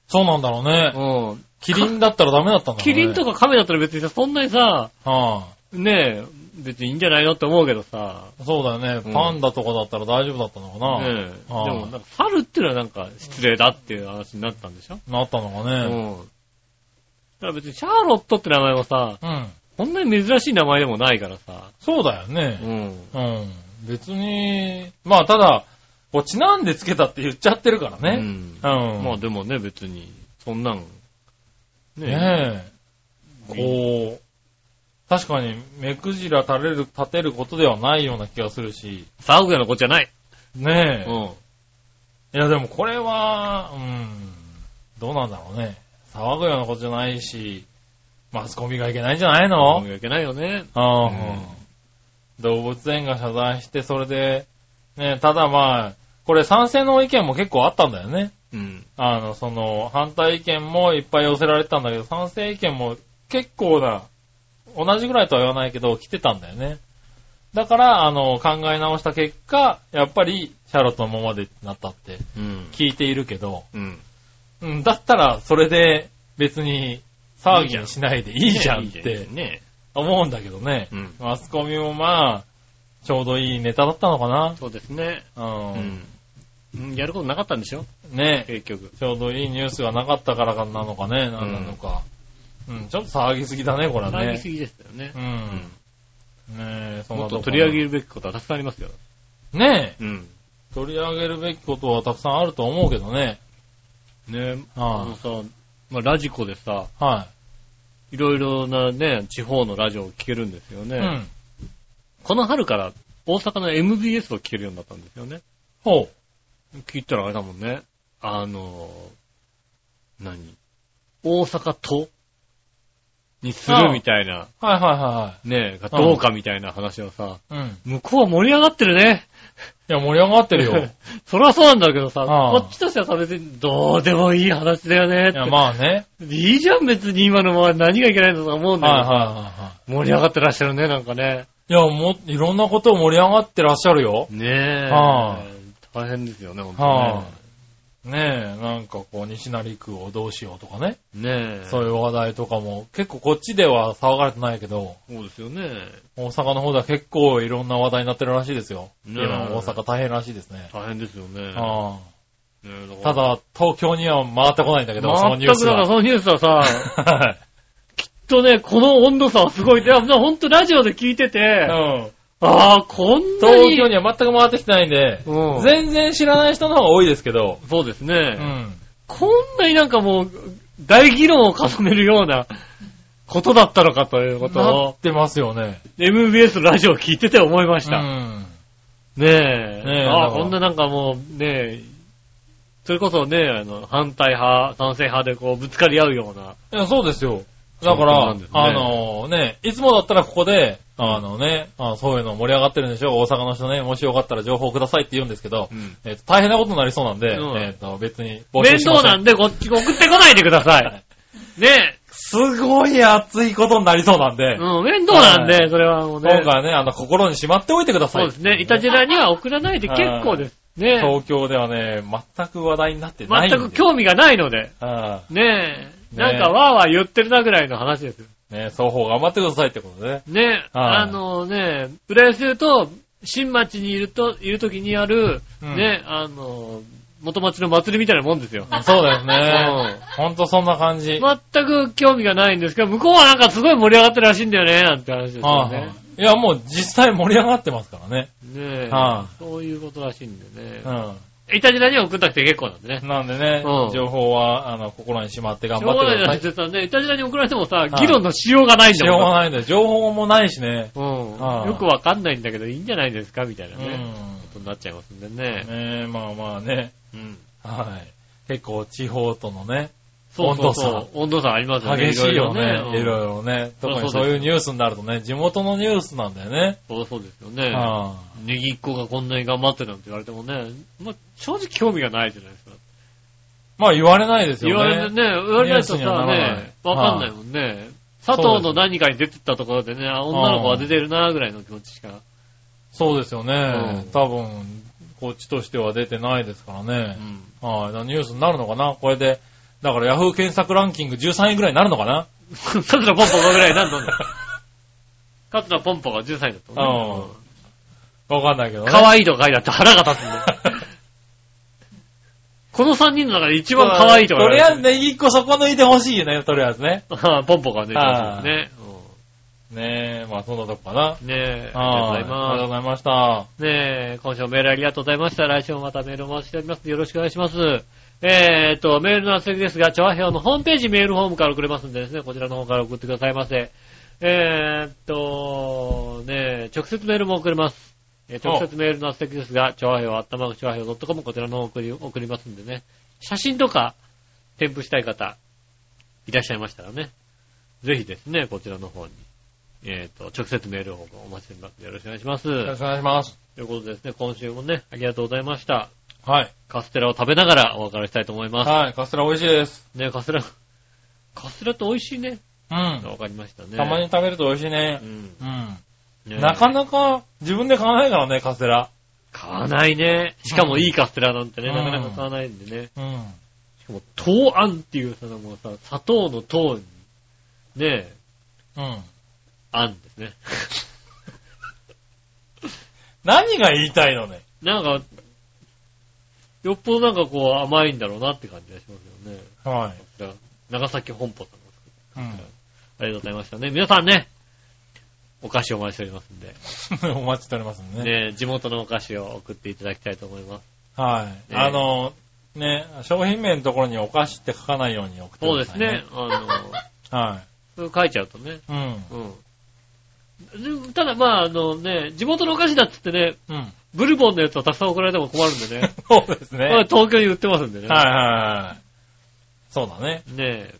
Speaker 3: そうなんだろうね。
Speaker 2: うん。
Speaker 3: キリンだったらダメだったんだろうね。
Speaker 2: キリンとかカメだったら別にさ、そんなにさ、
Speaker 3: は
Speaker 2: ねえ、別にいいんじゃないのって思うけどさ。
Speaker 3: いそうだよ
Speaker 2: う
Speaker 3: ね。
Speaker 2: ん
Speaker 3: パンダとかだったら大丈夫だったのか
Speaker 2: ね
Speaker 3: な。
Speaker 2: え。で
Speaker 3: ああ
Speaker 2: も、なんか猿っていうのはなんか失礼だっていう話になったんでしょ
Speaker 3: なったのか
Speaker 2: う
Speaker 3: ね。
Speaker 2: ん。だから別にシャーロットって名前もさ、
Speaker 3: うん。
Speaker 2: こんなに珍しい名前でもないからさ。
Speaker 3: そうだよね。
Speaker 2: うん。
Speaker 3: うん。別に、まあただ、こうちなんでつけたって言っちゃってるから
Speaker 2: う
Speaker 3: ね。
Speaker 2: ん
Speaker 3: うん。。
Speaker 2: まあでもね、別に、そんなん、ね
Speaker 3: ねえ。こう、確かに目くじら立てる、立てることではないような気がするし、
Speaker 2: え、騒ぐようなことじゃない。
Speaker 3: ねえ。
Speaker 2: うん。
Speaker 3: いやでもこれは、うん、どうなんだろうね。騒ぐようなことじゃないし、マスコミがいけないんじゃないの
Speaker 2: 申し訳ないよね。
Speaker 3: うん
Speaker 2: ん
Speaker 3: 動物園が謝罪して、それで、ね、ただまあ、これ賛成の意見も結構あったんだよね。
Speaker 2: うん。
Speaker 3: あの、その、反対意見もいっぱい寄せられてたんだけど、賛成意見も結構な、同じぐらいとは言わないけど、来てたんだよね。だから、あの、考え直した結果、やっぱり、シャーロットのままでってなったって
Speaker 2: うん。
Speaker 3: 聞いているけど、
Speaker 2: うん。
Speaker 3: うん、だったら、それで、別に、騒ぎにしないでいいじゃんっ
Speaker 2: ねえいい
Speaker 3: て
Speaker 2: じゃんね
Speaker 3: 思うんだけどね
Speaker 2: え。う。ん。
Speaker 3: マスコミもまあ、ちょうどいいネタだったのかな。
Speaker 2: そうですね。う
Speaker 3: うん
Speaker 2: ん。うんやることなかったんでしょ
Speaker 3: ね
Speaker 2: 結局。
Speaker 3: ちょうどいいニュースがなかったからかなのかね、なんなのか。うん、ちょっと騒ぎすぎだね、これは
Speaker 2: 騒ぎ
Speaker 3: ね
Speaker 2: す。ぎですよね
Speaker 3: う。。
Speaker 2: うん
Speaker 3: ねえ、そん
Speaker 2: も
Speaker 3: な
Speaker 2: っ
Speaker 3: ことか
Speaker 2: 取り上げるべきことはたくさんありますよ。
Speaker 3: ねえ、
Speaker 2: うん。
Speaker 3: 取り上げるべきことはたくさんあると思うけどね。
Speaker 2: ねえ、あ
Speaker 3: は
Speaker 2: のさ、まあ、ラジコでさ、
Speaker 3: い。はい
Speaker 2: ろいろなね、地方のラジオを聞けるんですよね。
Speaker 3: い。うん。
Speaker 2: この春から大阪の MBS を聞けるようになったんですよね。
Speaker 3: ほ
Speaker 2: 聞いたらあれだもんね。あの、何大阪都にするみたいな、
Speaker 3: はいはいは
Speaker 2: ねえ、どうかみたいな話をさ、
Speaker 3: いはい。うん。い
Speaker 2: 向こうは盛り上がってるね。
Speaker 3: や、盛り上がってるよ。
Speaker 2: そりゃそうなんだけどさ、
Speaker 3: うん
Speaker 2: こっちとしてはさ、別にどうでもいい話だよねっ
Speaker 3: い
Speaker 2: て
Speaker 3: や、ま あね。
Speaker 2: いいじゃん、別に今のまま何がいけないんだとか思うんだ
Speaker 3: はい
Speaker 2: よ、
Speaker 3: はいはいは
Speaker 2: 盛り上がってらっしゃるね、なんかね。
Speaker 3: い。いや、も、いろんなことを盛り上がってらっしゃるよ。
Speaker 2: ねえ。
Speaker 3: はい
Speaker 2: 大変ですよね、ほんと
Speaker 3: はあ。ねえ、なんかこう、西成区をどうしようとかね。
Speaker 2: ね。ねえ。
Speaker 3: そういう話題とかも、結構こっちでは騒がれてないけど、
Speaker 2: そうですよね。
Speaker 3: 大阪の方では結構いろんな話題になってるらしいですよ。
Speaker 2: ねえ
Speaker 3: 今、大阪大変らしいですね。
Speaker 2: 大変ですよね。
Speaker 3: あ
Speaker 2: ねえ
Speaker 3: あた、だ、東京には回ってこないんだけ
Speaker 2: だか
Speaker 3: ど、
Speaker 2: ら
Speaker 3: そのニュ
Speaker 2: 全
Speaker 3: ー
Speaker 2: く
Speaker 3: ス
Speaker 2: だから
Speaker 3: は。
Speaker 2: そのニュースはさ、
Speaker 3: はい。
Speaker 2: きっとね、この温度差はすごい。いや、ほんとラジオで聞いてて、
Speaker 3: うん。
Speaker 2: ああ、こんな
Speaker 3: 東京
Speaker 2: に。
Speaker 3: には全く回ってきてないんで、
Speaker 2: うん
Speaker 3: 全然知らない人の方が多いですけど、
Speaker 2: そうですね、
Speaker 3: うん。
Speaker 2: こんなになんかもう、大議論を重ねるようなことだったのかということ
Speaker 3: な
Speaker 2: を
Speaker 3: っ、てますよね。
Speaker 2: MBS ラジオを聞いてて思いまし
Speaker 3: う
Speaker 2: た。
Speaker 3: ん。
Speaker 2: ねえ。
Speaker 3: ねえ
Speaker 2: あ
Speaker 3: だ
Speaker 2: あ、
Speaker 3: から
Speaker 2: こんななんかもう、ねえ、それこそね、あの、反対派、賛成派でこう、ぶつかり合うような。
Speaker 3: いや、そうですよ。だか
Speaker 2: そうな
Speaker 3: ら、
Speaker 2: んですね
Speaker 3: あのね、いつもだったらここで、あのね、あそういうの盛り上がってるんでしょ大阪の人ね、もしよかったら情報くださいって言うんですけど、
Speaker 2: うん
Speaker 3: えっと大変なことになりそうなんで、
Speaker 2: うん
Speaker 3: えっと別に
Speaker 2: 面倒なんんで、こっち送ってこないでください。 ね
Speaker 3: すごい熱いことになりそうなんで、
Speaker 2: え。うん、面倒なん
Speaker 3: は
Speaker 2: で、
Speaker 3: い
Speaker 2: それはもうね。
Speaker 3: 今回はね、あの、心にしまっておいてください。
Speaker 2: そうですね。いたじらには送らないで結構です。ねえ。
Speaker 3: 東京ではね、全く話題になってないんで。
Speaker 2: 全く興味がないので。
Speaker 3: あ
Speaker 2: ねえ。
Speaker 3: ねえ
Speaker 2: なんかわーわー言ってるなぐらいの話ですよ。
Speaker 3: あね、双方頑張ってくださいってことでね。
Speaker 2: ねえ。
Speaker 3: はい
Speaker 2: あのね、浦安で言うと、新町にいると、いるときにある、
Speaker 3: うん
Speaker 2: ね、あの、元町の祭りみたいなもんですよ。
Speaker 3: そうですね。ほんとそんな感じ。
Speaker 2: 全く興味がないんですけど、向こうはなんかすごい盛り上がってるらしいんだよね、なんて話ですよ
Speaker 3: はい
Speaker 2: ね
Speaker 3: は。いいや、もう実際盛り上がってますからね。
Speaker 2: ねえ
Speaker 3: は。
Speaker 2: そういうことらしいんでね。
Speaker 3: う
Speaker 2: いたじらには送んなくて結構なんでね。
Speaker 3: ん。なんでね
Speaker 2: うん、
Speaker 3: 情報は、あの、心にしまって頑
Speaker 2: しょう
Speaker 3: 張
Speaker 2: が
Speaker 3: っ
Speaker 2: な
Speaker 3: て
Speaker 2: い
Speaker 3: く
Speaker 2: じゃ
Speaker 3: だ
Speaker 2: な
Speaker 3: さ
Speaker 2: い
Speaker 3: い。
Speaker 2: ですかね。いたじらに送られてもさ、
Speaker 3: い
Speaker 2: 議論のしようがないん
Speaker 3: し
Speaker 2: だ
Speaker 3: よう
Speaker 2: もん
Speaker 3: が。ないんだよ。情報もないしね。
Speaker 2: う
Speaker 3: は
Speaker 2: ん。
Speaker 3: い。
Speaker 2: よくわかんないんだけど、いいんじゃないですかみたいうなんね。
Speaker 3: ね
Speaker 2: ことになっちゃいますんでね。
Speaker 3: え、まあまあね。
Speaker 2: うん。
Speaker 3: はい。結構地方とのね、
Speaker 2: そうそう
Speaker 3: 温
Speaker 2: そう。温度差ありますよね。
Speaker 3: 激しいよね。
Speaker 2: いろい
Speaker 3: い
Speaker 2: ろね。
Speaker 3: ろいろね。特に
Speaker 2: そう
Speaker 3: そ
Speaker 2: です
Speaker 3: ういうニュースになるとね、地元のニュースなんだよね。
Speaker 2: うんそうそうですよね。
Speaker 3: は
Speaker 2: ネギっ子がこんなに頑張ってなんて言われてもね、まあ、正直興味がないじゃないですか。
Speaker 3: いまあ言われないです
Speaker 2: 言
Speaker 3: よ
Speaker 2: われて
Speaker 3: ね。
Speaker 2: ね、言われないと
Speaker 3: ニュースには
Speaker 2: さ、
Speaker 3: ならない
Speaker 2: ね、わかんないもんね。佐藤の何かに出てったところでね、あ女の子が出てるなぐらいの気持ちしか。
Speaker 3: そうですよね
Speaker 2: うん。
Speaker 3: 多分、こっちとしては出てないですから
Speaker 2: う
Speaker 3: ね。
Speaker 2: ん。
Speaker 3: はい。だからニュースになるのかなこれで。だからヤフー検索ランキング13位ぐらいになるのかな
Speaker 2: カツラポンポがぐらいなんだんだ。カツラポンポが10歳だったもんね。
Speaker 3: わかんないけどね。
Speaker 2: 可愛いとか書いてあって腹が立 つんだよ。 この3人の中で一番可愛いとか
Speaker 3: と
Speaker 2: 言われ
Speaker 3: り
Speaker 2: て
Speaker 3: あ
Speaker 2: る
Speaker 3: えずネギっ子そこ抜いてほしいよね、とりあえずね。
Speaker 2: ああポンポがね、そうですね。
Speaker 3: ねえ、まあそんなとこかな。
Speaker 2: うんねえ、
Speaker 3: は
Speaker 2: ありがとうござい
Speaker 3: ありがと
Speaker 2: ま
Speaker 3: うございました。
Speaker 2: す。ねえ、今週もメールありがとうございました。来週もまたメールお待ちしております。よろしくお願いします。えーと、メールの宛先ですが、調和表のホームページメールフォームから送れますんでですね、こちらの方から送ってくださいませ。えーと、ねえ、直接メールも送れます。えー直接メールの宛先ですが、調和表、あったまく調和表 .com こちらの方送り、送りますんでね。写真とか、添付したい方、いらっしゃいましたらね、ぜひですね、こちらの方に、えーと、直接メールをお待ちしておりますので。よろしくお願いします。
Speaker 3: よろしくお願いします。
Speaker 2: ということでですね、今週もね、ありがとうございました。
Speaker 3: はい。
Speaker 2: カステラを食べながらお別れしたいと思います。
Speaker 3: はい、カステラ美味しいです。
Speaker 2: ね、カステラ、カステラって美味しいね。
Speaker 3: うん。
Speaker 2: わかりましたね。
Speaker 3: たまに。食べると美味しいうね。
Speaker 2: ん。
Speaker 3: うん。
Speaker 2: ね
Speaker 3: なかなか自分で買わないからね、カステラ。
Speaker 2: 買わないね。しかもいいカステラなんてね、
Speaker 3: うん
Speaker 2: なかなか買わないんでね。
Speaker 3: うん。
Speaker 2: しかも、糖あんっていうさ、もうさ、砂糖の糖に、ね、
Speaker 3: うん。
Speaker 2: あんですね。
Speaker 3: 何が言いたいのね。
Speaker 2: なんか、よっぽどなんかこう甘いんだろうなって感じがしますよね。
Speaker 3: は
Speaker 2: こちら長崎本舗さんです
Speaker 3: い。うん。
Speaker 2: ありがとうございましたね。皆さんね、お菓子をお待ちしておりますんで、
Speaker 3: お待ちしておりますんで ね。
Speaker 2: ね、地元のお菓子を送っていただきたいと思います。
Speaker 3: はい。
Speaker 2: ね
Speaker 3: あの、ね、商品名のところにお菓子って書かないように送って
Speaker 2: そう
Speaker 3: く
Speaker 2: で
Speaker 3: だ
Speaker 2: す
Speaker 3: さいね
Speaker 2: ね。。あ
Speaker 3: は
Speaker 2: の、 書いちゃうとね。
Speaker 3: い。うん。
Speaker 2: うん。でただ、まあ、あのね、地元のお菓子だっつってね、
Speaker 3: うん。
Speaker 2: ブルボンのやつはたくさん送られても困るん でね。
Speaker 3: そうですね。
Speaker 2: ま
Speaker 3: は
Speaker 2: あ
Speaker 3: い
Speaker 2: 東京に売ってますんでね。
Speaker 3: はいはい。そうだね。
Speaker 2: ねえ。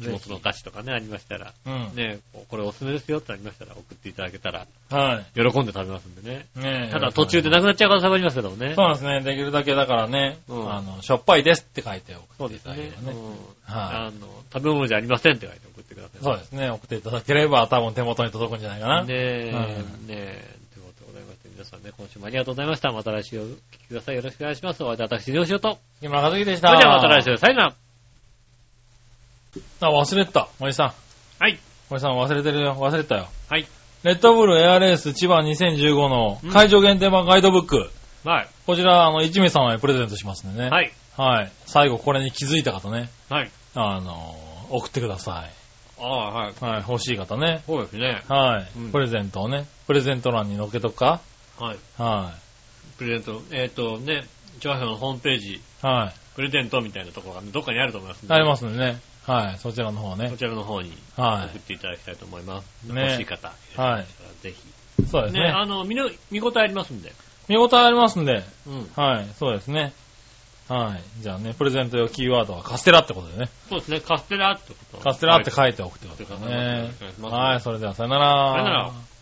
Speaker 3: ぜひ
Speaker 2: 地元の菓子とかね、ありましたら。
Speaker 3: うん。
Speaker 2: ねえ、こうこれおすすめですよってありましたら送っていただけたら、
Speaker 3: は
Speaker 2: 喜んで食べますんでね。
Speaker 3: い。ねえ
Speaker 2: ただ途中でなくなっちゃう可能性もありますけどもね
Speaker 3: そ。うなんですね。できるだけだからね、
Speaker 2: うん
Speaker 3: あの、しょっぱいですって書いて送
Speaker 2: そう
Speaker 3: って
Speaker 2: で
Speaker 3: い
Speaker 2: す
Speaker 3: ただけ
Speaker 2: ね
Speaker 3: れ。ばね。
Speaker 2: うんあ
Speaker 3: は
Speaker 2: の、食べ物じゃありませんって書いて送ってください。
Speaker 3: い。そうですね。送っていただければ多分手元に届くんじゃないかな。
Speaker 2: ねえ、
Speaker 3: うん
Speaker 2: ねえ、ということでございまして、皆さんね、今週もありがとうございました。また来週お聞きください。よろしくお願いします。お会いいたい私、両しようと。
Speaker 3: 木村和樹でし
Speaker 2: そ
Speaker 3: た。
Speaker 2: れではまた来。週、さよなら。
Speaker 3: あ、忘れてた。森さん。
Speaker 2: はい。
Speaker 3: 森さん忘れてるよ。忘れてたよ。
Speaker 2: はい。
Speaker 3: レッドブルエアレース千葉2015の
Speaker 2: うん
Speaker 3: 会場限定版ガイドブック。
Speaker 2: はい。
Speaker 3: こちら、あの、一名様へプレゼントしますんでね。。
Speaker 2: はいい。
Speaker 3: はい。最後これに気づいた方ね。
Speaker 2: はい。
Speaker 3: あの、送ってくださ
Speaker 2: ああ、はい。
Speaker 3: い。はい。欲しい方ね。
Speaker 2: そうですね。
Speaker 3: はい。
Speaker 2: うん
Speaker 3: プレゼントをね。プレゼント欄に載っけとくか
Speaker 2: はい。
Speaker 3: は
Speaker 2: プレゼント、えっ、とね、調和表のホームページ、
Speaker 3: い。は
Speaker 2: プレゼントみたいなところがね、どっかにあると思いますん
Speaker 3: い。
Speaker 2: で
Speaker 3: ありますんでね。はい。そちらの方
Speaker 2: こ
Speaker 3: ね。
Speaker 2: ちらの方に
Speaker 3: は
Speaker 2: 送っていただきたいと思います。
Speaker 3: ね
Speaker 2: 欲しい方、
Speaker 3: はい。
Speaker 2: ぜひ。
Speaker 3: い。そうです
Speaker 2: ね、
Speaker 3: ね。
Speaker 2: あの、見の、見応えありますんで。
Speaker 3: 見応えありますんで。
Speaker 2: うん。
Speaker 3: はい。そうですね。はい。じゃあね、プレゼント用キーワードはカステラってことでね。
Speaker 2: そうですね、カステラってこと。
Speaker 3: カステラって
Speaker 2: い
Speaker 3: 書いておくってことですね。
Speaker 2: はい
Speaker 3: はい。それではさよなら。
Speaker 2: さよなら